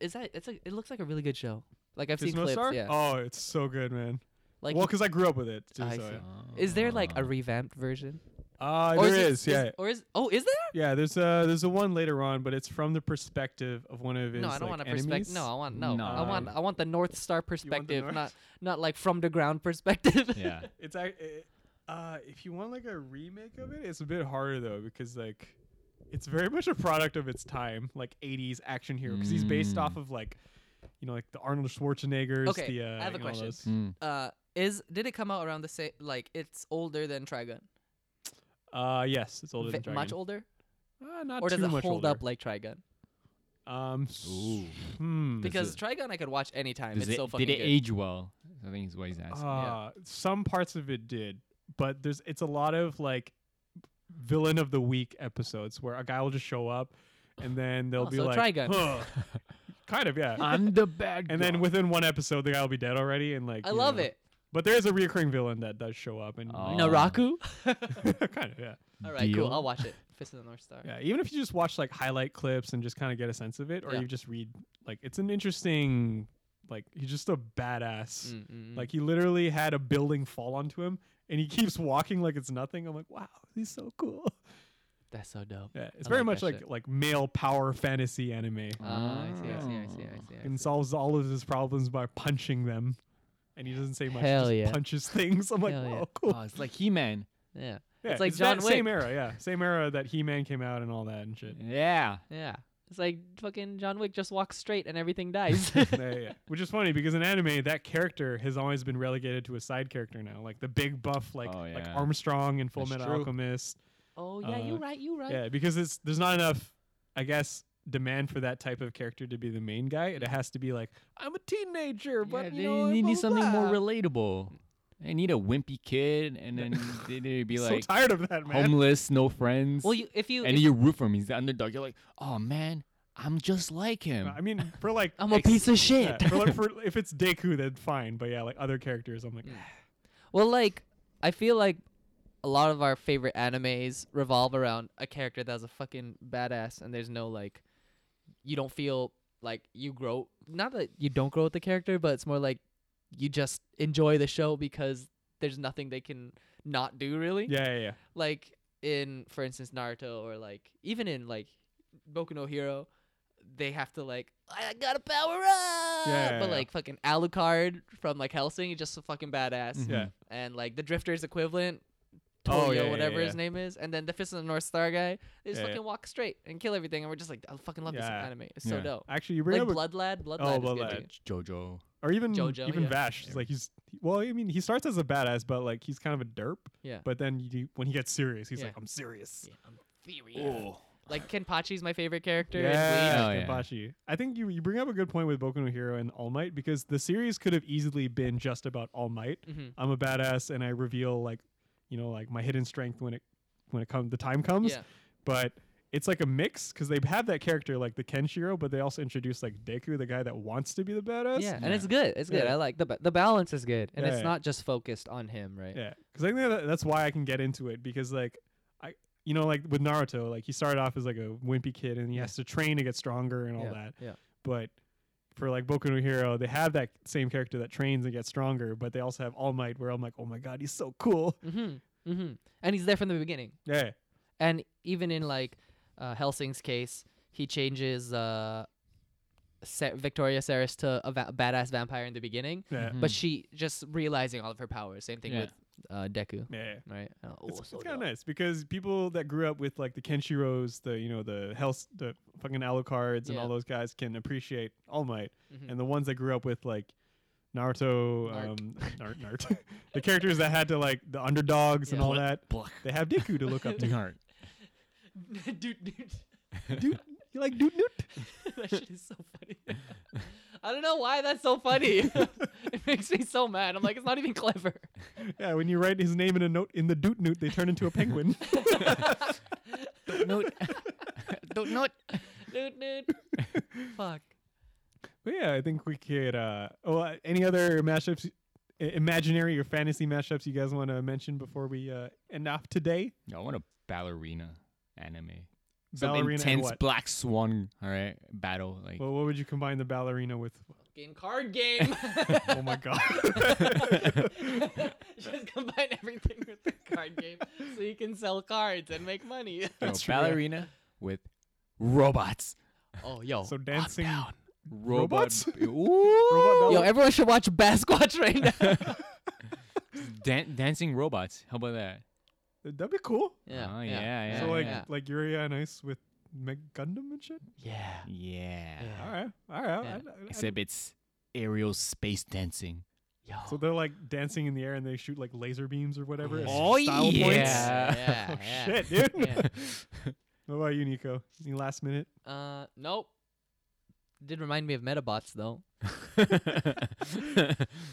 [SPEAKER 3] Is that? It's like it looks like a really good show. Like I've
[SPEAKER 1] Fist
[SPEAKER 3] seen
[SPEAKER 1] of the North
[SPEAKER 3] clips.
[SPEAKER 1] Star.
[SPEAKER 3] Yeah.
[SPEAKER 1] Oh, it's so good, man.
[SPEAKER 3] like
[SPEAKER 1] well, because I grew up with it too.
[SPEAKER 3] I
[SPEAKER 1] so
[SPEAKER 3] see.
[SPEAKER 1] yeah.
[SPEAKER 3] Is there like a revamped version?
[SPEAKER 1] Uh,
[SPEAKER 3] Or
[SPEAKER 1] there
[SPEAKER 3] it-
[SPEAKER 1] is, yeah,
[SPEAKER 3] Or is oh is there?
[SPEAKER 1] yeah. There's a there's a one later on, but it's from the perspective of one of his.
[SPEAKER 3] No, I don't
[SPEAKER 1] like,
[SPEAKER 3] want a perspective.
[SPEAKER 1] enemies.
[SPEAKER 3] No, I want no. I
[SPEAKER 2] Nah.
[SPEAKER 3] want I want the North Star perspective,
[SPEAKER 1] North-
[SPEAKER 3] not not like from the
[SPEAKER 2] <laughs>
[SPEAKER 3] ground perspective.
[SPEAKER 2] yeah.
[SPEAKER 1] It's ac- it, uh, if you want like a remake of it, it's a bit harder though because like it's very much a product of its time, like '80s action hero, because he's based
[SPEAKER 2] Mm.
[SPEAKER 1] off of like you know like the Arnold Schwarzeneggers.
[SPEAKER 3] Okay,
[SPEAKER 1] the, uh,
[SPEAKER 3] I have
[SPEAKER 1] you know,
[SPEAKER 3] a
[SPEAKER 1] all
[SPEAKER 3] question.
[SPEAKER 1] those-
[SPEAKER 2] Mm.
[SPEAKER 3] <laughs> uh, is did it come out around the same? Like it's older than Trigun,
[SPEAKER 1] Uh, yes, it's older
[SPEAKER 3] Ve-
[SPEAKER 1] than Dragon.
[SPEAKER 3] much older,
[SPEAKER 1] Uh, not
[SPEAKER 3] or does
[SPEAKER 1] too
[SPEAKER 3] it
[SPEAKER 1] much
[SPEAKER 3] hold
[SPEAKER 1] older.
[SPEAKER 3] up like Trigun?
[SPEAKER 1] Um, s-
[SPEAKER 2] Ooh.
[SPEAKER 1] hmm.
[SPEAKER 3] Because Trigun I could watch anytime.
[SPEAKER 2] Does
[SPEAKER 3] it's
[SPEAKER 2] it,
[SPEAKER 3] so fucking
[SPEAKER 2] did it
[SPEAKER 3] good.
[SPEAKER 2] age well? I think is what he's asking.
[SPEAKER 1] Uh, some parts of it did, but there's it's a lot of like villain of the week episodes where a guy will just show up and then they'll
[SPEAKER 3] Oh,
[SPEAKER 1] be
[SPEAKER 3] so
[SPEAKER 1] like,
[SPEAKER 3] Trigun.
[SPEAKER 1] "Huh." kind of
[SPEAKER 2] <laughs>
[SPEAKER 1] yeah.
[SPEAKER 2] I'm the bad
[SPEAKER 1] And then within one episode, the guy will be dead already, and like
[SPEAKER 3] I
[SPEAKER 1] you
[SPEAKER 3] love
[SPEAKER 1] know.
[SPEAKER 3] it.
[SPEAKER 1] But there is a reoccurring villain that does show up, and
[SPEAKER 2] Oh.
[SPEAKER 3] Naraku.
[SPEAKER 1] like, <laughs> kind of yeah,
[SPEAKER 3] All right,
[SPEAKER 2] Deal.
[SPEAKER 3] cool. I'll watch it. Fist of the North Star.
[SPEAKER 1] yeah. Even if you just watch like highlight clips and just kind of get a sense of it, or
[SPEAKER 3] Yeah.
[SPEAKER 1] you just read like it's an interesting like he's just a badass.
[SPEAKER 3] Mm, mm, mm.
[SPEAKER 1] Like he literally had a building fall onto him, and he keeps walking like it's nothing. I'm like, wow, he's so cool.
[SPEAKER 3] that's so dope.
[SPEAKER 1] Yeah, it's
[SPEAKER 3] I
[SPEAKER 1] very
[SPEAKER 3] like
[SPEAKER 1] much
[SPEAKER 3] that
[SPEAKER 1] like
[SPEAKER 3] shit.
[SPEAKER 1] like male power fantasy anime,
[SPEAKER 3] Ah, I Ah, see. I see. I see. I see. I
[SPEAKER 1] and
[SPEAKER 3] see.
[SPEAKER 1] solves all of his problems by punching them, and he doesn't say much.
[SPEAKER 3] Hell
[SPEAKER 1] just
[SPEAKER 3] yeah.
[SPEAKER 1] punches things. I'm like,
[SPEAKER 3] Hell yeah.
[SPEAKER 1] oh, cool.
[SPEAKER 2] Oh, it's like He Man.
[SPEAKER 3] Yeah.
[SPEAKER 1] Yeah,
[SPEAKER 3] it's like John
[SPEAKER 1] that
[SPEAKER 3] Wick.
[SPEAKER 1] Same era, yeah. Same era that He Man came out and all that and
[SPEAKER 3] <laughs>
[SPEAKER 1] shit.
[SPEAKER 2] Yeah.
[SPEAKER 3] Yeah. It's like fucking John Wick just walks straight and
[SPEAKER 1] <laughs>
[SPEAKER 3] everything dies.
[SPEAKER 1] yeah, yeah. Which is funny because in anime, that character has always been relegated to a side character now, like the big buff, like
[SPEAKER 2] Oh,
[SPEAKER 1] like
[SPEAKER 2] yeah.
[SPEAKER 1] Armstrong and Full
[SPEAKER 2] That's
[SPEAKER 1] Metal
[SPEAKER 2] true.
[SPEAKER 1] Alchemist.
[SPEAKER 3] <laughs> oh yeah, you
[SPEAKER 1] Uh,
[SPEAKER 3] right, you right.
[SPEAKER 1] Yeah, because it's there's not enough, I guess, demand for that type of character to be the main guy. It has to be like I'm a teenager, but
[SPEAKER 2] yeah,
[SPEAKER 1] you
[SPEAKER 2] they
[SPEAKER 1] know,
[SPEAKER 2] need
[SPEAKER 1] blah, blah,
[SPEAKER 2] something
[SPEAKER 1] blah.
[SPEAKER 2] more relatable. They need a wimpy kid,
[SPEAKER 1] <laughs>
[SPEAKER 2] and then they- they'd be
[SPEAKER 1] So
[SPEAKER 2] like
[SPEAKER 1] tired of that, man.
[SPEAKER 2] homeless, no friends.
[SPEAKER 3] Well, you if you
[SPEAKER 2] and
[SPEAKER 3] if-
[SPEAKER 2] you root for him. He's the underdog. You're like, oh man, I'm just like him.
[SPEAKER 1] I mean, for like
[SPEAKER 3] <laughs> I'm a
[SPEAKER 1] ex-
[SPEAKER 3] piece of shit.
[SPEAKER 1] yeah,
[SPEAKER 3] <laughs>
[SPEAKER 1] for, like- for- if it's Deku, then fine. But yeah, like other characters, I'm like,
[SPEAKER 3] Mm. Well, like I feel like a lot of our favorite animes revolve around a character that's a fucking badass, and there's no like, you don't feel like you grow. Not that you don't grow with the character, but it's more like you just enjoy the show because there's nothing they can not do really.
[SPEAKER 1] yeah, yeah, yeah.
[SPEAKER 3] Like in, for instance, Naruto, or like even in like Boku no Hero. They have to like, I gotta power up,
[SPEAKER 1] yeah,
[SPEAKER 3] but
[SPEAKER 1] yeah.
[SPEAKER 3] like fucking Alucard from like Helsing, he's just a fucking badass
[SPEAKER 2] Mhm.
[SPEAKER 1] yeah.
[SPEAKER 3] and like the Drifter's equivalent, Toyo,
[SPEAKER 1] Mm-hmm. Oh, yeah, yeah,
[SPEAKER 3] whatever
[SPEAKER 1] yeah.
[SPEAKER 3] his name is, and then the Fist of the North Star guy, they just
[SPEAKER 1] Yeah, yeah.
[SPEAKER 3] fucking walk straight and kill everything, and we're just like, I fucking love this
[SPEAKER 1] Yeah.
[SPEAKER 3] anime, it's so
[SPEAKER 2] Yeah.
[SPEAKER 3] dope.
[SPEAKER 1] Actually, you bring
[SPEAKER 3] Like
[SPEAKER 1] up a-
[SPEAKER 3] Blood Lad, Blood
[SPEAKER 1] Oh,
[SPEAKER 3] Lad
[SPEAKER 1] Blood
[SPEAKER 3] is good
[SPEAKER 1] Lad.
[SPEAKER 3] too.
[SPEAKER 2] Jojo.
[SPEAKER 1] or even
[SPEAKER 3] Jojo,
[SPEAKER 1] even
[SPEAKER 3] yeah.
[SPEAKER 1] Vash. It's like he's he- well, I mean, he starts as a badass, but like he's kind of a derp.
[SPEAKER 3] Yeah.
[SPEAKER 1] But then you, when he gets serious, he's
[SPEAKER 3] Yeah.
[SPEAKER 1] like, I'm serious.
[SPEAKER 3] Yeah, I'm furious. Like Kenpachi's my favorite character. in Bleach.
[SPEAKER 2] Bleach. Oh, yeah.
[SPEAKER 1] Kenpachi. I think you you bring up a good point with Boku no Hero and All Might because the series could have easily been just about All Might.
[SPEAKER 3] Mhm.
[SPEAKER 1] I'm a badass and I reveal like, you know, like my hidden strength when it when it comes the time comes.
[SPEAKER 3] Yeah.
[SPEAKER 1] But it's like a mix because they have that character like the Kenshiro, but they also introduce like Deku, the guy that wants to be the badass.
[SPEAKER 3] Yeah, and it's good. It's good.
[SPEAKER 1] Yeah.
[SPEAKER 3] I like the ba- the balance is good, and
[SPEAKER 1] Yeah,
[SPEAKER 3] it's
[SPEAKER 1] yeah.
[SPEAKER 3] not just focused on him, right?
[SPEAKER 1] Yeah, because I think that, that's why I can get into it because like I, you know, like with Naruto, like he started off as like a wimpy kid and he has to train to get stronger and all
[SPEAKER 3] Yeah,
[SPEAKER 1] that.
[SPEAKER 3] yeah.
[SPEAKER 1] But for like Boku no Hero, they have that same character that trains and gets stronger, but they also have All Might, where I'm like, oh my god, he's so cool. <laughs>
[SPEAKER 3] Mm-hmm. Mm-hmm. And he's there from the beginning.
[SPEAKER 1] Yeah,
[SPEAKER 3] and even in like uh, Helsing's case, he changes uh, Sa- Victoria Saris to a va- badass vampire in the beginning,
[SPEAKER 1] yeah,
[SPEAKER 3] but she just realizing all of her powers. Same thing
[SPEAKER 2] Yeah.
[SPEAKER 3] with uh, Deku,
[SPEAKER 1] yeah.
[SPEAKER 3] right? Uh, oh,
[SPEAKER 1] It's,
[SPEAKER 3] so
[SPEAKER 1] it's kind
[SPEAKER 3] dope.
[SPEAKER 1] of nice because people that grew up with like the Kenshiros, the you know the Hell's, the fucking Alucards and
[SPEAKER 3] Yeah.
[SPEAKER 1] all those guys can appreciate All Might,
[SPEAKER 3] Mhm.
[SPEAKER 1] and the ones that grew up with like Naruto,
[SPEAKER 3] Narc. <laughs>
[SPEAKER 1] um, Nar- Naruto, <laughs> the characters that had to like the underdogs and
[SPEAKER 3] Yeah.
[SPEAKER 1] all that,
[SPEAKER 2] Block.
[SPEAKER 1] they have Deku to look
[SPEAKER 3] <laughs>
[SPEAKER 1] up to.
[SPEAKER 2] Alright.
[SPEAKER 3] <laughs> dude, dude, <laughs>
[SPEAKER 1] dude, you like dude, dude?
[SPEAKER 3] that shit is so funny. <laughs> I don't know why that's so funny. <laughs> it makes me so mad. I'm like, it's not even clever.
[SPEAKER 1] Yeah, when you write his name in a note in the doot newt, they turn into a
[SPEAKER 3] <laughs>
[SPEAKER 1] penguin. <laughs>
[SPEAKER 2] Note. Don't note.
[SPEAKER 3] Dude, dude, <laughs> fuck.
[SPEAKER 1] but yeah, I think we could. uh Oh, uh, any other mashups? i- Imaginary or fantasy mashups you guys want to mention before we uh, end off today?
[SPEAKER 2] I want a ballerina anime. Some
[SPEAKER 1] Ballerina and
[SPEAKER 2] intense
[SPEAKER 1] what? Oh,
[SPEAKER 2] black swan. All right, battle. Like
[SPEAKER 1] Well, what would you combine the ballerina with?
[SPEAKER 3] Fucking card game. <laughs>
[SPEAKER 1] Oh
[SPEAKER 2] <laughs>
[SPEAKER 1] my god.
[SPEAKER 3] just combine everything with the card game so you can sell cards and make <laughs> money.
[SPEAKER 2] you know,
[SPEAKER 1] That's true, yeah.
[SPEAKER 2] ballerina with robots.
[SPEAKER 3] Oh, yo.
[SPEAKER 1] so dancing.
[SPEAKER 2] Robot-
[SPEAKER 1] Robots? <laughs>
[SPEAKER 2] Ooh.
[SPEAKER 1] Robot
[SPEAKER 3] yo,
[SPEAKER 1] ballet-
[SPEAKER 3] everyone should watch Basquatch right now.
[SPEAKER 2] Dan- dancing robots. How about that?
[SPEAKER 1] That'd be cool.
[SPEAKER 2] Oh, yeah, yeah,
[SPEAKER 1] so like
[SPEAKER 3] yeah.
[SPEAKER 1] like Yuri on Ice with Meg Gundam and shit.
[SPEAKER 3] Yeah.
[SPEAKER 2] <laughs> Yeah.
[SPEAKER 3] Yeah.
[SPEAKER 1] All right, all right.
[SPEAKER 3] Yeah.
[SPEAKER 1] I- I- I-
[SPEAKER 2] Except it's aerial
[SPEAKER 1] <laughs>
[SPEAKER 2] space dancing. <laughs>
[SPEAKER 3] Yo.
[SPEAKER 1] so they're like dancing in the air and they shoot like laser beams or whatever. as
[SPEAKER 2] Oh,
[SPEAKER 1] style
[SPEAKER 2] yeah.
[SPEAKER 1] Points.
[SPEAKER 3] yeah,
[SPEAKER 1] <laughs> Oh
[SPEAKER 3] yeah.
[SPEAKER 1] shit, dude.
[SPEAKER 3] Yeah.
[SPEAKER 1] <laughs> What about you, Nico? Any last minute?
[SPEAKER 3] Uh, nope. Did remind me of Metabots though,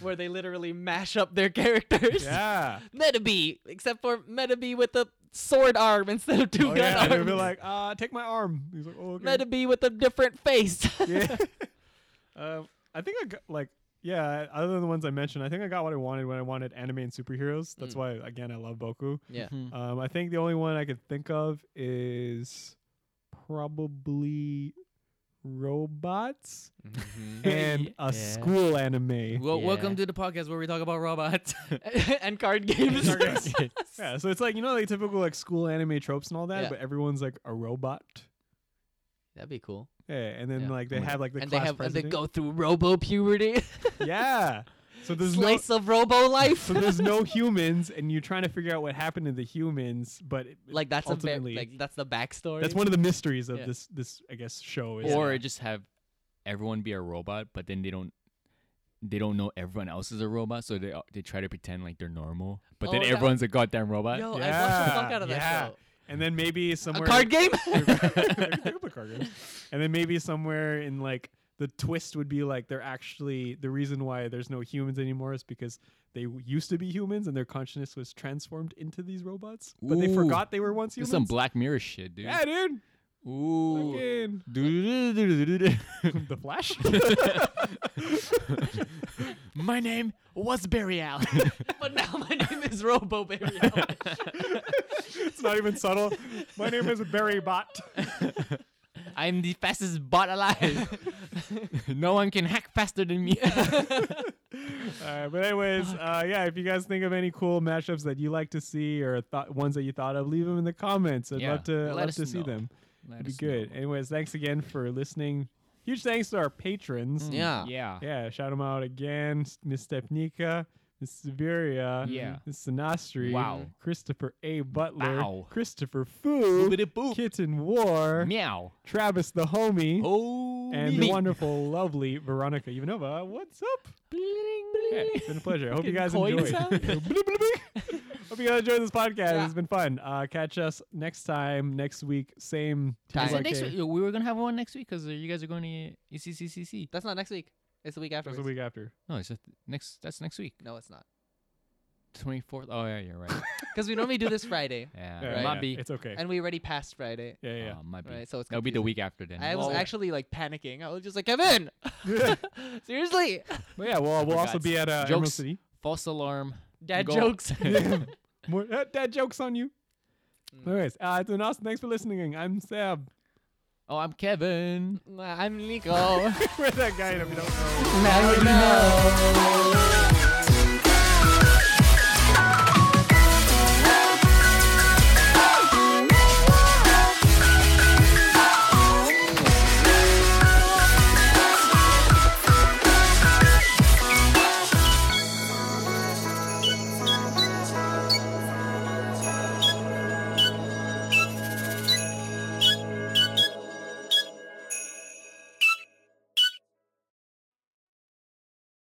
[SPEAKER 3] where they literally mash up their characters. <laughs>
[SPEAKER 1] Yeah.
[SPEAKER 3] Metabee, except for Metabee with a sword arm instead of two
[SPEAKER 1] oh
[SPEAKER 3] gun
[SPEAKER 1] yeah. They'd
[SPEAKER 3] arms.
[SPEAKER 1] be
[SPEAKER 3] <laughs>
[SPEAKER 1] like, uh, take my arm. He's like, oh okay.
[SPEAKER 3] Metabee with a different face. <laughs>
[SPEAKER 1] yeah. <laughs> um, I think I got like yeah. Other than the ones I mentioned, I think I got what I wanted when I wanted anime and superheroes. That's
[SPEAKER 3] Mm.
[SPEAKER 1] why again I love Boku.
[SPEAKER 3] yeah.
[SPEAKER 1] Um, I think the only one I could think of is probably robots
[SPEAKER 3] Mm-hmm.
[SPEAKER 1] and a school <laughs> anime.
[SPEAKER 2] Well,
[SPEAKER 3] welcome
[SPEAKER 2] welcome to the podcast where we talk about robots.
[SPEAKER 3] <laughs>
[SPEAKER 2] <laughs>
[SPEAKER 3] and card games.
[SPEAKER 1] Yeah, so it's like you know like typical like school anime tropes and all that,
[SPEAKER 3] Yeah.
[SPEAKER 1] but everyone's like a robot.
[SPEAKER 3] <laughs> That'd be cool.
[SPEAKER 1] Yeah, and then
[SPEAKER 3] Yeah.
[SPEAKER 1] like they
[SPEAKER 2] Oh my
[SPEAKER 1] have like the
[SPEAKER 3] and they
[SPEAKER 1] class
[SPEAKER 3] have and
[SPEAKER 1] president.
[SPEAKER 3] <laughs> they go through robo puberty.
[SPEAKER 1] <laughs> yeah. So there's no
[SPEAKER 3] slice of Robo life.
[SPEAKER 1] so
[SPEAKER 3] <laughs>
[SPEAKER 1] there's no humans, and you're trying to figure out what happened to the humans. But it-
[SPEAKER 3] like that's a bit,
[SPEAKER 1] ultimately
[SPEAKER 3] like that's the backstory.
[SPEAKER 1] that's one of the mysteries of
[SPEAKER 3] Yeah.
[SPEAKER 1] this this I guess show. Is
[SPEAKER 2] or just have everyone be a robot, but then they don't they don't know everyone else is a robot, so they uh, they try to pretend like they're normal, but then
[SPEAKER 3] Oh, that-
[SPEAKER 2] everyone's a goddamn robot.
[SPEAKER 3] Yo, I watched the fuck
[SPEAKER 1] Yeah,
[SPEAKER 3] out of that
[SPEAKER 1] yeah.
[SPEAKER 3] show.
[SPEAKER 1] and then maybe
[SPEAKER 3] A
[SPEAKER 1] somewhere <laughs>
[SPEAKER 3] card game.
[SPEAKER 1] Pick up a card game. and then maybe somewhere in like the twist would be like they're actually the reason why there's no humans anymore is because they w- used to be humans and their consciousness was transformed into these robots, but they
[SPEAKER 2] Ooh.
[SPEAKER 1] forgot they were once humans.
[SPEAKER 2] This is some Black Mirror shit, dude.
[SPEAKER 1] yeah, dude.
[SPEAKER 2] Ooh.
[SPEAKER 1] Fucking- the Flash.
[SPEAKER 2] <laughs>
[SPEAKER 1] <laughs>
[SPEAKER 2] My name was Barry
[SPEAKER 3] <laughs>
[SPEAKER 2] Allen.
[SPEAKER 3] but now my name is
[SPEAKER 1] <laughs>
[SPEAKER 3] Robo Baby. <laughs> Hour.
[SPEAKER 1] it's not even subtle. My name is Barry Bot.
[SPEAKER 2] I'm the fastest bot alive. <laughs> no one can hack faster than
[SPEAKER 3] <laughs>
[SPEAKER 2] me.
[SPEAKER 1] Uh, but anyways, uh, yeah. If you guys think of any cool mashups that you like to see or thought ones that you thought of, leave them in the comments. I'd
[SPEAKER 2] Yeah,
[SPEAKER 1] love to I'd
[SPEAKER 2] let
[SPEAKER 1] love
[SPEAKER 2] us
[SPEAKER 1] to see
[SPEAKER 2] know.
[SPEAKER 1] them.
[SPEAKER 2] Let
[SPEAKER 1] That'd be
[SPEAKER 2] us know.
[SPEAKER 1] good. Anyways, thanks again for listening. Huge thanks to our patrons.
[SPEAKER 4] Yeah.
[SPEAKER 2] Mm. Yeah.
[SPEAKER 1] Yeah, shout them out again. S- Miss Stepnika, Miss Siberia,
[SPEAKER 2] Yeah.
[SPEAKER 1] Miss Sinastri,
[SPEAKER 2] Wow.
[SPEAKER 1] Christopher A. Butler,
[SPEAKER 2] Wow.
[SPEAKER 1] Christopher Foo,
[SPEAKER 2] Boopity boop.
[SPEAKER 1] Kitten War,
[SPEAKER 2] Meow.
[SPEAKER 1] Travis the Homie,
[SPEAKER 2] Oh.
[SPEAKER 1] and the wonderful, lovely Veronica Ivanova. What's up?
[SPEAKER 3] <laughs>
[SPEAKER 1] Yeah, it's been a pleasure. I hope you guys
[SPEAKER 3] Coin
[SPEAKER 1] enjoyed. <laughs>
[SPEAKER 3] sound?
[SPEAKER 1] Bling, bling, bling. hope you guys enjoyed this podcast. It's been fun. Uh, catch us next time, next week, same
[SPEAKER 3] Time.
[SPEAKER 2] Is it next
[SPEAKER 1] TYK.
[SPEAKER 2] week? We were gonna have one next week because you guys are going to E ECCCC.
[SPEAKER 4] That's not next week. It's the week after.
[SPEAKER 1] That's the week after.
[SPEAKER 2] No, it's just next. That's next week,
[SPEAKER 4] No, it's not.
[SPEAKER 2] twenty fourth. Oh yeah, you're right.
[SPEAKER 4] <laughs> Because we normally do this Friday,
[SPEAKER 2] Yeah,
[SPEAKER 1] Yeah,
[SPEAKER 2] it
[SPEAKER 1] yeah,
[SPEAKER 2] might be.
[SPEAKER 1] It's okay.
[SPEAKER 4] and we already passed Friday,
[SPEAKER 1] yeah, yeah.
[SPEAKER 2] Uh, might be.
[SPEAKER 4] right? So it's
[SPEAKER 2] That'll be the
[SPEAKER 4] confusing.
[SPEAKER 2] week after then.
[SPEAKER 4] I was
[SPEAKER 2] Oh,
[SPEAKER 4] actually like panicking. I was just like,
[SPEAKER 3] <laughs>
[SPEAKER 4] Kevin, seriously,
[SPEAKER 1] <laughs> But yeah, well, we'll
[SPEAKER 2] For
[SPEAKER 1] also
[SPEAKER 2] God's
[SPEAKER 1] be at uh, Emerald
[SPEAKER 2] Um, Jokes.
[SPEAKER 1] City.
[SPEAKER 4] <laughs>
[SPEAKER 2] false alarm. <laughs>
[SPEAKER 4] dad
[SPEAKER 2] Go-
[SPEAKER 4] jokes.
[SPEAKER 1] More uh, dad jokes on you.
[SPEAKER 2] Mm.
[SPEAKER 1] Anyways, uh, it's been awesome. Thanks for listening. I'm <laughs> Sab.
[SPEAKER 2] Oh, I'm Kevin.
[SPEAKER 4] I'm Nico.
[SPEAKER 1] <laughs> Where's that guy? If you don't know.
[SPEAKER 4] now you know.